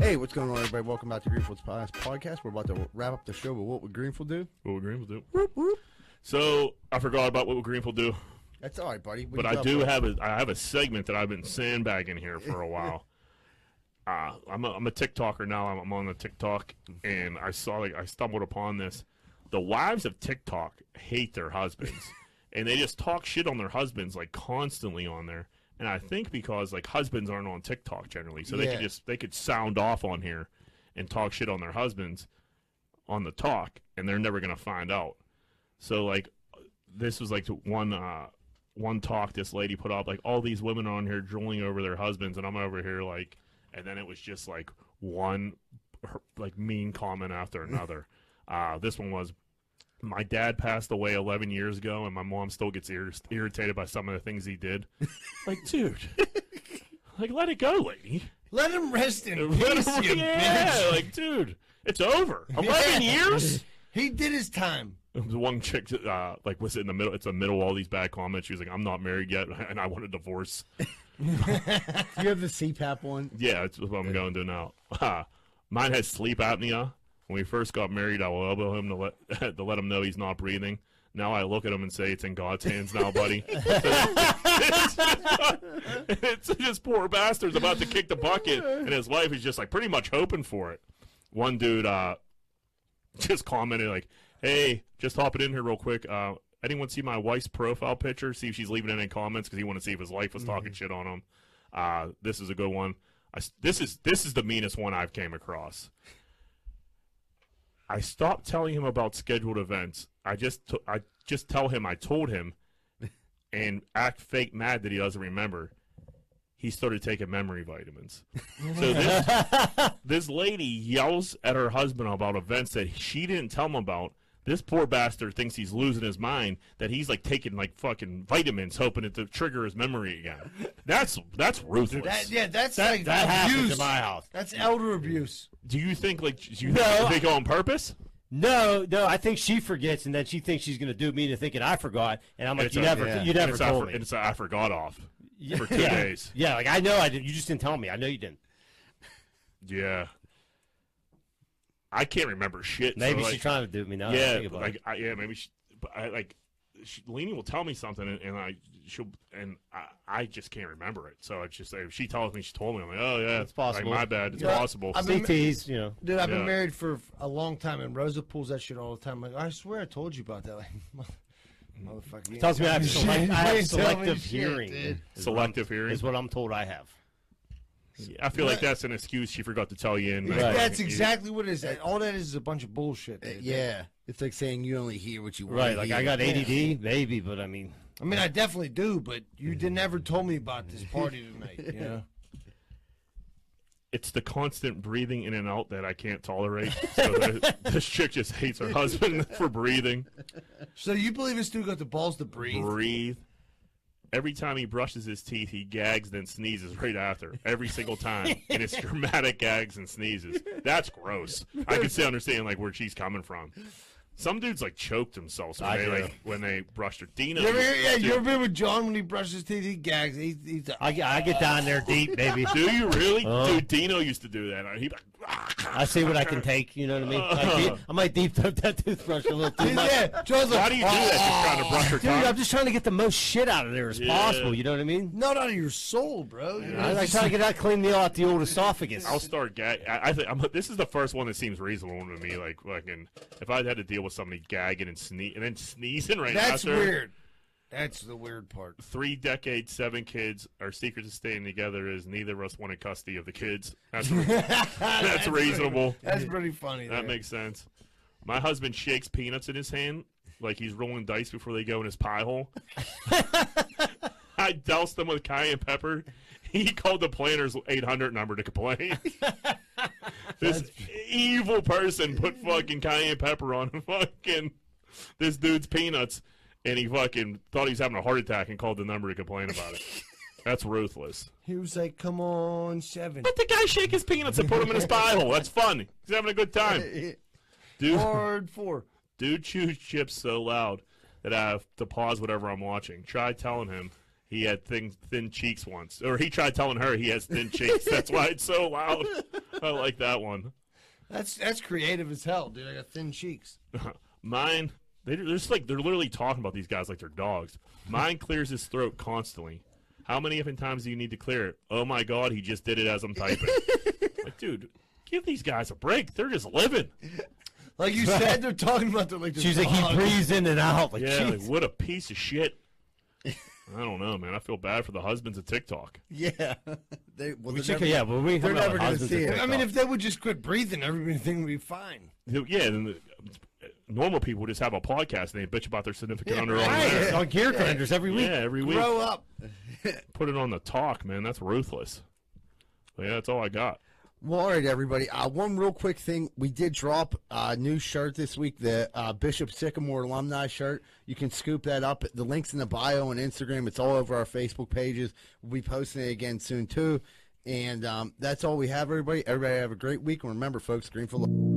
A: Hey, what's going on, everybody? Welcome back to Greenfield's Podcast. Podcast. We're about to wrap up the show, but what would Greenfield do?
B: What will Greenfield do? So I forgot about what will Greenfield do,
A: That's all right, buddy. What
B: but
A: you
B: I
A: got
B: do
A: for us?
B: have a I have a segment that I've been sandbagging here for a while. Uh, I'm a, I'm a TikToker now. I'm, I'm on the TikTok, and I saw like I stumbled upon this. The wives of TikTok hate their husbands, and they just talk shit on their husbands like constantly on there. And I think because like husbands aren't on TikTok generally, so they
A: Yeah.
B: could just they could sound off on here and talk shit on their husbands on the talk, and they're never gonna find out. So like, this was like one uh, one talk this lady put up. Like all these women are on here drooling over their husbands, and I'm over here like, and then it was just like one her- like mean comment after another. uh, this one was. My dad passed away 11 years ago, and my mom still gets ir- irritated by some of the things he did. like, dude, like let it go, lady.
E: Let him rest in peace,
B: Literally,
E: you
B: yeah,
E: bitch.
B: like, dude, it's over. Eleven years.
E: He did his time.
B: There was one chick, uh, like, was in the middle. It's in the middle of all these bad comments. She was like, "I'm not married yet, and I want a divorce."
A: Do you have the CPAP one?
B: Yeah, that's what I'm going to now. Uh, mine has sleep apnea. When we first got married, I will elbow him to let to let him know he's not breathing. Now I look at him and say, "It's in God's hands now, buddy." it's, just, poor bastard's about to kick the bucket, and his wife is just like pretty much hoping for it. One dude uh, just commented like, "Hey, just hopping in here real quick. Uh, anyone see my wife's profile picture? See if she's leaving any comments because he wanted to see if his wife was talking shit on him." Uh, this is a good one. I s this is this is the meanest one I've came across. I stopped telling him about scheduled events. I just t- I just tell him I told him, and act fake mad that he doesn't remember. He started taking memory vitamins. So this this lady yells at her husband about events that she didn't tell him about. This poor bastard thinks he's losing his mind that he's like taking like fucking vitamins, hoping it to trigger his memory again. That's that's ruthless.
E: That, yeah, that's
C: That,
E: like
C: that happens
E: abuse.
C: in my house.
E: That's elder abuse.
B: Do you think like do you
C: No,
B: think
C: I-
B: they go on purpose?
C: No, no, I think she forgets, and then she thinks she's going to do me to thinking I forgot, and I'm like,
B: It's
C: you
B: a-
C: never,
A: yeah.
C: you
B: And
C: never
B: it's
C: told
B: I, for-
C: me.
B: and It's a, I forgot off for two
C: yeah.
B: days.
C: Yeah, like I know I didn't. You just didn't tell me. I know you didn't.
B: Yeah, I can't remember shit. so,
C: Maybe
B: like,
C: she's trying to do me now. that I
B: yeah,
C: think about
B: like
C: it.
B: I, yeah, maybe she, but I, like she, Lainey will tell me something, and, and I she'll and I, I just can't remember it. So it's just like, if she tells me she told me, I'm like, oh yeah,
C: It's possible.
B: Like, my bad, it's
E: Yeah.
B: possible.
E: I mean-
C: CTs, you know.
E: Dude, I've
B: Yeah.
E: been married for a long time, and Rosa pulls that shit all the time. Like, I swear I told you about that. Like, mother- motherfucker. you
C: Tells me
E: ain't
C: I have,
E: tell
C: select,
E: shit.
C: I have
E: You ain't telling me
C: selective
E: shit,
C: hearing.
E: dude.
C: is what I'm-
B: Selective hearing.
C: is what I'm told I have.
B: I feel like that's an excuse she forgot to tell you. In like,
E: That's
B: you-
E: exactly what it is. All that is is a bunch of bullshit.
A: Uh,
E: dude.
A: Yeah. It's like saying you only hear what you want.
C: Right, like I got ADD, maybe, but I mean,
E: I mean, I definitely do, but you didn't ever told me about this party tonight. You know?
B: It's the constant breathing in and out that I can't tolerate. So the, this chick just hates her husband for breathing.
E: So you believe this dude got the balls to breathe?
B: Breathe. Every time he brushes his teeth, he gags then sneezes right after. Every single time, and it's dramatic gags and sneezes. That's gross. I can still understand like where she's coming from. Some dudes like choked themselves when
C: I
B: they
C: do.
B: like when they brushed her. Dino,
E: You ever, hear- yeah,
B: dude,
E: you ever been with John when he brushes his teeth? He gags. He, he's a,
C: I, get- I get down there deep, baby.
B: do you really?
C: Uh.
B: Dude, Dino used to do that. He "Ah."
C: I see what I can take. You know what I mean? I, deep, I might deep throat that toothbrush a little too much.
E: yeah, John's
B: Why
E: like,
B: do you do that? Just trying to brush
C: Dude,
B: your
C: I'm
B: tongue.
C: just trying to get the most shit out of there as
B: Yeah.
C: possible. You know what I mean?
E: not out of your soul, bro. You know,
C: I like
E: just-
C: trying to get out, clean the out the old esophagus.
B: I'll start. Gag- I, I think I'm, this is the first one that seems reasonable to me. Like, fucking, if I had to deal with somebody gagging and sne- and then sneezing right
E: that's
B: after.
E: weird. That's the weird part.
B: Three decades, seven kids. Our secret to staying together is neither of us wanted custody of the kids. That's, that's reasonable.
E: That's pretty funny.
B: That
E: there.
B: makes sense. My husband shakes peanuts in his hand like he's rolling dice before they go in his pie hole. I doused them with cayenne pepper. He called the planner's 800 number to complain. this evil person put fucking cayenne pepper on fucking this dude's peanuts, and he fucking thought he was having a heart attack and called the number to complain about it. That's ruthless.
E: He was like, "Come on, seven.
B: Let the guy shake his peanuts and put them in his pie hole. That's fun. He's having a good time. Dude.
E: Hard four.
B: Dude chews chips so loud that I have to pause whatever I'm watching. Try telling him he had thin, thin cheeks once. Or he tried telling her he has thin cheeks. That's why it's so loud. I like that one.
E: That's that's creative as hell, dude. I got thin cheeks.
B: Mine, they, they're just like, they're literally talking about these guys like they're dogs. Mine clears his throat constantly. How many different times do you need to clear it? Oh my God, he just did it as I'm typing. like, dude, give these guys a break. They're just living.
E: Like you said, they're talking about the like. the
C: She's like,
E: dog.
C: he breathes in and out. Like,
B: Yeah, like,
C: jeez.
B: what a piece of shit. I don't know, man. I feel bad for the husbands of TikTok.
A: Yeah. they, well, they're
C: We should-
A: never-
C: yeah, but we
A: they're never gonna see it.
E: I mean, if they would just quit breathing, everything would be fine.
B: Yeah, then the, normal people just have a podcast and they bitch about their significant other on
C: Right,
B: there.
C: it's on gear grinders every
B: Yeah,
C: week.
B: every week.
E: Grow up.
B: Put it on the talk, man. That's ruthless. But yeah, that's all I got.
A: Well, all right, everybody. Uh, one real quick thing: we did drop a new shirt this week, the uh, Bishop Sycamore alumni shirt. You can scoop that up. The links in the bio on Instagram. It's all over our Facebook pages. We'll be posting it again soon too. And um, that's all we have, everybody. Everybody have a great week, and remember, folks, green for life.